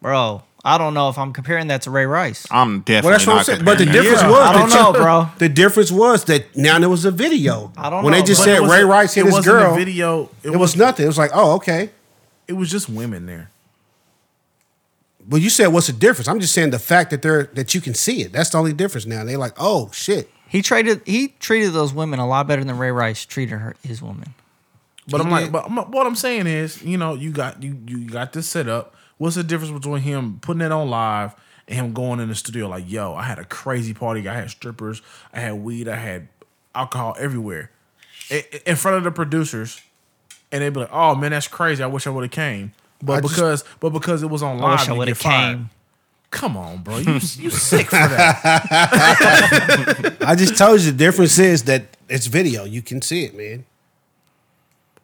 Speaker 4: bro. I don't know if I'm comparing that to Ray Rice.
Speaker 2: I'm definitely
Speaker 3: Well, that's what I'm
Speaker 2: not
Speaker 3: saying. But the
Speaker 2: comparing that.
Speaker 3: difference
Speaker 4: Yeah,
Speaker 3: was
Speaker 4: I don't
Speaker 3: the-
Speaker 4: know, bro.
Speaker 3: The difference was that now there was a video.
Speaker 4: I don't
Speaker 3: when
Speaker 4: know,
Speaker 3: they just
Speaker 1: But
Speaker 3: said
Speaker 4: but
Speaker 1: it
Speaker 3: Ray
Speaker 1: wasn't-
Speaker 3: Rice hit
Speaker 1: it
Speaker 3: his
Speaker 1: wasn't a
Speaker 3: girl.
Speaker 1: video. It,
Speaker 3: It was
Speaker 1: was.
Speaker 3: nothing. It was like, oh, okay.
Speaker 1: It was just women there.
Speaker 3: But you said, what's the difference? I'm just saying the fact that they're that you can see it. That's the only difference now. They're like, oh shit.
Speaker 4: He traded. He treated those women a lot better than Ray Rice treated her, his woman.
Speaker 1: But I'm
Speaker 3: He
Speaker 1: like,
Speaker 3: did.
Speaker 1: but I'm, what I'm saying is, you know, you got you you got this set up. What's the difference between him putting it on live and him going in the studio like, yo, I had a crazy party. I had strippers. I had weed. I had alcohol everywhere, I- I- in front of the producers, and they'd be like, oh man, that's crazy. I wish I would have came. But
Speaker 3: I just-
Speaker 1: because but because it was on
Speaker 4: I
Speaker 1: live,
Speaker 4: wish I
Speaker 1: you
Speaker 4: would have
Speaker 1: get fired.
Speaker 4: came.
Speaker 1: Come on, bro, you you sick for that.
Speaker 3: I just told you the difference is that it's video. You can see it, man.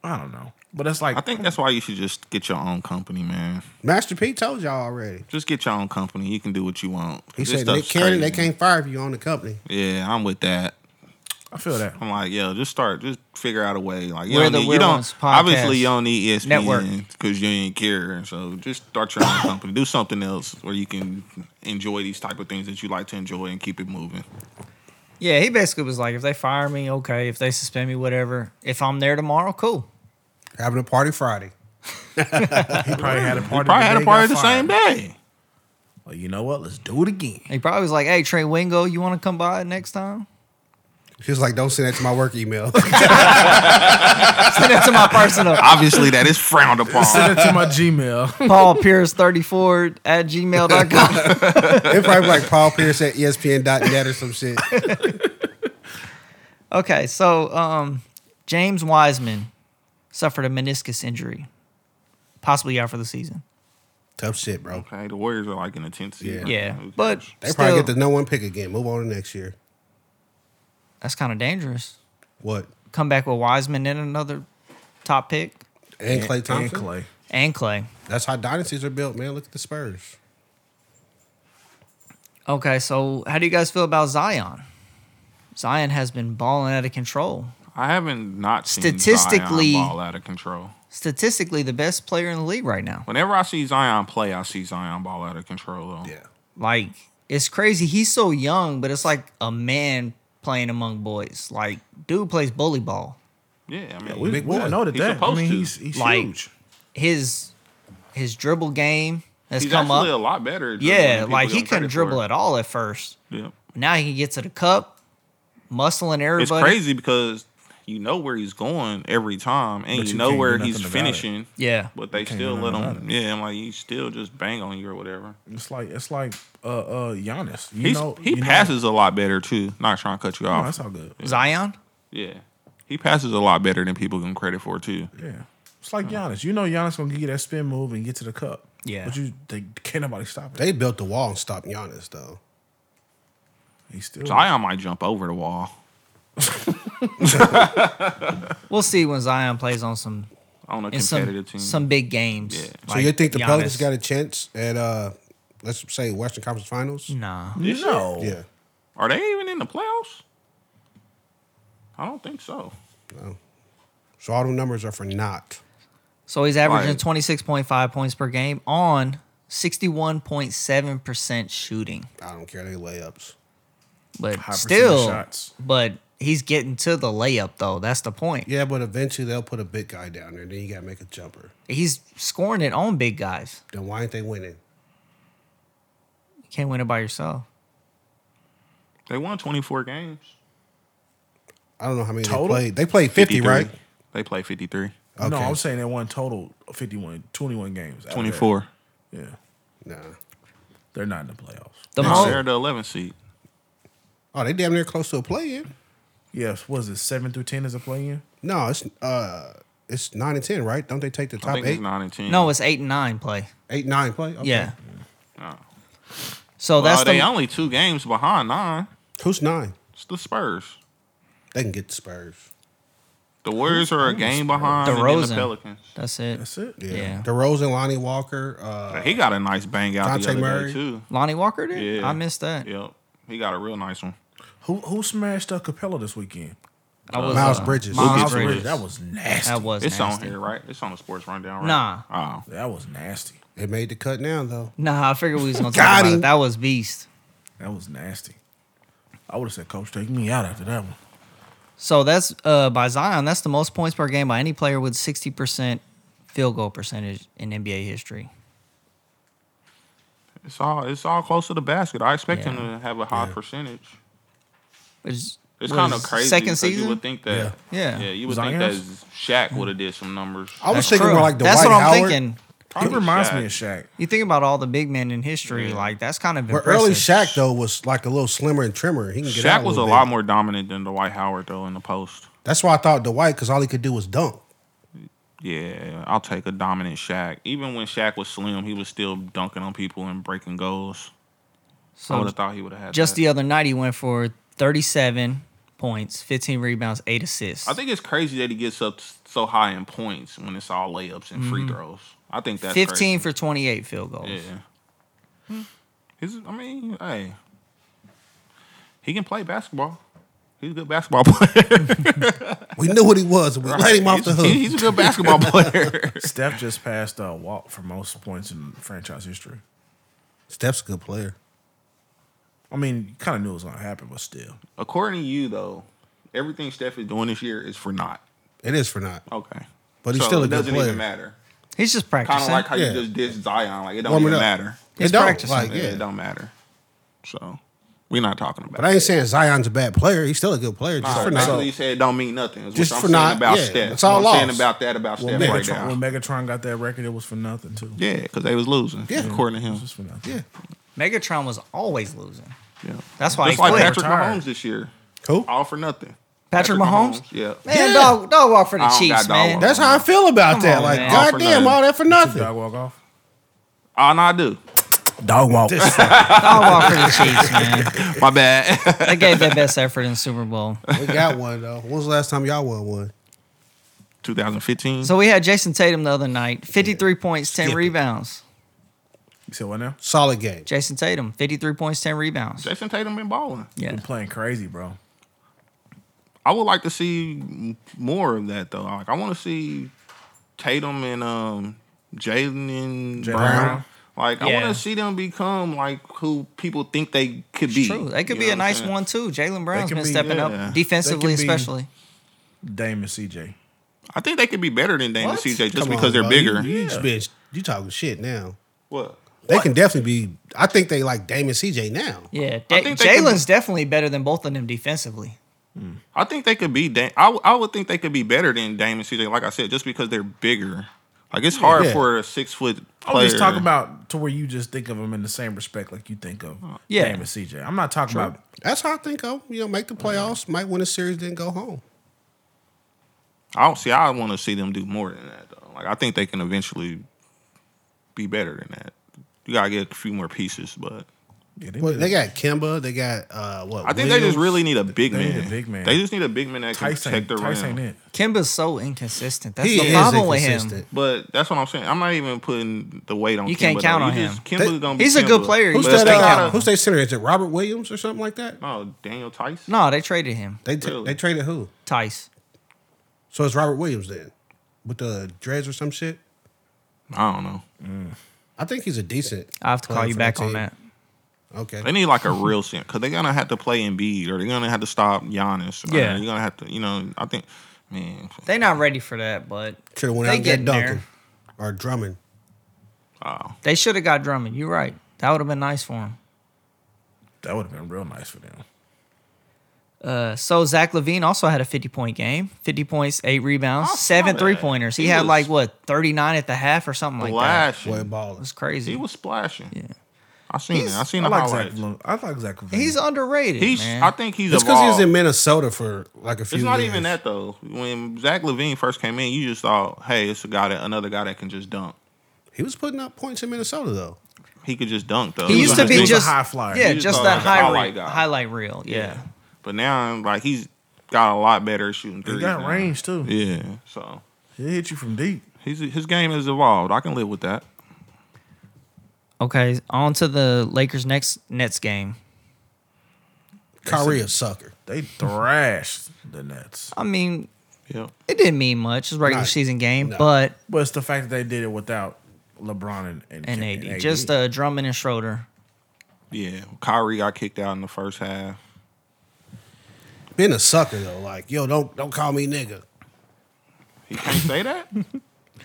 Speaker 1: I don't know, but that's like
Speaker 2: I think that's why you should just get your own company, man.
Speaker 3: Master P told y'all already.
Speaker 2: Just get your own company. You can do what you want.
Speaker 3: He
Speaker 2: This
Speaker 3: said
Speaker 2: stuff's
Speaker 3: Nick Cannon, they
Speaker 2: crazy.
Speaker 3: can't fire if you own the company.
Speaker 2: Yeah, I'm with that.
Speaker 1: I feel that.
Speaker 2: I'm like, yo, just start, just figure out a way. Like, you
Speaker 4: We're
Speaker 2: don't,
Speaker 4: the
Speaker 2: need, you
Speaker 4: Weird
Speaker 2: don't
Speaker 4: Ones podcast
Speaker 2: obviously you don't need E
Speaker 4: network.
Speaker 2: ESPN because you ain't care. So just start your own company. Do something else where you can enjoy these type of things that you like to enjoy and keep it moving.
Speaker 4: Yeah, he basically was like, if they fire me, okay. If they suspend me, whatever. If I'm there tomorrow, cool.
Speaker 3: Having a party Friday.
Speaker 1: He probably had a
Speaker 2: You
Speaker 1: party.
Speaker 2: probably had
Speaker 1: day
Speaker 2: a
Speaker 1: he
Speaker 2: party
Speaker 1: got
Speaker 2: the same
Speaker 1: fired.
Speaker 2: day.
Speaker 1: Well, you know what? Let's do it again.
Speaker 4: He probably was like, hey, Trey Wingo, you want to come by next time?
Speaker 3: She was like, don't send that to my work email.
Speaker 4: Send it to my personal
Speaker 2: Obviously, that is frowned upon.
Speaker 1: Send it to my Gmail.
Speaker 4: Paul Pierce 34 at gmail.com.
Speaker 3: it probably like Paul Pierce at E ESPN.net or some shit.
Speaker 4: okay, so um, James Wiseman suffered a meniscus injury, possibly out for the season.
Speaker 3: Tough shit, bro.
Speaker 2: okay, the Warriors are like in a tenth seed.
Speaker 3: Yeah.
Speaker 2: right
Speaker 4: Yeah,
Speaker 2: now. Who
Speaker 4: but
Speaker 2: cares?
Speaker 3: They
Speaker 4: still,
Speaker 3: probably get the no one pick again. Move on to next year.
Speaker 4: that's kind of dangerous.
Speaker 3: What?
Speaker 4: Come back with Wiseman and another top pick
Speaker 3: And Clay
Speaker 1: And
Speaker 3: Thompson.
Speaker 1: Clay.
Speaker 4: and Clay.
Speaker 3: That's how dynasties are built, man. Look at the Spurs.
Speaker 4: Okay, so how do you guys feel about Zion? Zion has been balling out of control.
Speaker 2: I haven't not seen
Speaker 4: Statistically-
Speaker 2: statistically Zion ball out of control.
Speaker 4: Statistically, the best player in the league right now.
Speaker 2: Whenever I see Zion play, I see Zion ball out of control though.
Speaker 4: Like, it's crazy. He's so young, but it's like a man playing among boys. Like, dude plays bully ball.
Speaker 2: Yeah, I mean,
Speaker 1: We,
Speaker 3: Big
Speaker 1: we
Speaker 3: boy.
Speaker 1: all noted
Speaker 2: He's
Speaker 1: that. I
Speaker 2: supposed
Speaker 1: mean,
Speaker 2: to.
Speaker 1: he's, he's
Speaker 4: Like-
Speaker 1: huge.
Speaker 4: His his dribble game has
Speaker 2: he's
Speaker 4: come
Speaker 2: actually a
Speaker 4: up.
Speaker 2: lot better. at dribbling
Speaker 4: Yeah,
Speaker 2: than
Speaker 4: like
Speaker 2: people give
Speaker 4: he
Speaker 2: him
Speaker 4: couldn't
Speaker 2: credit
Speaker 4: dribble
Speaker 2: for.
Speaker 4: at all at first.
Speaker 2: Yeah.
Speaker 4: Now he can get to the cup, muscling
Speaker 2: It's
Speaker 4: everybody.
Speaker 2: crazy because you know where he's going every time, and
Speaker 1: But
Speaker 2: you,
Speaker 1: you
Speaker 2: know
Speaker 1: can't
Speaker 2: where
Speaker 1: do
Speaker 2: he's
Speaker 1: nothing about it.
Speaker 2: finishing.
Speaker 4: Yeah.
Speaker 2: But they
Speaker 1: can't
Speaker 2: still
Speaker 1: do
Speaker 2: let
Speaker 1: nothing
Speaker 2: him. Yeah, I'm like he still just bang on you or whatever.
Speaker 1: It's like it's like uh uh Giannis. You
Speaker 2: He's,
Speaker 1: know
Speaker 2: he
Speaker 1: you know-
Speaker 2: passes a lot better too. Not trying to cut you
Speaker 1: No,
Speaker 2: off.
Speaker 1: that's all good.
Speaker 4: Zion?
Speaker 2: yeah, he passes a lot better than people give him credit for too.
Speaker 1: Yeah, it's like Giannis. You know Giannis gonna give you that spin move and get to the cup.
Speaker 4: Yeah.
Speaker 1: but you they, can't nobody stop it.
Speaker 3: They built the wall and stopped Giannis, though.
Speaker 1: He's still
Speaker 2: Zion might jump over the wall.
Speaker 4: We'll see when Zion plays on some
Speaker 2: On a
Speaker 4: in some,
Speaker 2: competitive team,
Speaker 4: some big games.
Speaker 2: Yeah.
Speaker 3: So
Speaker 4: Like
Speaker 3: you think the
Speaker 4: Giannis.
Speaker 3: Pelicans got a chance at, uh let's say, Western Conference Finals?
Speaker 4: Nah.
Speaker 1: no.
Speaker 3: Yeah.
Speaker 2: are they even in the playoffs? I don't think so.
Speaker 3: So all the numbers are for not.
Speaker 4: So he's averaging
Speaker 2: Like-
Speaker 4: 26.5 points per game on 61.7% shooting.
Speaker 3: I don't care. They layups.
Speaker 4: But
Speaker 1: High percentage
Speaker 4: still,
Speaker 1: shots.
Speaker 4: but he's getting to the layup though. That's the point.
Speaker 3: Yeah, but eventually they'll put a big guy down there. Then you got to make a jumper.
Speaker 4: He's scoring it on big guys.
Speaker 3: Then why ain't they winning?
Speaker 4: You can't win it by yourself.
Speaker 2: They won 24 games.
Speaker 3: I don't know how many
Speaker 1: Total?
Speaker 3: they played. They played 50,
Speaker 2: 53.
Speaker 3: right?
Speaker 2: They play 53.
Speaker 3: Okay.
Speaker 1: No, I'm saying they won total 51, 21 games. out of
Speaker 2: 24.
Speaker 1: that. Yeah,
Speaker 3: Nah.
Speaker 1: they're not in the playoffs.
Speaker 4: The
Speaker 2: No,
Speaker 4: most
Speaker 2: they're the 11th seed.
Speaker 3: Oh, they damn near close to a play-in.
Speaker 1: Yes, was it seven through ten as a play in?
Speaker 3: No, it's uh, it's nine and ten, right? Don't they take the
Speaker 2: I
Speaker 3: top
Speaker 2: think
Speaker 3: eight,
Speaker 2: it's 9 and 10.
Speaker 4: No, it's 8 and 9 play.
Speaker 3: eight, nine play? Okay.
Speaker 4: Yeah.
Speaker 2: Oh.
Speaker 4: So
Speaker 2: Well,
Speaker 4: that's
Speaker 2: they
Speaker 4: the
Speaker 2: only two games behind nine.
Speaker 3: Who's nine?
Speaker 2: It's the Spurs.
Speaker 3: They can get the Spurs.
Speaker 2: The Warriors are a game behind and then the
Speaker 4: DeRozan.
Speaker 2: Pelicans.
Speaker 4: that's it.
Speaker 1: That's it.
Speaker 3: Yeah.
Speaker 4: Yeah.
Speaker 3: DeRozan, Lonnie Walker. Uh,
Speaker 2: He got a nice bang out
Speaker 3: Dante
Speaker 2: the other
Speaker 3: Murray.
Speaker 2: day too.
Speaker 4: Lonnie Walker did?
Speaker 2: Yeah.
Speaker 4: I missed that.
Speaker 2: Yep, he got a real nice one.
Speaker 1: Who who smashed uh, Capella this weekend?
Speaker 4: I was,
Speaker 3: Miles Bridges.
Speaker 4: Miles
Speaker 2: Lucas
Speaker 4: Bridges.
Speaker 2: Bridges.
Speaker 1: That was nasty.
Speaker 4: That was
Speaker 2: It's on
Speaker 4: nasty.
Speaker 2: here, right? It's on the sports rundown, right?
Speaker 4: Nah.
Speaker 2: Oh.
Speaker 1: That was nasty.
Speaker 3: It made the cut now though.
Speaker 4: Nah, I figured we was gonna
Speaker 3: Got
Speaker 4: talk about
Speaker 3: him.
Speaker 4: it. That was beast.
Speaker 1: That was nasty. I would have said, Coach, take me out after that one.
Speaker 4: So that's uh, by Zion. That's the most points per game by any player with sixty percent field goal percentage in NBA history.
Speaker 2: It's all it's all close to the basket. I expect him
Speaker 4: Yeah.
Speaker 2: to have a high percentage.
Speaker 4: Which is-
Speaker 2: It's
Speaker 4: what
Speaker 2: kind
Speaker 4: is
Speaker 2: of
Speaker 4: it,
Speaker 2: crazy.
Speaker 4: Second
Speaker 2: 'cause
Speaker 4: season.
Speaker 2: you would think that.
Speaker 4: Yeah. Yeah.
Speaker 2: yeah you would
Speaker 1: Zion's?
Speaker 2: think that Shaq would have did some numbers.
Speaker 3: I was
Speaker 4: That's
Speaker 3: thinking
Speaker 4: true.
Speaker 3: more like the
Speaker 4: That's
Speaker 3: White
Speaker 4: what I'm
Speaker 3: Howard.
Speaker 4: thinking.
Speaker 1: He reminds me of
Speaker 2: Shaq.
Speaker 1: Shaq.
Speaker 4: You think about all the big men in history,
Speaker 2: Yeah.
Speaker 4: like that's kind of
Speaker 3: But
Speaker 4: impressive.
Speaker 3: early Shaq though was like a little slimmer and trimmer. He can get out
Speaker 2: Shaq
Speaker 3: a
Speaker 2: was a
Speaker 3: little
Speaker 2: lot
Speaker 3: bit.
Speaker 2: more dominant than Dwight Howard though in the post.
Speaker 3: That's why I thought Dwight because all he could do was dunk.
Speaker 2: Yeah, I'll take a dominant Shaq. Even when Shaq was slim, he was still dunking on people and breaking goals. I
Speaker 4: So
Speaker 2: would have thought he would have had
Speaker 4: just
Speaker 2: that.
Speaker 4: the other night, he went for thirty-seven points, fifteen rebounds, eight assists.
Speaker 2: I think it's crazy that he gets up so high in points when it's all layups and
Speaker 3: Mm-hmm.
Speaker 2: free throws. I think that's
Speaker 4: fifteen for twenty-eight field goals.
Speaker 2: Crazy. Yeah. Hmm. He's, I mean, hey, he can play basketball. He's a good basketball player.
Speaker 3: We knew what he was. and We let him off
Speaker 2: he's,
Speaker 3: the hook.
Speaker 2: he's a good basketball player.
Speaker 1: Steph just passed uh, Walt for most points in franchise history.
Speaker 3: Steph's a good player.
Speaker 1: I mean, you kind of knew it was going to happen, but still.
Speaker 2: According to you, though, everything Steph is doing this year is for naught.
Speaker 3: It is for not.
Speaker 2: Okay.
Speaker 3: But he's still a
Speaker 2: it
Speaker 3: good
Speaker 2: doesn't
Speaker 3: player.
Speaker 2: even matter.
Speaker 4: He's just
Speaker 2: Kind of
Speaker 4: practicing.
Speaker 2: like how
Speaker 3: Yeah.
Speaker 2: you just diss Zion. Like, it don't
Speaker 3: Warm it
Speaker 2: even
Speaker 3: up.
Speaker 2: matter.
Speaker 4: He's
Speaker 3: it don't
Speaker 4: practicing.
Speaker 3: like
Speaker 2: Yeah, it
Speaker 3: yeah.
Speaker 2: don't matter. So, we're not talking about
Speaker 3: But I ain't saying Zion's a bad player. He's still a good player. Just
Speaker 2: Nah,
Speaker 3: for
Speaker 2: that's
Speaker 3: now.
Speaker 2: what he said don't mean nothing. Is
Speaker 3: Just
Speaker 2: what I'm
Speaker 3: for
Speaker 2: saying
Speaker 3: not-
Speaker 2: about
Speaker 3: yeah,
Speaker 2: Steph.
Speaker 3: it's all
Speaker 2: What I'm saying
Speaker 3: lost.
Speaker 2: about that about Steph
Speaker 1: When,
Speaker 2: right
Speaker 1: Megatron,
Speaker 2: now.
Speaker 1: when Megatron got that record, it was for nothing, too.
Speaker 2: Yeah, because they was losing. Yeah, according to him.
Speaker 1: It was for nothing.
Speaker 3: Yeah.
Speaker 4: Megatron was always losing.
Speaker 2: Yeah,
Speaker 4: That's why
Speaker 2: Just
Speaker 4: he
Speaker 2: like
Speaker 4: quit.
Speaker 2: Patrick
Speaker 1: Retired.
Speaker 2: Mahomes this year,
Speaker 3: Cool.
Speaker 2: all for nothing.
Speaker 4: Patrick Mahomes?
Speaker 2: yeah.
Speaker 4: Man,
Speaker 3: Yeah.
Speaker 4: dog, dog walk for the
Speaker 2: I don't
Speaker 4: Chiefs,
Speaker 2: got dog
Speaker 4: man.
Speaker 2: walk.
Speaker 3: That's how I feel about
Speaker 4: Come
Speaker 3: that.
Speaker 4: on,
Speaker 3: like,
Speaker 4: man.
Speaker 2: All for
Speaker 3: goddamn,
Speaker 2: nothing.
Speaker 3: all that for nothing.
Speaker 1: Dog walk off?
Speaker 2: All I do.
Speaker 1: Dog walk.
Speaker 4: Dog walk for the Chiefs, man.
Speaker 2: My bad.
Speaker 4: They gave their best effort in Super Bowl.
Speaker 3: We got one though. When was the last time y'all won one?
Speaker 2: 2015.
Speaker 4: So we had Jason Tatum the other night, fifty-three points, ten
Speaker 3: Skip it.
Speaker 4: rebounds.
Speaker 1: You said what now?
Speaker 3: Solid game.
Speaker 4: Jason Tatum, fifty-three points, ten rebounds.
Speaker 2: Jason Tatum been balling.
Speaker 4: Yeah,
Speaker 1: Been playing crazy, bro.
Speaker 2: I would like to see m- more of that though. Like I want to see Tatum and um Jalen and
Speaker 1: Jaylen
Speaker 2: Brown.
Speaker 1: Brown.
Speaker 2: Like I
Speaker 4: Yeah.
Speaker 2: want to see them become like who people think they could be.
Speaker 4: it's true. They could
Speaker 2: You know
Speaker 4: be a
Speaker 2: what I'm
Speaker 4: nice
Speaker 2: saying?
Speaker 4: one too. Jalen Brown's
Speaker 1: can
Speaker 4: been
Speaker 1: be-
Speaker 4: stepping
Speaker 2: yeah.
Speaker 4: up defensively,
Speaker 1: They can be-
Speaker 4: especially.
Speaker 1: Dame and CJ.
Speaker 2: I think they could be better than Dame and
Speaker 4: What?
Speaker 2: CJ just
Speaker 3: Come
Speaker 2: because
Speaker 3: on,
Speaker 2: they're
Speaker 3: bro.
Speaker 2: bigger.
Speaker 3: You, you just bitch. You talking shit now.
Speaker 2: What?
Speaker 3: They can definitely be. I think they like Damon CJ now.
Speaker 4: Yeah,
Speaker 2: I
Speaker 4: Da-
Speaker 2: think they could
Speaker 4: Jalen's definitely better than both of them defensively.
Speaker 2: I think they could be. Dame, I w- I would think they could be better than Dame and CJ. Like I said, just because they're bigger. Like it's hard
Speaker 3: Yeah. Oh,
Speaker 2: for a six foot player.
Speaker 1: I'm just talking about to where you just think of them in the same respect like you think of
Speaker 2: Uh,
Speaker 4: Yeah.
Speaker 1: Dame and CJ. I'm not talking about
Speaker 3: That's how I think. Oh, you know, make the playoffs, might win a series, then go home.
Speaker 2: I don't see. I want to see them do more than that though. Like I think they can eventually be better than that. You gotta get a few more pieces, but
Speaker 1: yeah, they
Speaker 3: Well,
Speaker 1: need
Speaker 3: they got Kimba. They got uh, what?
Speaker 2: I think they just really need a big
Speaker 1: They
Speaker 2: man.
Speaker 1: need a big man.
Speaker 2: They just need a big man that can
Speaker 1: Tice
Speaker 2: protect
Speaker 1: ain't,
Speaker 2: the
Speaker 1: Tice ain't
Speaker 2: rim.
Speaker 1: it.
Speaker 4: Kimba's so inconsistent. That's
Speaker 3: He
Speaker 4: the
Speaker 3: is
Speaker 4: problem with him.
Speaker 3: inconsistent.
Speaker 2: But that's what I'm saying. I'm not even putting the weight on.
Speaker 4: You
Speaker 2: Kemba,
Speaker 4: can't count
Speaker 2: though.
Speaker 4: on
Speaker 2: You
Speaker 4: him.
Speaker 2: Just, Kemba's
Speaker 3: They-
Speaker 2: gonna be
Speaker 4: He's a good
Speaker 2: Kemba.
Speaker 4: player.
Speaker 3: Who's
Speaker 4: But
Speaker 2: Let's
Speaker 3: that?
Speaker 4: they
Speaker 2: take
Speaker 4: count
Speaker 3: Uh,
Speaker 2: out-
Speaker 3: who's they center? Is it Robert Williams or something like that?
Speaker 2: No, Oh, Daniel Tice.
Speaker 4: No, they traded him.
Speaker 3: They t-
Speaker 2: Really?
Speaker 3: they traded who?
Speaker 4: Tice.
Speaker 3: So it's Robert Williams then, with the dreads or some shit.
Speaker 2: I don't know.
Speaker 3: I think he's a decent.
Speaker 4: I have to call
Speaker 3: player
Speaker 4: you
Speaker 3: for
Speaker 4: back
Speaker 3: the
Speaker 4: on
Speaker 3: team.
Speaker 4: that.
Speaker 3: Okay.
Speaker 2: They need like a real center because they're gonna have to play Embiid or they're gonna have to stop Giannis. Or
Speaker 4: Yeah.
Speaker 2: you're gonna have to. You know, I think. Man,
Speaker 4: They're not ready for that, but
Speaker 3: Should have went
Speaker 4: They
Speaker 3: out and got
Speaker 4: getting there.
Speaker 3: Duncan or Drummond.
Speaker 2: oh,
Speaker 4: they should have got Drummond. You're right. That would have been nice for him.
Speaker 1: That would have been real nice for them.
Speaker 4: Uh, so Zach Levine also had a 50 point game, 50 points, eight
Speaker 2: I
Speaker 4: rebounds,
Speaker 2: saw
Speaker 4: seven
Speaker 2: that.
Speaker 4: three pointers. He,
Speaker 2: Oh, He
Speaker 4: had
Speaker 2: was-
Speaker 4: like what 39 at the half or something like that.
Speaker 2: flashing.
Speaker 3: Boy,
Speaker 4: It was
Speaker 3: ballers.
Speaker 4: crazy.
Speaker 2: He was splashing.
Speaker 4: Yeah.
Speaker 2: I seen it. I seen
Speaker 1: I
Speaker 2: the
Speaker 1: like Zach.
Speaker 2: highlights.
Speaker 1: Levine. I like Zach. Levine.
Speaker 4: He's underrated.
Speaker 2: He's.
Speaker 4: man.
Speaker 2: I think he's.
Speaker 3: It's because he was
Speaker 2: evolved.
Speaker 3: in Minnesota for like a few.
Speaker 2: It's not
Speaker 3: years.
Speaker 2: even that though. When Zach Levine first came in, you just thought, hey, it's a guy that another guy that can just dunk.
Speaker 3: He was putting up points in Minnesota though.
Speaker 2: He could just dunk though.
Speaker 4: he used
Speaker 1: was a-
Speaker 4: to
Speaker 1: he
Speaker 4: be
Speaker 1: was a
Speaker 4: just
Speaker 1: high flyer.
Speaker 4: Yeah,
Speaker 1: He
Speaker 2: was
Speaker 4: just
Speaker 2: a
Speaker 4: that high
Speaker 2: highlight
Speaker 4: highlight,
Speaker 2: guy.
Speaker 4: highlight reel. Yeah.
Speaker 2: But now, like he's got a lot better at shooting threes.
Speaker 1: he got
Speaker 2: now.
Speaker 1: range too.
Speaker 2: Yeah. So
Speaker 1: He hit you from deep.
Speaker 2: he's his game has evolved. I can live with that.
Speaker 4: Okay, on to the Lakers next Nets game.
Speaker 3: Kyrie a sucker.
Speaker 1: They thrashed the Nets.
Speaker 4: I mean,
Speaker 2: Yep.
Speaker 4: it didn't mean much. It's a regular
Speaker 3: Right.
Speaker 4: season game,
Speaker 3: No.
Speaker 4: but
Speaker 1: But it's the fact that they did it without LeBron and, and,
Speaker 4: and
Speaker 1: and
Speaker 4: AD, just uh, Drummond and Schroeder.
Speaker 2: Yeah. Kyrie got kicked out in the first half.
Speaker 3: Being a sucker though, like yo, don't don't call me nigga.
Speaker 2: He can't say that.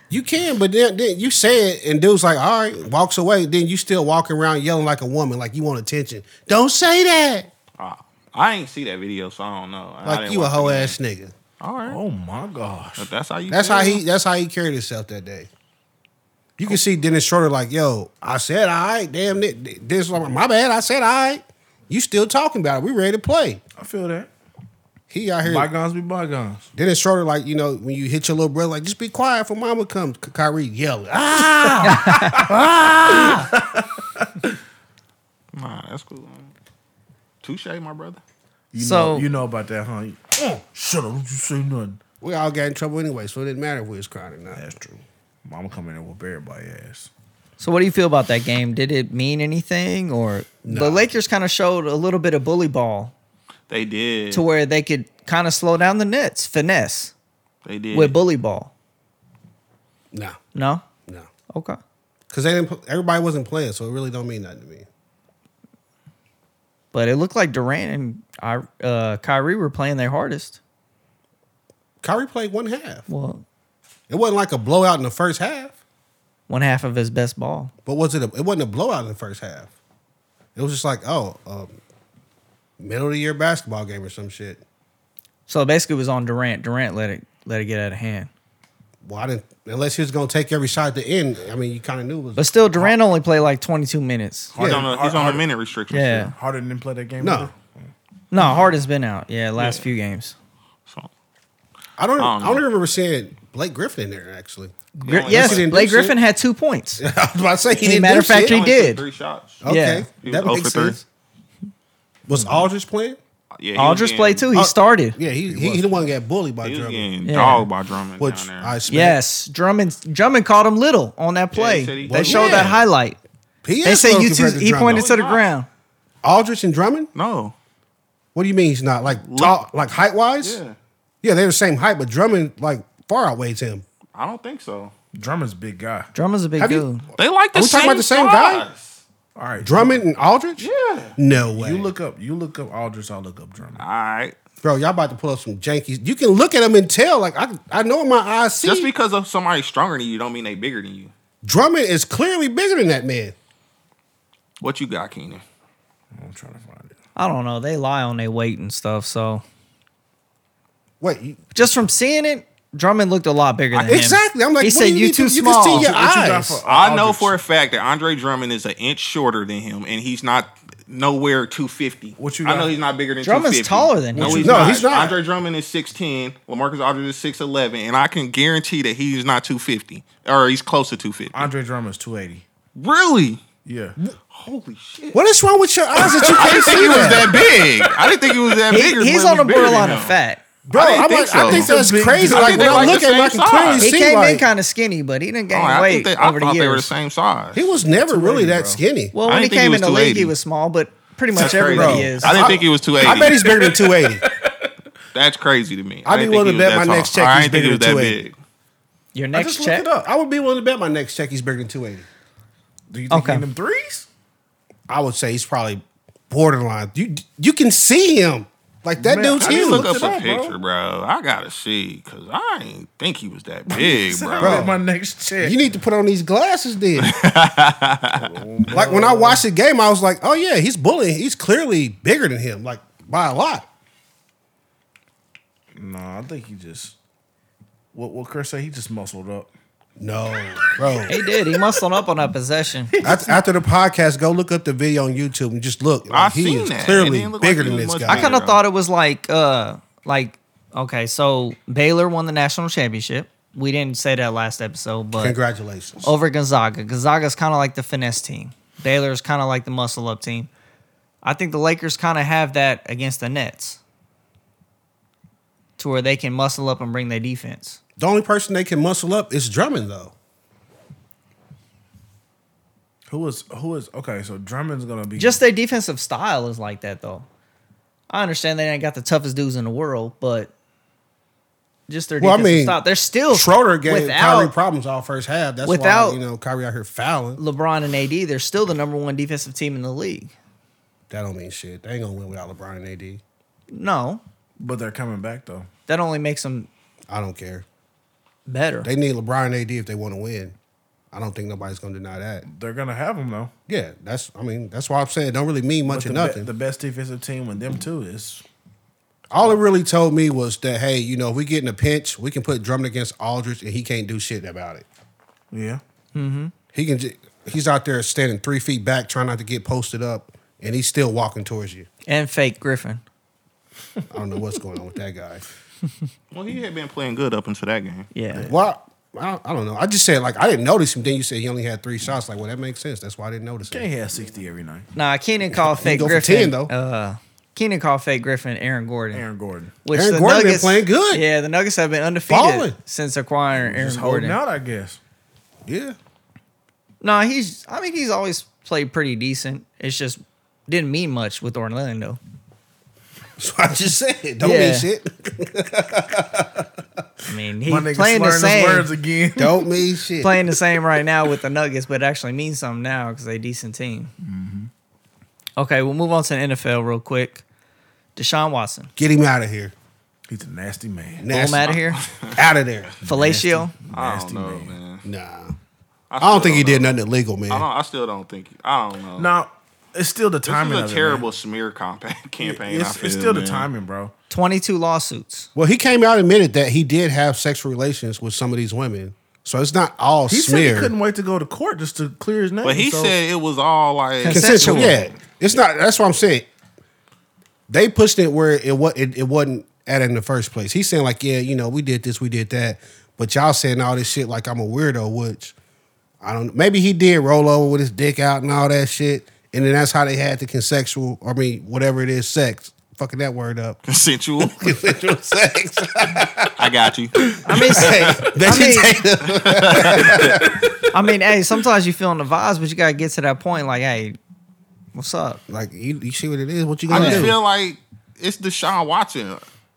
Speaker 3: You can, but then, then you say it, and dude's like, all right, walks away. Then you still walking around yelling like a woman, like you want attention. Don't say that.
Speaker 2: Ah, I ain't see that video, so I don't know. I
Speaker 3: Like
Speaker 2: didn't
Speaker 3: you a
Speaker 2: watch
Speaker 3: hoe
Speaker 2: the game.
Speaker 3: ass nigga.
Speaker 2: All right.
Speaker 1: oh my gosh.
Speaker 2: If that's how you.
Speaker 3: That's
Speaker 2: feel,
Speaker 3: how he. That's how he carried himself that day. You can see Dennis Schroeder like, yo, I said all right, damn it. Dennis, like, my bad. I said all right. You still talking about it? We ready to play?
Speaker 1: I feel that.
Speaker 3: He out here.
Speaker 1: Bygones be bygones.
Speaker 3: Dennis Schroeder, like you know, when you hit your little brother, like just be quiet for mama comes. Ky- Kyrie yelling, ah,
Speaker 2: Nah, that's cool. man. Touche, my brother.
Speaker 1: You
Speaker 4: So-
Speaker 1: know, you know about that, huh? You- Oh, shut up! Don't you say nothing.
Speaker 3: we all got in trouble anyway, so it didn't matter if we was crying or not.
Speaker 1: That's true. Mama come in there will bury my ass.
Speaker 4: So what do you feel about that game? Did it mean anything, or the Lakers kind of showed a little bit of bully ball
Speaker 2: They did.
Speaker 4: to where they could kind of slow down the Nets, finesse
Speaker 2: They did.
Speaker 4: with bully ball?
Speaker 3: No,
Speaker 4: No,
Speaker 3: no,
Speaker 4: okay.
Speaker 3: because they didn't. pl- Everybody wasn't playing, so it really don't mean nothing to me.
Speaker 4: But it looked like Durant and I- uh, Kyrie were playing their hardest.
Speaker 3: Kyrie played one half.
Speaker 4: Well,
Speaker 3: It wasn't like a blowout in the first half,
Speaker 4: one half of his best ball.
Speaker 3: but was it? A, it wasn't a blowout in the first half. It was just like, oh, um, middle of the year basketball game or some shit.
Speaker 4: So basically, it was on Durant. Durant let it let it get out of hand.
Speaker 3: Well, I didn't unless he was gonna take every shot at the end. I mean, you kind of knew it was.
Speaker 4: But still, Durant only played like 22 minutes.
Speaker 2: he's
Speaker 3: Yeah.
Speaker 2: on a, he's on a minute restriction.
Speaker 4: Yeah.
Speaker 2: still.
Speaker 1: Harden didn't play that game.
Speaker 3: No.
Speaker 1: either?
Speaker 4: No, Harden's been out. Yeah, last
Speaker 2: Yeah.
Speaker 4: few games.
Speaker 2: So,
Speaker 3: I don't.
Speaker 2: I
Speaker 3: I
Speaker 2: don't
Speaker 3: don't,
Speaker 2: know.
Speaker 3: remember seeing Blake Griffin in there. Actually,
Speaker 2: He only
Speaker 4: yes,
Speaker 2: took-
Speaker 3: didn't do
Speaker 4: Blake
Speaker 3: shit.
Speaker 4: Griffin had two points.
Speaker 3: I was about to say he didn't.
Speaker 4: matter
Speaker 3: do
Speaker 4: of fact,
Speaker 3: shit.
Speaker 4: he
Speaker 2: only took
Speaker 4: did.
Speaker 2: Three shots.
Speaker 3: Okay,
Speaker 2: He was
Speaker 3: Oh,
Speaker 2: 0
Speaker 3: that
Speaker 2: for
Speaker 3: makes
Speaker 2: three.
Speaker 3: sense. Was Aldridge playing?
Speaker 2: Yeah, he was
Speaker 4: Aldridge
Speaker 2: getting-
Speaker 4: played too. He
Speaker 3: Oh,
Speaker 4: started.
Speaker 3: Yeah, he he, he the one that got bullied by
Speaker 2: He was
Speaker 3: Drummond.
Speaker 2: getting
Speaker 4: Yeah.
Speaker 2: dogged by Drummond
Speaker 3: Which
Speaker 2: down there.
Speaker 3: I expect.
Speaker 4: Yes, Drummond. Drummond called him little on that
Speaker 2: Yeah,
Speaker 4: play.
Speaker 2: he said he-
Speaker 4: they
Speaker 2: Well,
Speaker 4: showed
Speaker 3: yeah.
Speaker 4: that highlight.
Speaker 3: he
Speaker 4: They
Speaker 3: is
Speaker 4: said
Speaker 3: slow
Speaker 4: you two.
Speaker 3: compared to
Speaker 4: He
Speaker 3: Drummond.
Speaker 4: pointed to the
Speaker 2: not.
Speaker 4: ground.
Speaker 3: Aldrich and Drummond.
Speaker 2: no.
Speaker 3: What do you mean he's not like tall, like height wise?
Speaker 2: Yeah.
Speaker 3: yeah, they're the same height, but Drummond like far outweighs him.
Speaker 2: I don't think so.
Speaker 1: Drummond's a big guy.
Speaker 4: Drummond's a big
Speaker 3: Have you-
Speaker 4: dude.
Speaker 2: They like the
Speaker 3: Are we
Speaker 2: same.
Speaker 3: talking about the same guy?
Speaker 2: size.
Speaker 1: All right,
Speaker 3: Drummond and Aldridge?
Speaker 2: Yeah.
Speaker 3: No way.
Speaker 1: You look up. You look up Aldridge. I'll look up Drummond.
Speaker 2: All right.
Speaker 3: bro, y'all about to pull up some jankies. You can look at him and tell. Like I, I know in my eyes see.
Speaker 2: Just because of somebody stronger than you, don't mean they bigger than you.
Speaker 3: Drummond is clearly bigger than that man.
Speaker 2: What you got, Keenan?
Speaker 1: I'm trying to find it.
Speaker 4: I don't know. They lie on their weight and stuff. So
Speaker 3: Wait, you,
Speaker 4: just from seeing it, Drummond looked a lot bigger than him.
Speaker 3: exactly. I'm like,
Speaker 4: he
Speaker 3: what
Speaker 4: said,
Speaker 3: do you,
Speaker 4: "You
Speaker 3: need
Speaker 4: too
Speaker 3: to- You
Speaker 4: small."
Speaker 3: can see your
Speaker 1: What you got
Speaker 3: eyes.
Speaker 1: for
Speaker 2: I know
Speaker 1: Aldridge?
Speaker 2: for a fact that Andre Drummond is an inch shorter than him, and he's not nowhere 250.
Speaker 1: What you
Speaker 2: I
Speaker 1: got?
Speaker 2: know he's not bigger than
Speaker 4: Drummond's
Speaker 2: 250.
Speaker 4: taller than
Speaker 2: no,
Speaker 4: him.
Speaker 2: He's
Speaker 3: No,
Speaker 2: not.
Speaker 3: he's not.
Speaker 2: Andre Drummond is 6'10. Lamarcus Aldridge is 6'11. And I can guarantee that he's not 250. Or he's close to 250.
Speaker 1: Andre Drummond's 280.
Speaker 2: really?
Speaker 1: Yeah.
Speaker 2: Holy shit.
Speaker 3: What is wrong with your eyes that you
Speaker 2: I
Speaker 3: can't
Speaker 2: didn't think
Speaker 3: see
Speaker 2: he was that
Speaker 3: that?
Speaker 2: big. I didn't think he was that
Speaker 4: He-
Speaker 2: big. or
Speaker 4: he's
Speaker 2: when
Speaker 4: on
Speaker 2: he
Speaker 4: the
Speaker 2: was bigger than
Speaker 4: borderline
Speaker 2: him.
Speaker 4: of fat.
Speaker 3: Bro,
Speaker 2: I didn't
Speaker 3: I'm
Speaker 2: think
Speaker 3: like,
Speaker 2: so.
Speaker 3: I think that's
Speaker 1: He's a big
Speaker 3: crazy.
Speaker 1: dude.
Speaker 3: Like
Speaker 2: I
Speaker 3: when I
Speaker 2: think
Speaker 3: look
Speaker 2: they're
Speaker 3: at him, I
Speaker 2: like the
Speaker 3: can
Speaker 2: same
Speaker 3: clearly
Speaker 2: size.
Speaker 4: He
Speaker 3: see.
Speaker 4: came
Speaker 3: like,
Speaker 4: in kind of skinny, but he didn't
Speaker 2: Oh,
Speaker 4: gain
Speaker 2: I
Speaker 4: weight
Speaker 2: think they, I
Speaker 4: over the
Speaker 2: thought
Speaker 4: years.
Speaker 2: they were the same size.
Speaker 3: He was never really that skinny.
Speaker 4: Well,
Speaker 2: I
Speaker 4: when he
Speaker 2: didn't think he
Speaker 4: came
Speaker 2: was
Speaker 4: in the league, he
Speaker 2: 280.
Speaker 4: was small, but pretty much
Speaker 2: That's crazy.
Speaker 4: everybody
Speaker 3: Bro.
Speaker 4: is.
Speaker 2: I didn't think he was 280.
Speaker 3: I bet he's bigger than 280.
Speaker 2: That's crazy to me.
Speaker 3: I'd be
Speaker 2: didn't
Speaker 3: willing
Speaker 2: think
Speaker 3: to
Speaker 2: he was
Speaker 3: bet
Speaker 2: that
Speaker 3: my
Speaker 2: tall.
Speaker 3: next check
Speaker 2: I didn't
Speaker 3: he's
Speaker 2: think he
Speaker 3: bigger
Speaker 2: was
Speaker 3: than
Speaker 2: that
Speaker 3: 280.
Speaker 2: big.
Speaker 4: Your
Speaker 3: I
Speaker 4: next
Speaker 3: just
Speaker 4: check.
Speaker 3: looked it up. I would be willing to bet my next check he's bigger than 280.
Speaker 1: Do you think
Speaker 4: Okay.
Speaker 1: in them threes?
Speaker 3: I would say he's probably borderline. You you can see him. Like that
Speaker 1: Man,
Speaker 3: dude's
Speaker 1: I didn't
Speaker 2: Dude,
Speaker 3: huge.
Speaker 2: look up
Speaker 1: it
Speaker 2: a
Speaker 1: up, bro.
Speaker 2: picture, bro. I gotta see, cause I ain't think he was that big, bro.
Speaker 1: Bro. my next check.
Speaker 3: You need to put on these glasses then. like when I watched the game, I was like, oh yeah, he's bullying. He's clearly bigger than him, like by a lot.
Speaker 1: no, I think he just. What what Chris say? He just muscled up.
Speaker 3: No, bro.
Speaker 4: He did. He muscled up on that possession.
Speaker 3: after, after the podcast, go look up the video on YouTube and just look. Like,
Speaker 2: I
Speaker 3: he
Speaker 2: seen
Speaker 3: is
Speaker 2: that. It
Speaker 3: clearly
Speaker 2: didn't look
Speaker 3: bigger
Speaker 2: like he
Speaker 3: than
Speaker 2: was
Speaker 3: this
Speaker 2: much
Speaker 3: guy.
Speaker 4: I kind
Speaker 2: bro.
Speaker 4: of thought it was like, uh, like okay, so Baylor won the national championship. We didn't say that last episode, but
Speaker 3: Congratulations.
Speaker 4: over Gonzaga, Gonzaga's kind of like the finesse team. Baylor's kind of like the muscle up team. I think the Lakers kind of have that against the Nets, to where they can muscle up and bring their defense.
Speaker 3: The only person they can muscle up is Drummond, though.
Speaker 1: Who is who is okay? So Drummond's gonna be
Speaker 4: Just their defensive style is like that, though. I understand they ain't got the toughest dudes in the world, but just their
Speaker 3: Well, I
Speaker 4: defensive
Speaker 3: mean,
Speaker 4: stop. They're still
Speaker 3: Schroeder gave Kyrie
Speaker 4: without
Speaker 3: problems all first half. That's
Speaker 4: without-
Speaker 3: why you know Kyrie out here fouling.
Speaker 4: LeBron and AD. They're still the number one defensive team in the league.
Speaker 3: That don't mean shit. They ain't gonna win without LeBron and AD.
Speaker 4: No,
Speaker 1: But they're coming back though.
Speaker 4: that only makes them
Speaker 3: I don't care.
Speaker 4: better.
Speaker 3: They need LeBron and AD if they want to win. I don't think nobody's gonna deny that.
Speaker 1: They're gonna have them though.
Speaker 3: Yeah, that's. I mean, that's why I'm saying it don't really mean much
Speaker 1: But
Speaker 3: or
Speaker 1: the,
Speaker 3: nothing.
Speaker 1: be- the best defensive team with them too is
Speaker 3: all it really told me was that hey, you know, if we get in a pinch, we can put Drummond against Aldridge, and he can't do shit about it.
Speaker 1: yeah.
Speaker 3: He can. J- he's out there standing three feet back, trying not to get posted up, and he's still walking towards you.
Speaker 4: and fake Griffin.
Speaker 3: I don't know what's going on with that guy.
Speaker 2: Well, he had been playing good up until that game.
Speaker 4: Yeah.
Speaker 3: Well, I don't, I don't know. I just said like I didn't notice him. Then you said he only had three shots. Like, well, that makes sense. That's why I didn't notice
Speaker 1: Can't
Speaker 3: him.
Speaker 1: have sixty every night.
Speaker 4: Nah, Keenan called fake
Speaker 3: go for 10
Speaker 4: Griffin.
Speaker 3: though.
Speaker 4: Uh, Keenan called fake Griffin Aaron Gordon.
Speaker 1: Aaron Gordon.
Speaker 4: Which
Speaker 3: Aaron
Speaker 4: the
Speaker 3: Gordon been
Speaker 4: Nuggets,
Speaker 3: playing good.
Speaker 4: Yeah, the Nuggets have been undefeated
Speaker 3: Balling.
Speaker 4: since acquiring Aaron
Speaker 1: Just holding
Speaker 4: Gordon.
Speaker 1: out, I guess.
Speaker 3: Yeah,
Speaker 4: No, he's. I mean, he's always played pretty decent. It's just didn't mean much with Orlando.
Speaker 3: that's what I just said. Don't
Speaker 4: Yeah.
Speaker 3: mean shit.
Speaker 4: I mean, he's
Speaker 1: My nigga
Speaker 4: playing the
Speaker 1: slurring his
Speaker 4: same.
Speaker 1: words again.
Speaker 3: Don't mean shit.
Speaker 4: Playing the same right now with the Nuggets, but it actually means something now because they decent team.
Speaker 3: Mm-hmm.
Speaker 4: Okay, we'll move on to the NFL real quick. Deshaun Watson,
Speaker 3: Get him out of here.
Speaker 1: He's a nasty man.
Speaker 4: boom out of here.
Speaker 3: Out of there.
Speaker 4: Fellatio,
Speaker 2: I
Speaker 1: Nasty
Speaker 2: don't know,
Speaker 1: man.
Speaker 2: man.
Speaker 3: Nah. I,
Speaker 2: still
Speaker 3: don't think he
Speaker 2: know.
Speaker 3: did nothing illegal, man.
Speaker 2: I
Speaker 1: Uh-huh.
Speaker 2: don't. I still don't think. I don't know.
Speaker 1: Now it's still the
Speaker 2: this
Speaker 1: timing.
Speaker 2: is a
Speaker 1: of it,
Speaker 2: terrible smear compact
Speaker 1: man.
Speaker 2: campaign. I
Speaker 1: It's,
Speaker 2: feel,
Speaker 1: it's still
Speaker 2: man.
Speaker 1: the timing, bro.
Speaker 4: twenty-two lawsuits.
Speaker 3: Well, he came out and admitted that he did have sexual relations with some of these women. So it's not all
Speaker 1: He said
Speaker 3: smear.
Speaker 1: he couldn't wait to go to court just to clear his name.
Speaker 2: But he
Speaker 1: so-
Speaker 2: said it was all like
Speaker 3: Consensual.
Speaker 4: Consensual.
Speaker 3: Yeah. It's not that's what I'm saying. They pushed it where it was it, it wasn't at in the first place. He's saying, like, yeah, you know, we did this, we did that. But y'all saying all this shit like I'm a weirdo, which I don't maybe he did roll over with his dick out and all that shit. And then that's how they had the consensual, I mean, whatever it is, sex. Fucking that word up.
Speaker 2: consensual.
Speaker 3: Consensual sex.
Speaker 2: I got you.
Speaker 4: I mean,
Speaker 3: They
Speaker 4: I
Speaker 3: should
Speaker 4: mean-
Speaker 3: take the-
Speaker 4: I mean, hey, sometimes you feeling the vibes, but you gotta get to that point. Like, hey, what's up?
Speaker 3: Like you, you see what it is. What you
Speaker 2: I
Speaker 3: gonna
Speaker 2: just
Speaker 3: do?
Speaker 2: feel like it's Deshaun Watson.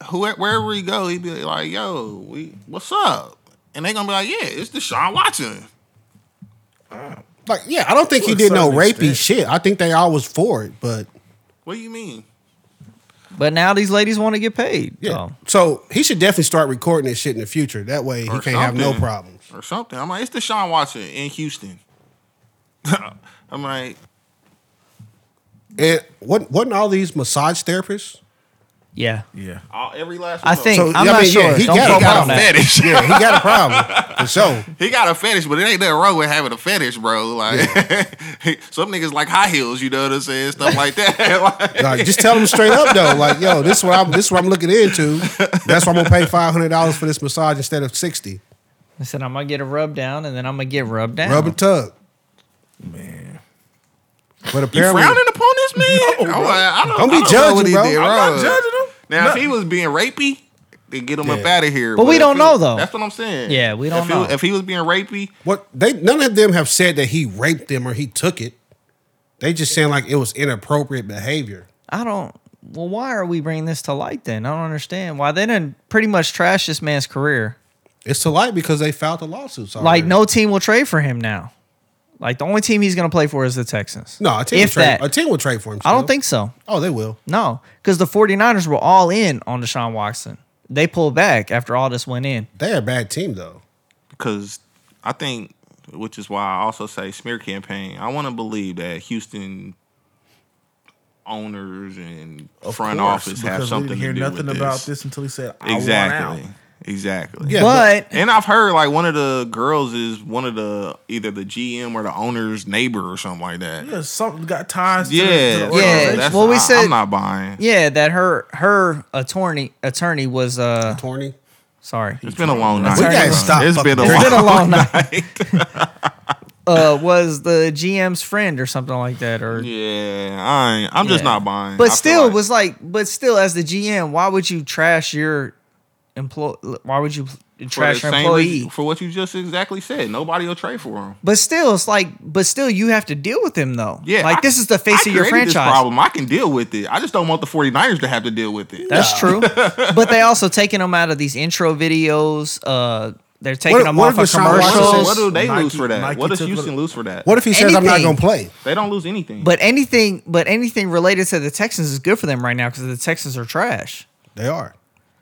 Speaker 2: Who wherever he go, he be like, "Yo, we what's up?" And they gonna be like, "Yeah, it's Deshaun Watson."
Speaker 3: like yeah, I don't think
Speaker 1: To
Speaker 3: he
Speaker 1: a
Speaker 3: did no
Speaker 1: certain
Speaker 3: rapey
Speaker 1: extent.
Speaker 3: shit. I think they all was for it, but
Speaker 2: What do you mean?
Speaker 4: But now these ladies want to get paid. Oh,
Speaker 3: yeah.
Speaker 2: Oh.
Speaker 4: so.
Speaker 3: So he should definitely start recording this shit in the future. That way he
Speaker 2: Or
Speaker 3: can't have no
Speaker 2: something.
Speaker 3: problems.
Speaker 2: Or something. I'm like, it's Deshaun Watson in Houston. I'm like,
Speaker 3: And what wasn't all these massage therapists?
Speaker 4: yeah.
Speaker 1: Yeah.
Speaker 2: all, every last.
Speaker 4: I
Speaker 2: one of
Speaker 4: think-
Speaker 2: them.
Speaker 4: I'm not sure.
Speaker 3: he
Speaker 4: Don't
Speaker 3: got, he
Speaker 4: quote me
Speaker 3: got
Speaker 4: on
Speaker 3: a
Speaker 4: that.
Speaker 3: fetish. Yeah, he got a problem for sure.
Speaker 2: he got a fetish, but it ain't nothing wrong with having a fetish, bro. Like some niggas like high heels, you know what I'm saying, stuff like that. Like,
Speaker 3: Like, just tell him straight up though. Like yo, this what I'm this what I'm looking into. That's why I'm gonna pay five hundred dollars for this massage instead of sixty.
Speaker 4: I said I'm gonna get a rub down, and then I'm gonna get rubbed down.
Speaker 3: Rub and tug.
Speaker 1: Man.
Speaker 3: But
Speaker 2: you
Speaker 3: apparently,
Speaker 2: frowning upon this man? I'm like, I don't,
Speaker 3: Don't be
Speaker 2: I know what
Speaker 3: judging,
Speaker 2: he
Speaker 3: bro.
Speaker 2: did
Speaker 3: I'm
Speaker 1: I'm
Speaker 2: wrong.
Speaker 1: not judging him.
Speaker 2: Now,
Speaker 1: No.
Speaker 2: if he was being rapey, then get him up
Speaker 3: Yeah.
Speaker 2: out of here.
Speaker 4: But we
Speaker 2: if
Speaker 4: don't
Speaker 2: he-
Speaker 4: know, though.
Speaker 2: That's what I'm saying.
Speaker 4: Yeah, we don't
Speaker 2: if
Speaker 4: know.
Speaker 2: He, if he was being rapey,
Speaker 3: What they none of them have said that he raped them or he took it. They just saying like it was inappropriate behavior.
Speaker 4: I don't. Well, why are we bringing this to light then? I don't understand why they didn't pretty much trash this man's career.
Speaker 3: It's to light because they filed the lawsuits. Already.
Speaker 4: Like no team will trade for him now. Like the only team he's gonna play for is the Texans.
Speaker 3: no, a team
Speaker 4: if
Speaker 3: will trade,
Speaker 4: that.
Speaker 3: a team will trade for him.
Speaker 4: I don't
Speaker 3: still.
Speaker 4: think so.
Speaker 3: Oh, they will.
Speaker 4: No, because the 49ers were all in on Deshaun Watson. They pulled back after all this went in.
Speaker 3: They're a bad team though.
Speaker 2: because I think, which is why I also say smear campaign. I want to believe that Houston owners and
Speaker 1: Of
Speaker 2: front
Speaker 1: course,
Speaker 2: office have
Speaker 1: because
Speaker 2: something
Speaker 1: We didn't hear
Speaker 2: to do
Speaker 1: nothing
Speaker 2: with
Speaker 1: about
Speaker 2: this.
Speaker 1: this. until he said, I
Speaker 2: Exactly.
Speaker 1: want out.
Speaker 2: Exactly.
Speaker 3: Yeah,
Speaker 4: but
Speaker 2: And I've heard like one of the girls is one of the either the GM or the owner's neighbor or something like that.
Speaker 1: Yeah, something got ties to, to the
Speaker 2: Yeah,
Speaker 4: Yeah,
Speaker 1: organization.
Speaker 2: That's,
Speaker 4: well, we
Speaker 2: I,
Speaker 4: said-
Speaker 2: I'm not buying.
Speaker 4: yeah, that her her attorney attorney was uh
Speaker 3: Torney.
Speaker 4: sorry.
Speaker 2: It's been a long night.
Speaker 4: We gotta
Speaker 2: bro.
Speaker 3: stop
Speaker 2: It's been a
Speaker 3: fucking-
Speaker 2: long,
Speaker 4: It's been a long night.
Speaker 2: night.
Speaker 4: uh, was the GM's friend or something like that, or
Speaker 2: yeah, I ain't, I'm just
Speaker 4: Yeah.
Speaker 2: not buying. I
Speaker 4: but
Speaker 2: feel
Speaker 4: still
Speaker 2: like-
Speaker 4: was like, but still as the GM, why would you trash your employ? Why would you and
Speaker 2: For the
Speaker 4: trash your
Speaker 2: same reason-
Speaker 4: employee.
Speaker 2: for what you just exactly said. Nobody will trade for him.
Speaker 4: But still, it's like, but still, you have to deal with him though.
Speaker 2: Yeah,
Speaker 4: like
Speaker 2: I-
Speaker 4: this is the face
Speaker 2: I
Speaker 4: of your
Speaker 2: created this
Speaker 4: franchise.
Speaker 2: problem. I can deal with it. I just don't want the 49ers to have to deal with it.
Speaker 4: That's true. but they also taking him out of these intro videos. Uh, they're taking
Speaker 3: What-
Speaker 4: him
Speaker 3: what
Speaker 4: off
Speaker 3: if
Speaker 4: of
Speaker 3: Deshaun Watson
Speaker 2: What do-
Speaker 4: commercials.
Speaker 2: what do they
Speaker 1: Nike-
Speaker 2: lose for that?
Speaker 1: Nike
Speaker 2: what does
Speaker 1: took
Speaker 2: Houston
Speaker 1: little-
Speaker 2: lose for that?
Speaker 3: What if he says I'm not
Speaker 4: Anything.
Speaker 3: gonna play?
Speaker 2: They don't lose anything.
Speaker 4: But anything, but anything related to the Texans is good for them right now because the Texans are trash.
Speaker 3: They are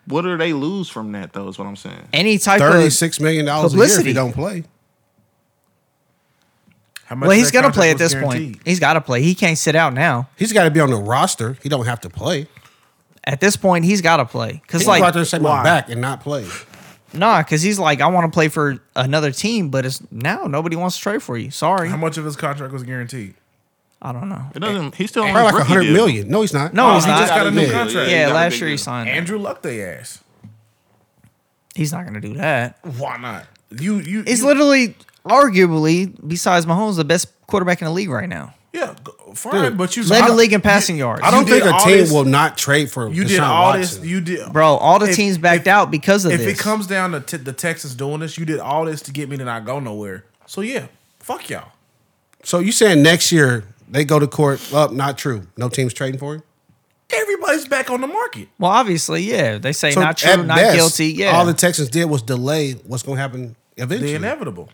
Speaker 2: what do they lose from that though? Is what I'm saying.
Speaker 4: Any type
Speaker 3: thirty
Speaker 4: of
Speaker 3: six million dollars a year if
Speaker 4: Publicity.
Speaker 3: he don't play.
Speaker 1: How much
Speaker 4: well,
Speaker 1: of
Speaker 4: he's
Speaker 1: that
Speaker 4: gonna
Speaker 1: contract
Speaker 4: play at
Speaker 1: was
Speaker 4: this point.
Speaker 1: guaranteed?
Speaker 4: He's got to play. He can't sit out now.
Speaker 3: He's got to be on the roster. He don't have to play.
Speaker 4: At this point, he's got to play
Speaker 3: He
Speaker 4: because
Speaker 3: can go out
Speaker 4: like
Speaker 3: there and say
Speaker 1: why?
Speaker 3: my back and not play.
Speaker 4: nah, because he's like I want to play for another team, but it's now nobody wants to trade for you. Sorry,
Speaker 1: How much of his contract was guaranteed?
Speaker 4: I don't know.
Speaker 2: It doesn't. He's still on
Speaker 3: Probably
Speaker 2: his
Speaker 3: like a
Speaker 2: rookie
Speaker 3: hundred
Speaker 2: deal.
Speaker 3: million. No, he's not.
Speaker 4: No,
Speaker 2: Oh,
Speaker 4: he's
Speaker 1: he
Speaker 4: not.
Speaker 1: just got a new
Speaker 2: big deal.
Speaker 1: contract.
Speaker 2: he
Speaker 4: yeah,
Speaker 2: got a
Speaker 4: last
Speaker 2: big
Speaker 4: year he
Speaker 2: deal.
Speaker 4: signed. that.
Speaker 1: Andrew Luck, they ass.
Speaker 4: He's not gonna do that.
Speaker 1: Why not? You you.
Speaker 4: He's
Speaker 1: you-
Speaker 4: literally, arguably, besides Mahomes, the best quarterback in the league right now.
Speaker 1: yeah. go- Fine, but you
Speaker 4: Led
Speaker 1: I
Speaker 4: the
Speaker 1: don't-
Speaker 4: league in passing
Speaker 1: you-
Speaker 4: yards.
Speaker 1: I
Speaker 3: I
Speaker 1: don't
Speaker 3: don't think
Speaker 1: did
Speaker 3: a
Speaker 1: all
Speaker 3: team
Speaker 1: this-
Speaker 3: will not trade for
Speaker 1: You
Speaker 3: Deshaun
Speaker 1: did all
Speaker 3: Watson.
Speaker 1: this. You did,
Speaker 4: Bro, all the
Speaker 1: If-
Speaker 4: teams backed
Speaker 1: if-
Speaker 4: out because of
Speaker 1: If
Speaker 4: this.
Speaker 1: it comes down to t- the Texans doing this, you did all this to get me to not go nowhere. So yeah, fuck y'all.
Speaker 3: So you saying next year they go to court? Well, not true. No teams trading for him.
Speaker 1: Everybody's back on the market.
Speaker 4: well, obviously, yeah. They say
Speaker 3: So
Speaker 4: not true,
Speaker 3: at
Speaker 4: not
Speaker 3: best,
Speaker 4: guilty. Yeah.
Speaker 3: All the Texans did was delay what's going to happen eventually.
Speaker 1: The inevitable.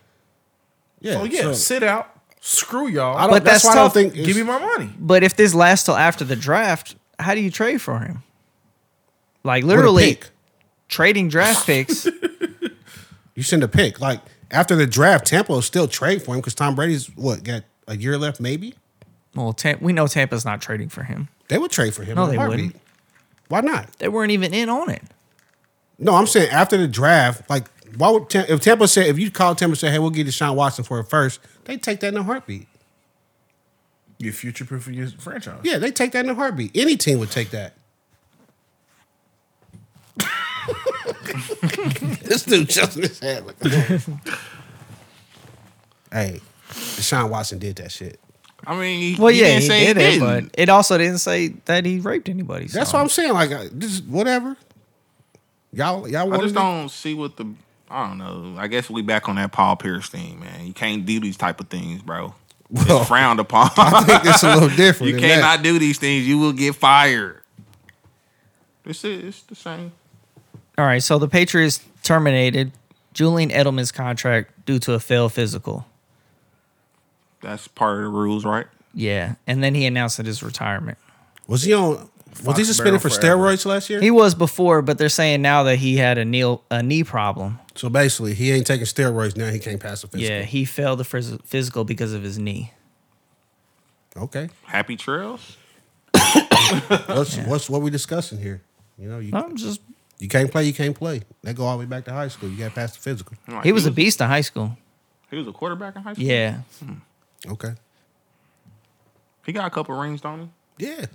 Speaker 3: Yeah.
Speaker 1: So yeah,
Speaker 3: so
Speaker 1: sit out. Screw y'all.
Speaker 3: I don't,
Speaker 4: But
Speaker 3: that's,
Speaker 4: that's
Speaker 3: why
Speaker 4: tough.
Speaker 3: I don't think
Speaker 1: Give me my money.
Speaker 4: but if this lasts till after the draft, how do you trade for him? Like literally trading draft picks.
Speaker 3: You send a pick. Like after the draft, Tampa will still trade for him because Tom Brady's what got a year left, maybe.
Speaker 4: well, Tam- we know Tampa's not trading for him.
Speaker 3: They would trade for him.
Speaker 4: No,
Speaker 3: in a
Speaker 4: they
Speaker 3: heartbeat.
Speaker 4: wouldn't.
Speaker 3: Why not?
Speaker 4: They weren't even in on it.
Speaker 3: No, I'm saying after the draft, like why would Tam- if Tampa said if you call Tampa and say, hey, we'll get Deshaun Watson for a first, they take that in a heartbeat.
Speaker 1: You future proof your franchise.
Speaker 3: Yeah, they take that in a heartbeat. Any team would take that. this dude just in his head. Like, hey, Deshaun Watson did that shit.
Speaker 2: I mean, he,
Speaker 4: Well,
Speaker 2: he
Speaker 4: yeah,
Speaker 2: didn't
Speaker 4: he
Speaker 2: say
Speaker 4: did
Speaker 2: he
Speaker 4: it,
Speaker 2: didn't.
Speaker 4: but it also didn't say that he raped anybody.
Speaker 3: That's
Speaker 4: so.
Speaker 3: what I'm saying. Like, I- just whatever. Y'all, y'all
Speaker 2: I
Speaker 3: want
Speaker 2: just don't see what the. I don't know. I guess we back on that Paul Pierce thing, man. You can't do these type of things, bro.
Speaker 3: Well,
Speaker 2: it's frowned upon.
Speaker 3: I think that's a little different.
Speaker 2: you
Speaker 3: than
Speaker 2: cannot
Speaker 3: that.
Speaker 2: do these things. You will get fired. It's it's the same.
Speaker 4: All right, so the Patriots terminated Julian Edelman's contract due to a failed physical.
Speaker 2: That's part of the rules, right?
Speaker 4: Yeah, and then he announced that his retirement.
Speaker 3: Was he on? Was he
Speaker 1: Fox
Speaker 3: suspended for
Speaker 1: Barrel forever.
Speaker 3: steroids last year?
Speaker 4: He was before, but they're saying now that he had a knee a knee problem.
Speaker 3: so basically, he ain't taking steroids now. He can't pass the physical.
Speaker 4: Yeah, he failed the phys- physical because of his knee.
Speaker 3: Okay.
Speaker 2: Happy trails.
Speaker 3: What's what's what we discussing here? You know, you
Speaker 4: I'm just
Speaker 3: You can't play, you can't play. They go all the way back to high school. You got to pass the physical.
Speaker 2: I'm like,
Speaker 4: he was a beast in high school.
Speaker 2: He was a quarterback in high school.
Speaker 4: Yeah,
Speaker 3: Okay.
Speaker 2: he got a couple rings, don't he?
Speaker 3: Yeah.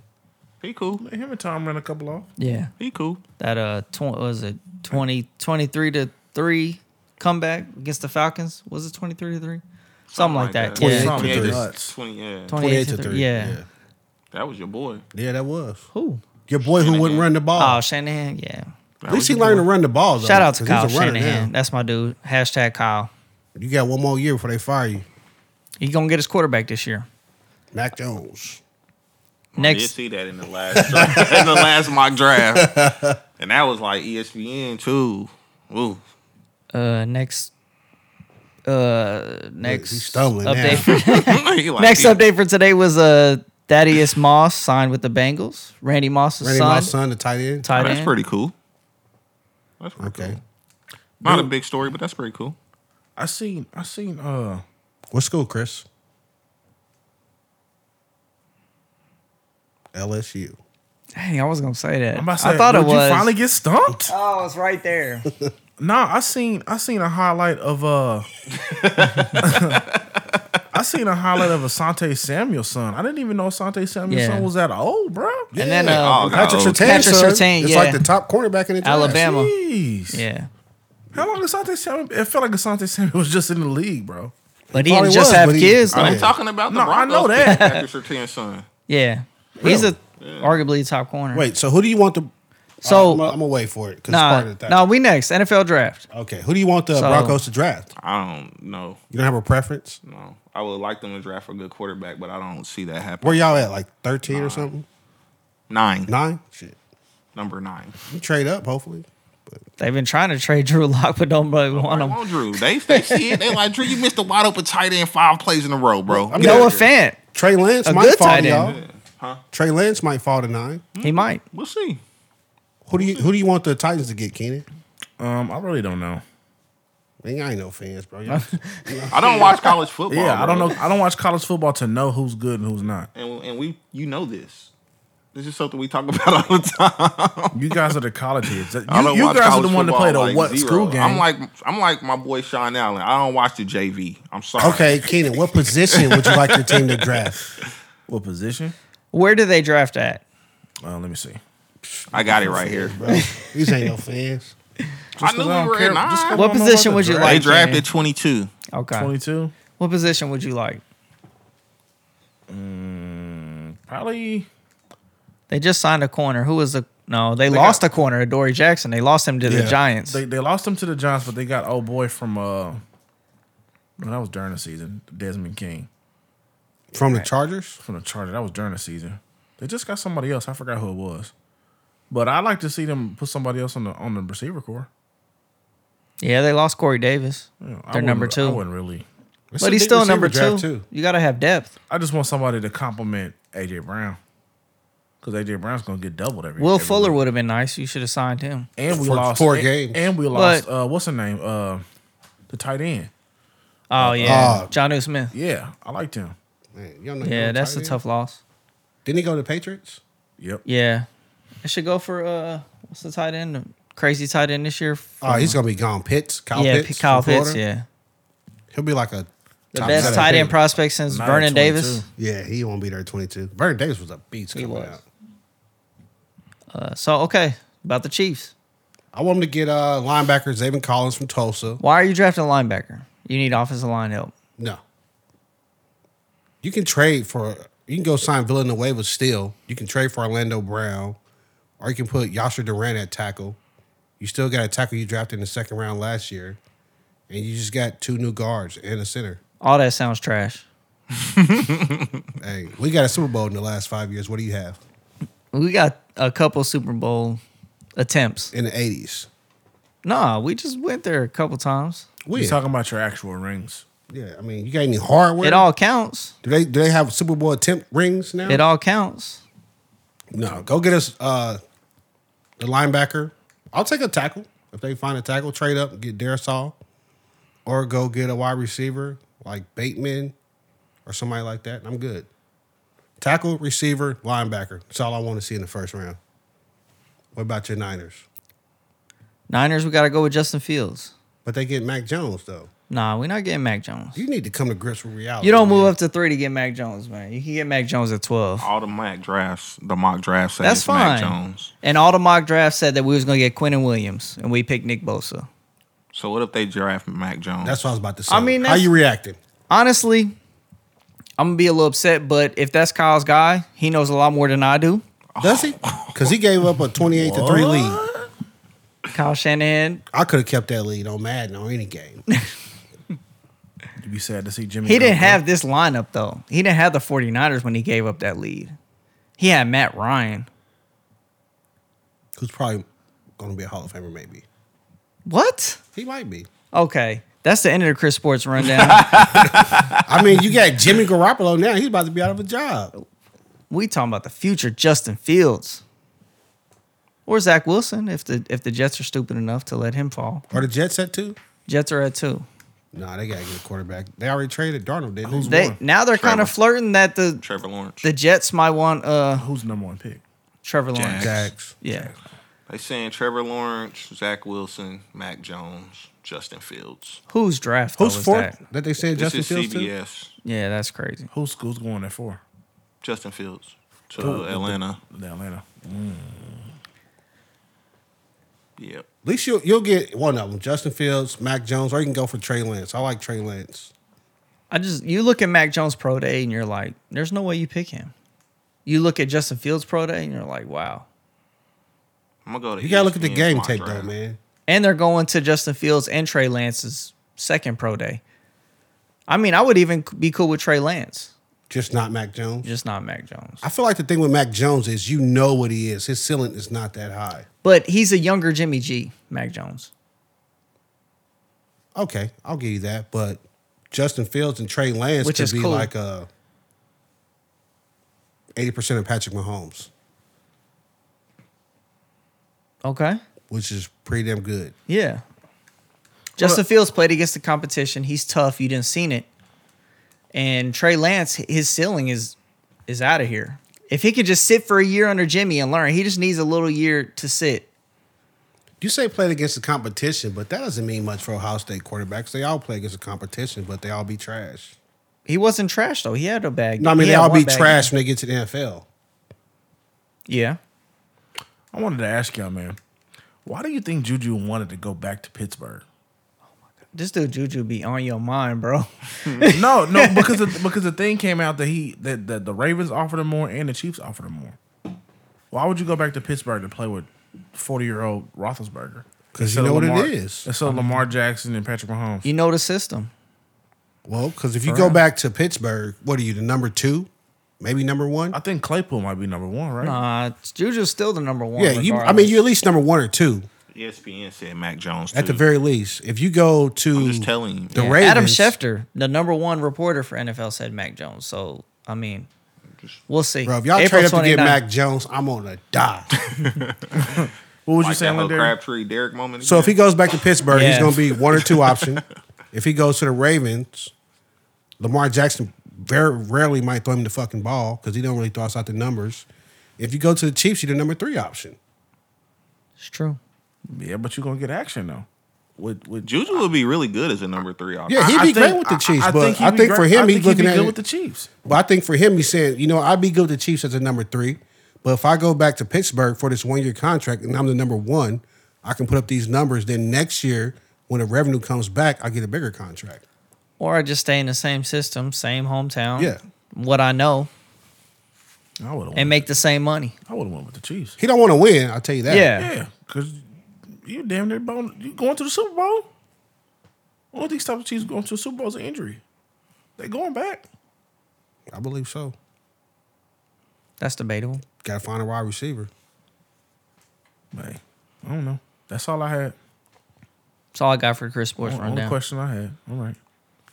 Speaker 2: He cool.
Speaker 1: Let him and Tom run a couple off.
Speaker 4: yeah.
Speaker 2: He cool.
Speaker 4: That uh, tw- what was it 20, 23 to three comeback against the Falcons? Was it twenty three to three? Something like that.
Speaker 3: that.
Speaker 4: Yeah,
Speaker 3: 28
Speaker 2: 28
Speaker 3: to
Speaker 1: nuts.
Speaker 2: 20, yeah.
Speaker 4: 28 to three. Yeah.
Speaker 3: yeah.
Speaker 2: That was your boy.
Speaker 3: Yeah, that was.
Speaker 4: Who?
Speaker 3: Your boy who wouldn't run the ball.
Speaker 4: Oh, Shanahan. Yeah.
Speaker 2: That
Speaker 3: At least
Speaker 2: was
Speaker 3: he
Speaker 2: your
Speaker 3: learned to
Speaker 2: boy.
Speaker 3: run the ball, though.
Speaker 4: Shout out to
Speaker 3: 'cause he's
Speaker 4: Kyle
Speaker 3: a runner
Speaker 4: Shanahan.
Speaker 3: now.
Speaker 4: That's my dude. Hashtag Kyle.
Speaker 3: You got one more year before they fire you.
Speaker 4: He gonna get his quarterback this year.
Speaker 3: Mac Jones.
Speaker 2: I did
Speaker 4: Next,
Speaker 2: see that in the last in the last mock draft, and that was like E ESPN too. Ooh,
Speaker 4: uh, next, uh, next
Speaker 3: he's stumbling
Speaker 4: update.
Speaker 3: now.
Speaker 4: For,
Speaker 2: He like,
Speaker 4: next
Speaker 2: yeah.
Speaker 4: update for today was uh Thaddeus Moss signed with the Bengals. Randy Moss's
Speaker 3: Randy
Speaker 4: son,
Speaker 3: Moss, son, the tight end.
Speaker 4: tight
Speaker 2: Oh, That's
Speaker 4: end.
Speaker 2: pretty cool. That's pretty
Speaker 3: Okay.
Speaker 2: cool. Not a big story, but that's pretty cool.
Speaker 1: I seen I seen uh
Speaker 3: What school, Chris? LSU.
Speaker 4: Dang, I was gonna say that.
Speaker 1: I'm about to say,
Speaker 4: I thought it
Speaker 1: would
Speaker 4: was.
Speaker 1: you finally get stumped?
Speaker 4: oh, it's right there.
Speaker 1: Nah, I seen I seen a highlight of uh I seen a highlight of Asante Samuel's son. I didn't even know Asante Samuel's
Speaker 4: Yeah.
Speaker 1: son was that old, bro.
Speaker 4: and then uh,
Speaker 2: Oh, God.
Speaker 3: Patrick Sertan,
Speaker 4: Patrick
Speaker 3: son.
Speaker 4: Surtain,
Speaker 3: It's
Speaker 4: yeah.
Speaker 3: like the top cornerback in the draft.
Speaker 4: Alabama.
Speaker 1: Jeez.
Speaker 4: yeah,
Speaker 1: How long Asante Samuel? It felt like Asante Samuel was just in the league, bro.
Speaker 4: but he
Speaker 3: probably
Speaker 4: didn't just
Speaker 3: was,
Speaker 4: have
Speaker 3: but he-
Speaker 4: kids.
Speaker 3: I
Speaker 2: Are
Speaker 4: though.
Speaker 2: they talking about the
Speaker 1: No, I
Speaker 2: Broncos
Speaker 1: know that.
Speaker 2: pick after Sertan's son?
Speaker 4: yeah, he's a arguably the top corner.
Speaker 3: Wait, so who do you want to
Speaker 4: So
Speaker 3: I'm gonna wait for it because it's
Speaker 4: nah,
Speaker 3: part of that.
Speaker 4: nah, we next NFL draft.
Speaker 3: Okay, who do you want the
Speaker 4: So-
Speaker 3: Broncos to draft?
Speaker 2: I don't know.
Speaker 3: You don't have a preference?
Speaker 2: No, I would like them to draft a good quarterback, but I don't see that happen.
Speaker 3: Where y'all at? Like thirteen or something?
Speaker 2: Nine,
Speaker 3: Nine? Shit,
Speaker 2: number nine.
Speaker 3: you trade up hopefully.
Speaker 4: They've been trying to trade Drew Lock, but don't really want
Speaker 2: Come
Speaker 4: him.
Speaker 2: on, Drew. They, they see it. They like Drew. You missed a wide open tight end five plays in a row, bro.
Speaker 3: I'm
Speaker 4: Noah
Speaker 3: Yeah.
Speaker 4: Fant,
Speaker 3: Trey Lance
Speaker 4: A
Speaker 3: might
Speaker 4: good
Speaker 3: fall
Speaker 4: tight
Speaker 3: to y'all.
Speaker 4: end.
Speaker 2: Huh?
Speaker 3: Trey Lance might fall to nine.
Speaker 4: he might.
Speaker 2: We'll see.
Speaker 3: Who do you who do you want the Titans to get, Keenan?
Speaker 1: Um, I really don't know.
Speaker 3: Man, I ain't no fans, bro. Y'all-
Speaker 2: I don't watch college football.
Speaker 1: Yeah, I don't
Speaker 2: bro.
Speaker 1: know. I don't watch college football to know who's good and who's not.
Speaker 2: And and we, you know this. This is something we talk about all the time.
Speaker 1: You guys are the college heads. You,
Speaker 2: I don't
Speaker 1: you
Speaker 2: watch
Speaker 1: guys are
Speaker 2: college
Speaker 1: the one to play the
Speaker 2: football, like,
Speaker 1: what
Speaker 2: zero.
Speaker 1: school game?
Speaker 2: I'm like I'm like my boy Sean Allen. I don't watch the JV. I'm sorry.
Speaker 3: okay, Keenan, what position would you like your team to draft?
Speaker 1: what position?
Speaker 4: Where do they draft at?
Speaker 1: Uh, let me see.
Speaker 2: I got it right here.
Speaker 3: Bro, these ain't no fans.
Speaker 2: I
Speaker 1: Just 'cause
Speaker 2: knew
Speaker 1: I
Speaker 2: we
Speaker 1: don't
Speaker 2: were
Speaker 1: care-
Speaker 2: in
Speaker 1: just 'cause I
Speaker 2: nine.
Speaker 4: What
Speaker 1: don't know
Speaker 4: position
Speaker 1: about
Speaker 4: would
Speaker 1: the
Speaker 4: you
Speaker 1: draft.
Speaker 2: They
Speaker 4: like, man?
Speaker 2: drafted 22.
Speaker 4: Okay.
Speaker 1: Twenty-two.
Speaker 4: What position would you like?
Speaker 1: Probably.
Speaker 4: They just signed a corner. Who was the no? They, lost a corner to Dory Jackson. They lost him to the
Speaker 3: Yeah.
Speaker 4: Giants.
Speaker 1: They they lost him to the Giants, but they got old boy from uh. No, that was during the season. Desmond King
Speaker 3: From the Chargers?
Speaker 1: from the Chargers. That was during the season. They just got somebody else. I forgot who it was. But I like to see them put somebody else on the on the receiver core.
Speaker 4: yeah, they lost Corey Davis.
Speaker 1: You know, I
Speaker 4: They're number
Speaker 1: wouldn't- I
Speaker 4: two.
Speaker 1: wouldn't really.
Speaker 3: It's
Speaker 4: But
Speaker 3: a
Speaker 4: he's
Speaker 3: big
Speaker 4: still
Speaker 3: receiver
Speaker 4: number two.
Speaker 3: draft, too.
Speaker 4: You got to have depth.
Speaker 1: I just want somebody to compliment AJ Brown because AJ Brown's gonna get doubled every.
Speaker 4: Will
Speaker 1: every
Speaker 4: Fuller
Speaker 1: week.
Speaker 4: would have been nice. You should have signed him.
Speaker 1: and we
Speaker 3: for
Speaker 1: lost
Speaker 3: four
Speaker 1: and-
Speaker 3: games.
Speaker 1: and we lost.
Speaker 4: But-
Speaker 1: uh, what's her name? Uh, the tight end.
Speaker 4: Oh yeah,
Speaker 3: uh,
Speaker 4: John New Smith.
Speaker 1: Yeah, I liked him.
Speaker 3: Man, y'all know
Speaker 4: Yeah,
Speaker 3: y'all
Speaker 4: that's a
Speaker 3: tight end.
Speaker 4: tough loss.
Speaker 3: Didn't he go to the Patriots?
Speaker 1: Yep.
Speaker 4: Yeah, it should go for uh, what's the tight end? The Crazy tight end this year.
Speaker 3: Oh, he's gonna be gone. Pitts, Kyle
Speaker 4: yeah,
Speaker 3: Pitts,
Speaker 4: Kyle
Speaker 3: from
Speaker 4: Pitts.
Speaker 3: Florida.
Speaker 4: Yeah,
Speaker 3: he'll be like a
Speaker 4: the
Speaker 3: top
Speaker 4: best
Speaker 3: seven
Speaker 4: tight
Speaker 3: pick.
Speaker 4: end prospect since
Speaker 1: Not at
Speaker 4: Vernon
Speaker 1: 22.
Speaker 4: Davis.
Speaker 3: Yeah, he won't be there at 22. Vernon Davis was a beast coming
Speaker 4: was.
Speaker 3: out.
Speaker 4: Uh, so okay, about the Chiefs.
Speaker 3: I want him to get uh, linebacker Zayvon Collins from Tulsa.
Speaker 4: Why are you drafting a linebacker? You need offensive line help.
Speaker 3: No. You can trade for, you can go sign Villanueva still. You can trade for Orlando Brown, or you can put Yasher Duran at tackle. You still got a tackle you drafted in the second round last year, and you just got two new guards and a center.
Speaker 4: All that sounds trash.
Speaker 3: Hey, we got a Super Bowl in the last five years. What do you have?
Speaker 4: We got a couple Super Bowl attempts.
Speaker 3: In the 80s.
Speaker 4: Nah, we just went there a couple times.
Speaker 3: We
Speaker 1: He's talking about your actual rings.
Speaker 3: Yeah, I mean, you got any hardware?
Speaker 4: It all counts.
Speaker 3: do they do they have Super Bowl attempt rings now?
Speaker 4: It all counts.
Speaker 3: No, go get us uh the linebacker. I'll take a tackle if they find a tackle. Trade up, get Darisaw, or go get a wide receiver like Bateman or somebody like that. and I'm good. Tackle, receiver, linebacker. That's all I want to see in the first round. What about your Niners?
Speaker 4: Niners, we got to go with Justin Fields.
Speaker 3: But they get Mac Jones though.
Speaker 4: Nah, we're not getting Mac Jones.
Speaker 3: You need to come to grips with reality.
Speaker 4: You don't
Speaker 3: man.
Speaker 4: move up to three to get Mac Jones, man. You can get Mac Jones at 12.
Speaker 2: All the mock drafts, the mock drafts. Say
Speaker 4: That's
Speaker 2: it's Mac
Speaker 4: fine.
Speaker 2: Jones.
Speaker 4: And all the mock drafts said that we was going to get Quentin Williams, and we picked Nick Bosa.
Speaker 2: So what if they draft Mac Jones?
Speaker 3: That's what I was about to say.
Speaker 4: I mean,
Speaker 3: how
Speaker 4: that's-
Speaker 3: you reacting?
Speaker 4: Honestly, I'm going to be a little upset, but if that's Kyle's guy, he knows a lot more than I do.
Speaker 3: Does he? Because he gave up a twenty-eight to three lead.
Speaker 4: Kyle Shanahan,
Speaker 3: I could have kept that lead on Madden or any game.
Speaker 1: You'd be sad to see Jimmy.
Speaker 4: He didn't
Speaker 1: go, bro.
Speaker 4: have this lineup though. He didn't have the 49ers when he gave up that lead. He had Matt Ryan.
Speaker 3: who's probably going to be a Hall of Famer, maybe.
Speaker 4: What?
Speaker 3: He might be.
Speaker 4: Okay. That's the end of the Chris Sports rundown.
Speaker 3: I mean, you got Jimmy Garoppolo now. He's about to be out of a job.
Speaker 4: we talking about the future Justin Fields. Or Zach Wilson, if the if the Jets are stupid enough to let him fall.
Speaker 3: Are the Jets at two?
Speaker 4: Jets are at two.
Speaker 3: Nah, they got to get a quarterback. They already traded Darnold, didn't they?
Speaker 4: They now they're kind
Speaker 2: Trevor.
Speaker 4: of flirting that the
Speaker 2: Trevor Lawrence.
Speaker 4: the Jets might want uh
Speaker 1: Who's the number one pick?
Speaker 4: Trevor Lawrence.
Speaker 3: Jags.
Speaker 4: Yeah.
Speaker 2: They saying Trevor Lawrence, Zach Wilson, Mac Jones, Justin Fields.
Speaker 4: Who's draft? though,
Speaker 3: Who's
Speaker 4: is
Speaker 3: fourth
Speaker 4: that?
Speaker 3: that they sent
Speaker 2: This
Speaker 3: Justin
Speaker 2: is
Speaker 3: Fields to?
Speaker 2: CBS.
Speaker 4: Yeah, that's crazy.
Speaker 1: Who's school's going there for?
Speaker 2: Justin Fields to Uh, Atlanta.
Speaker 1: The Atlanta.
Speaker 2: Yep.
Speaker 3: At least you'll, you'll get one of them Justin Fields, Mac Jones, or you can go for Trey Lance. I like Trey Lance.
Speaker 4: I just you look at Mac Jones pro day and you're like, there's no way you pick him. You look at Justin Fields pro day and you're like, wow.
Speaker 2: I'm gonna go to. E
Speaker 3: You gotta look at the
Speaker 2: ESPN
Speaker 3: game
Speaker 2: mock
Speaker 3: tape though,
Speaker 2: draft.
Speaker 3: man.
Speaker 4: And they're going to Justin Fields and Trey Lance's second pro day. I mean, I would even be cool with Trey Lance,
Speaker 3: Just not Mac Jones.
Speaker 4: just not Mac Jones.
Speaker 3: I feel like the thing with Mac Jones is you know what he is. His ceiling is not that high.
Speaker 4: But he's a younger Jimmy G, Mac Jones.
Speaker 3: Okay, I'll give you that. But Justin Fields and Trey Lance
Speaker 4: Which
Speaker 3: could
Speaker 4: is
Speaker 3: be
Speaker 4: cool.
Speaker 3: like a eighty percent of Patrick Mahomes,
Speaker 4: Okay.
Speaker 3: which is pretty damn good.
Speaker 4: Yeah. Justin Fields played against the competition. He's tough. You didn't seen it. And Trey Lance, his ceiling is is out of here. If he could just sit for a year under Jimmy and learn, he just needs a little year to sit.
Speaker 3: You say played against the competition, but that doesn't mean much for Ohio State quarterbacks. They all play against the competition, but they all be trash.
Speaker 4: He wasn't trash though. He had a bag.
Speaker 3: No, I
Speaker 4: he
Speaker 3: mean they
Speaker 4: had
Speaker 3: all
Speaker 4: one
Speaker 3: be
Speaker 4: bag.
Speaker 3: trash when they get to the NFL.
Speaker 4: Yeah.
Speaker 1: I wanted to ask y'all, man, why do you think Juju wanted to go back to Pittsburgh?
Speaker 4: This dude Juju be on your mind, bro.
Speaker 1: no, no, because the, because the thing came out that he that, that the Ravens offered him more and the Chiefs offered him more. Why would you go back to Pittsburgh to play with forty year old Roethlisberger?
Speaker 3: 'Cause you
Speaker 1: Instead
Speaker 3: know
Speaker 1: of
Speaker 3: what it
Speaker 1: Lamar-
Speaker 3: is.
Speaker 1: Instead of Lamar Jackson and Patrick Mahomes,
Speaker 4: You know the system.
Speaker 3: Well, because if you go back to Pittsburgh, what are you, the number two? Maybe number one?
Speaker 1: I think Claypool might be number one, right?
Speaker 4: Uh Juju's still the number one.
Speaker 3: yeah, you I mean you're at least number one or two.
Speaker 2: ESPN said Mac Jones.
Speaker 3: At the
Speaker 2: too.
Speaker 3: very least. If you go to
Speaker 2: Hmm. I'm just telling you.
Speaker 3: the
Speaker 4: Yeah,
Speaker 3: Ravens,
Speaker 4: Adam Schefter, the number one reporter for NFL, said Mac Jones. So I mean, we'll see.
Speaker 3: Bro, if y'all
Speaker 4: April
Speaker 3: trade up to get
Speaker 4: 29.
Speaker 3: Mac Jones, I'm gonna die.
Speaker 1: What was you
Speaker 2: Like that
Speaker 1: saying,
Speaker 2: whole
Speaker 1: Landry?
Speaker 2: Crabtree Derrick moment.
Speaker 3: so if he goes back to Pittsburgh, he's
Speaker 4: Yeah.
Speaker 3: gonna be one or two option. if he goes to the Ravens, Lamar Jackson very rarely might throw him the fucking ball because he don't really throw us out the numbers. If you go to the Chiefs, you're the number three option.
Speaker 4: it's true.
Speaker 1: Yeah, but you're gonna get action though. With with
Speaker 2: Juju would be really good as a number three option.
Speaker 3: Yeah,
Speaker 1: I-
Speaker 3: he'd
Speaker 1: I
Speaker 3: be
Speaker 1: think-
Speaker 3: great with the
Speaker 1: I-
Speaker 3: Chiefs,
Speaker 1: I
Speaker 3: but
Speaker 1: think he'd
Speaker 3: I
Speaker 1: be
Speaker 3: think
Speaker 1: great-
Speaker 3: for him,
Speaker 1: I
Speaker 3: he's
Speaker 1: think he'd
Speaker 3: looking
Speaker 1: be
Speaker 3: at
Speaker 1: good
Speaker 3: it-
Speaker 1: with the Chiefs.
Speaker 3: But I think for him, he's saying, you know, I'd be good with the Chiefs as a number three. But if I go back to Pittsburgh for this one year contract and I'm the number one, I can put up these numbers. Then next year, when the revenue comes back, I get a bigger contract.
Speaker 4: Or I just stay in the same system, same hometown.
Speaker 3: Yeah.
Speaker 4: What I know
Speaker 1: I would have.
Speaker 4: and make the same money.
Speaker 1: I would have went with the Chiefs.
Speaker 3: He don't want to win, I'll tell you that.
Speaker 4: Yeah.
Speaker 1: Yeah, because you damn near bone. You going to the Super Bowl? All these type of Chiefs going to the Super Bowl is an injury. They going back.
Speaker 3: I believe so.
Speaker 4: That's debatable.
Speaker 3: Gotta find a wide receiver.
Speaker 1: Man, I don't know. That's all I had.
Speaker 4: That's all I got for Chris Sports
Speaker 1: Only only
Speaker 4: Rundown.
Speaker 1: question I had. All right.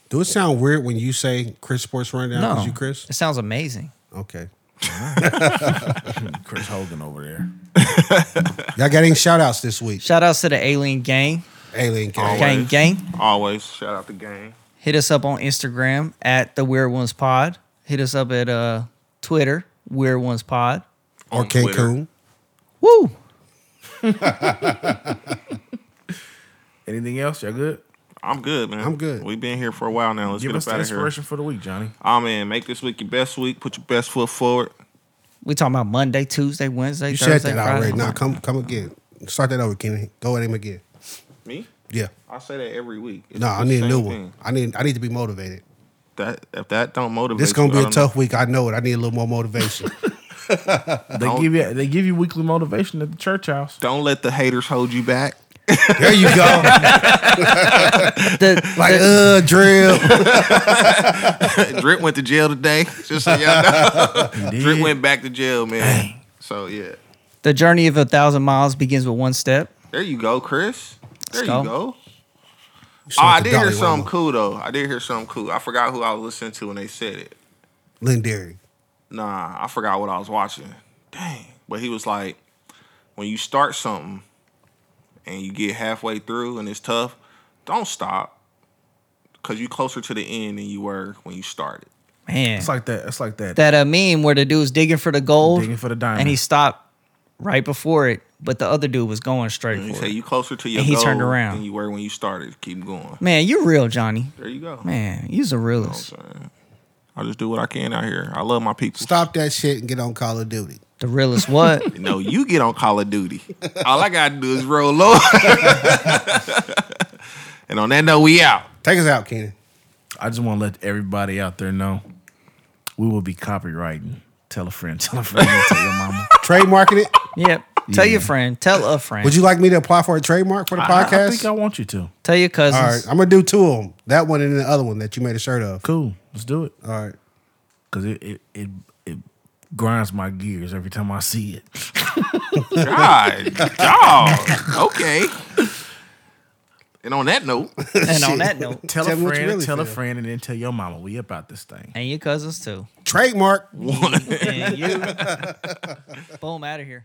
Speaker 3: Do it sound weird when you say Chris Sports Rundown?
Speaker 4: No.
Speaker 3: Is you Chris?
Speaker 4: It sounds amazing.
Speaker 3: Okay.
Speaker 1: Chris Hogan over there.
Speaker 3: Y'all got any shout outs this week?
Speaker 4: Shout outs to the Alien Gang.
Speaker 3: Alien Gang.
Speaker 2: Always.
Speaker 4: Gang Gang.
Speaker 2: Always shout out the game.
Speaker 4: Hit us up on Instagram at the Weird Ones Pod. Hit us up at uh Twitter, Weird Ones Pod.
Speaker 3: Or
Speaker 2: On Twitter.
Speaker 3: Cancun.
Speaker 4: Woo!
Speaker 1: Anything else? Y'all good?
Speaker 2: I'm good, man.
Speaker 3: I'm good.
Speaker 2: We've been here for a while now. Let's
Speaker 1: Give
Speaker 2: get
Speaker 1: us
Speaker 2: us
Speaker 1: the
Speaker 2: out of here.
Speaker 1: inspiration for the week, Johnny.
Speaker 2: Oh man, make this week your best week. Put your best foot forward.
Speaker 4: We talking about Monday, Tuesday, Wednesday,
Speaker 3: You
Speaker 4: Thursday,
Speaker 3: said that
Speaker 4: Friday.
Speaker 3: already. Now come come again. Start that over, Kenny. Go at him again.
Speaker 2: Me?
Speaker 3: Yeah.
Speaker 2: I say that every week. It's
Speaker 3: No, I
Speaker 2: the
Speaker 3: need a
Speaker 2: same
Speaker 3: new
Speaker 2: thing.
Speaker 3: one. I need I need to be motivated.
Speaker 2: That if that don't motivate,
Speaker 3: This is gonna
Speaker 2: you,
Speaker 3: be
Speaker 2: I
Speaker 3: a
Speaker 2: don't know.
Speaker 3: tough week. I know it. I need a little more motivation.
Speaker 1: They
Speaker 2: Don't-
Speaker 1: give you they give you weekly motivation at the church house.
Speaker 2: Don't let the haters hold you back.
Speaker 3: there you go.
Speaker 4: The-
Speaker 3: Like uh, drill.
Speaker 2: Oh, Drip went to jail today. Just so y'all know, Drip
Speaker 1: Yeah.
Speaker 2: went back to jail, man. So yeah,
Speaker 4: the journey of a thousand miles begins with one step.
Speaker 2: there you go, Chris. There you
Speaker 4: go.
Speaker 2: go. Oh,
Speaker 3: Shout out
Speaker 2: I
Speaker 3: to
Speaker 2: did hear
Speaker 3: Dalai
Speaker 2: something
Speaker 3: Lama.
Speaker 2: cool though. I did hear something cool. I forgot who I was listening to when they said it.
Speaker 3: Lynn Derry.
Speaker 2: Nah, I forgot what I was watching. Dang. But he was like, when you start something and you get halfway through and it's tough, don't stop. Cause you closer to the end than you were when you started.
Speaker 4: Man,
Speaker 1: It's like that. It's like that.
Speaker 4: that uh, meme where the dude's digging for the gold,
Speaker 1: Digging for the diamond.
Speaker 4: and he stopped right before it, but the other dude was going straight
Speaker 2: And he
Speaker 4: for
Speaker 2: said
Speaker 4: it.
Speaker 2: you closer to your
Speaker 4: And he
Speaker 2: goal
Speaker 4: turned around.
Speaker 2: than you were when you started. Keep going.
Speaker 4: Man, you real, Johnny.
Speaker 2: There you go.
Speaker 4: Man, you's a
Speaker 2: You know
Speaker 4: realist.
Speaker 2: what I'm saying? I just do what I can out here. I love my people.
Speaker 3: Stop that shit and get on Call of Duty.
Speaker 4: The realist what?
Speaker 2: No, you get on Call of Duty. All I gotta do is roll over. and on that note, we out.
Speaker 3: Take us out, Kenny.
Speaker 1: I just want to let everybody out there know we will be copywriting. Tell a friend. Tell a friend. tell your mama.
Speaker 3: Trademarking it.
Speaker 4: yep. Tell your friend. Tell a friend.
Speaker 3: Would you like me to apply for a trademark for the
Speaker 1: I- I,
Speaker 3: podcast?
Speaker 1: think I want you to.
Speaker 4: tell your
Speaker 3: All
Speaker 4: cousins.
Speaker 3: right, I'm gonna do two of them. That one and the other one that you made a shirt of.
Speaker 1: Cool. Let's do it.
Speaker 3: All right.
Speaker 1: Cause it it it, it grinds my gears every time I see it.
Speaker 2: God, dog. Okay. And on that note,
Speaker 4: and on that note,
Speaker 1: Tell,
Speaker 3: Tell me
Speaker 1: a
Speaker 3: what you
Speaker 1: friend,
Speaker 3: really
Speaker 1: tell a
Speaker 3: feel.
Speaker 1: friend, and then tell your mama we about this thing.
Speaker 4: and your cousins too.
Speaker 3: Trademark.
Speaker 2: one.
Speaker 4: And you. Boom, out of here.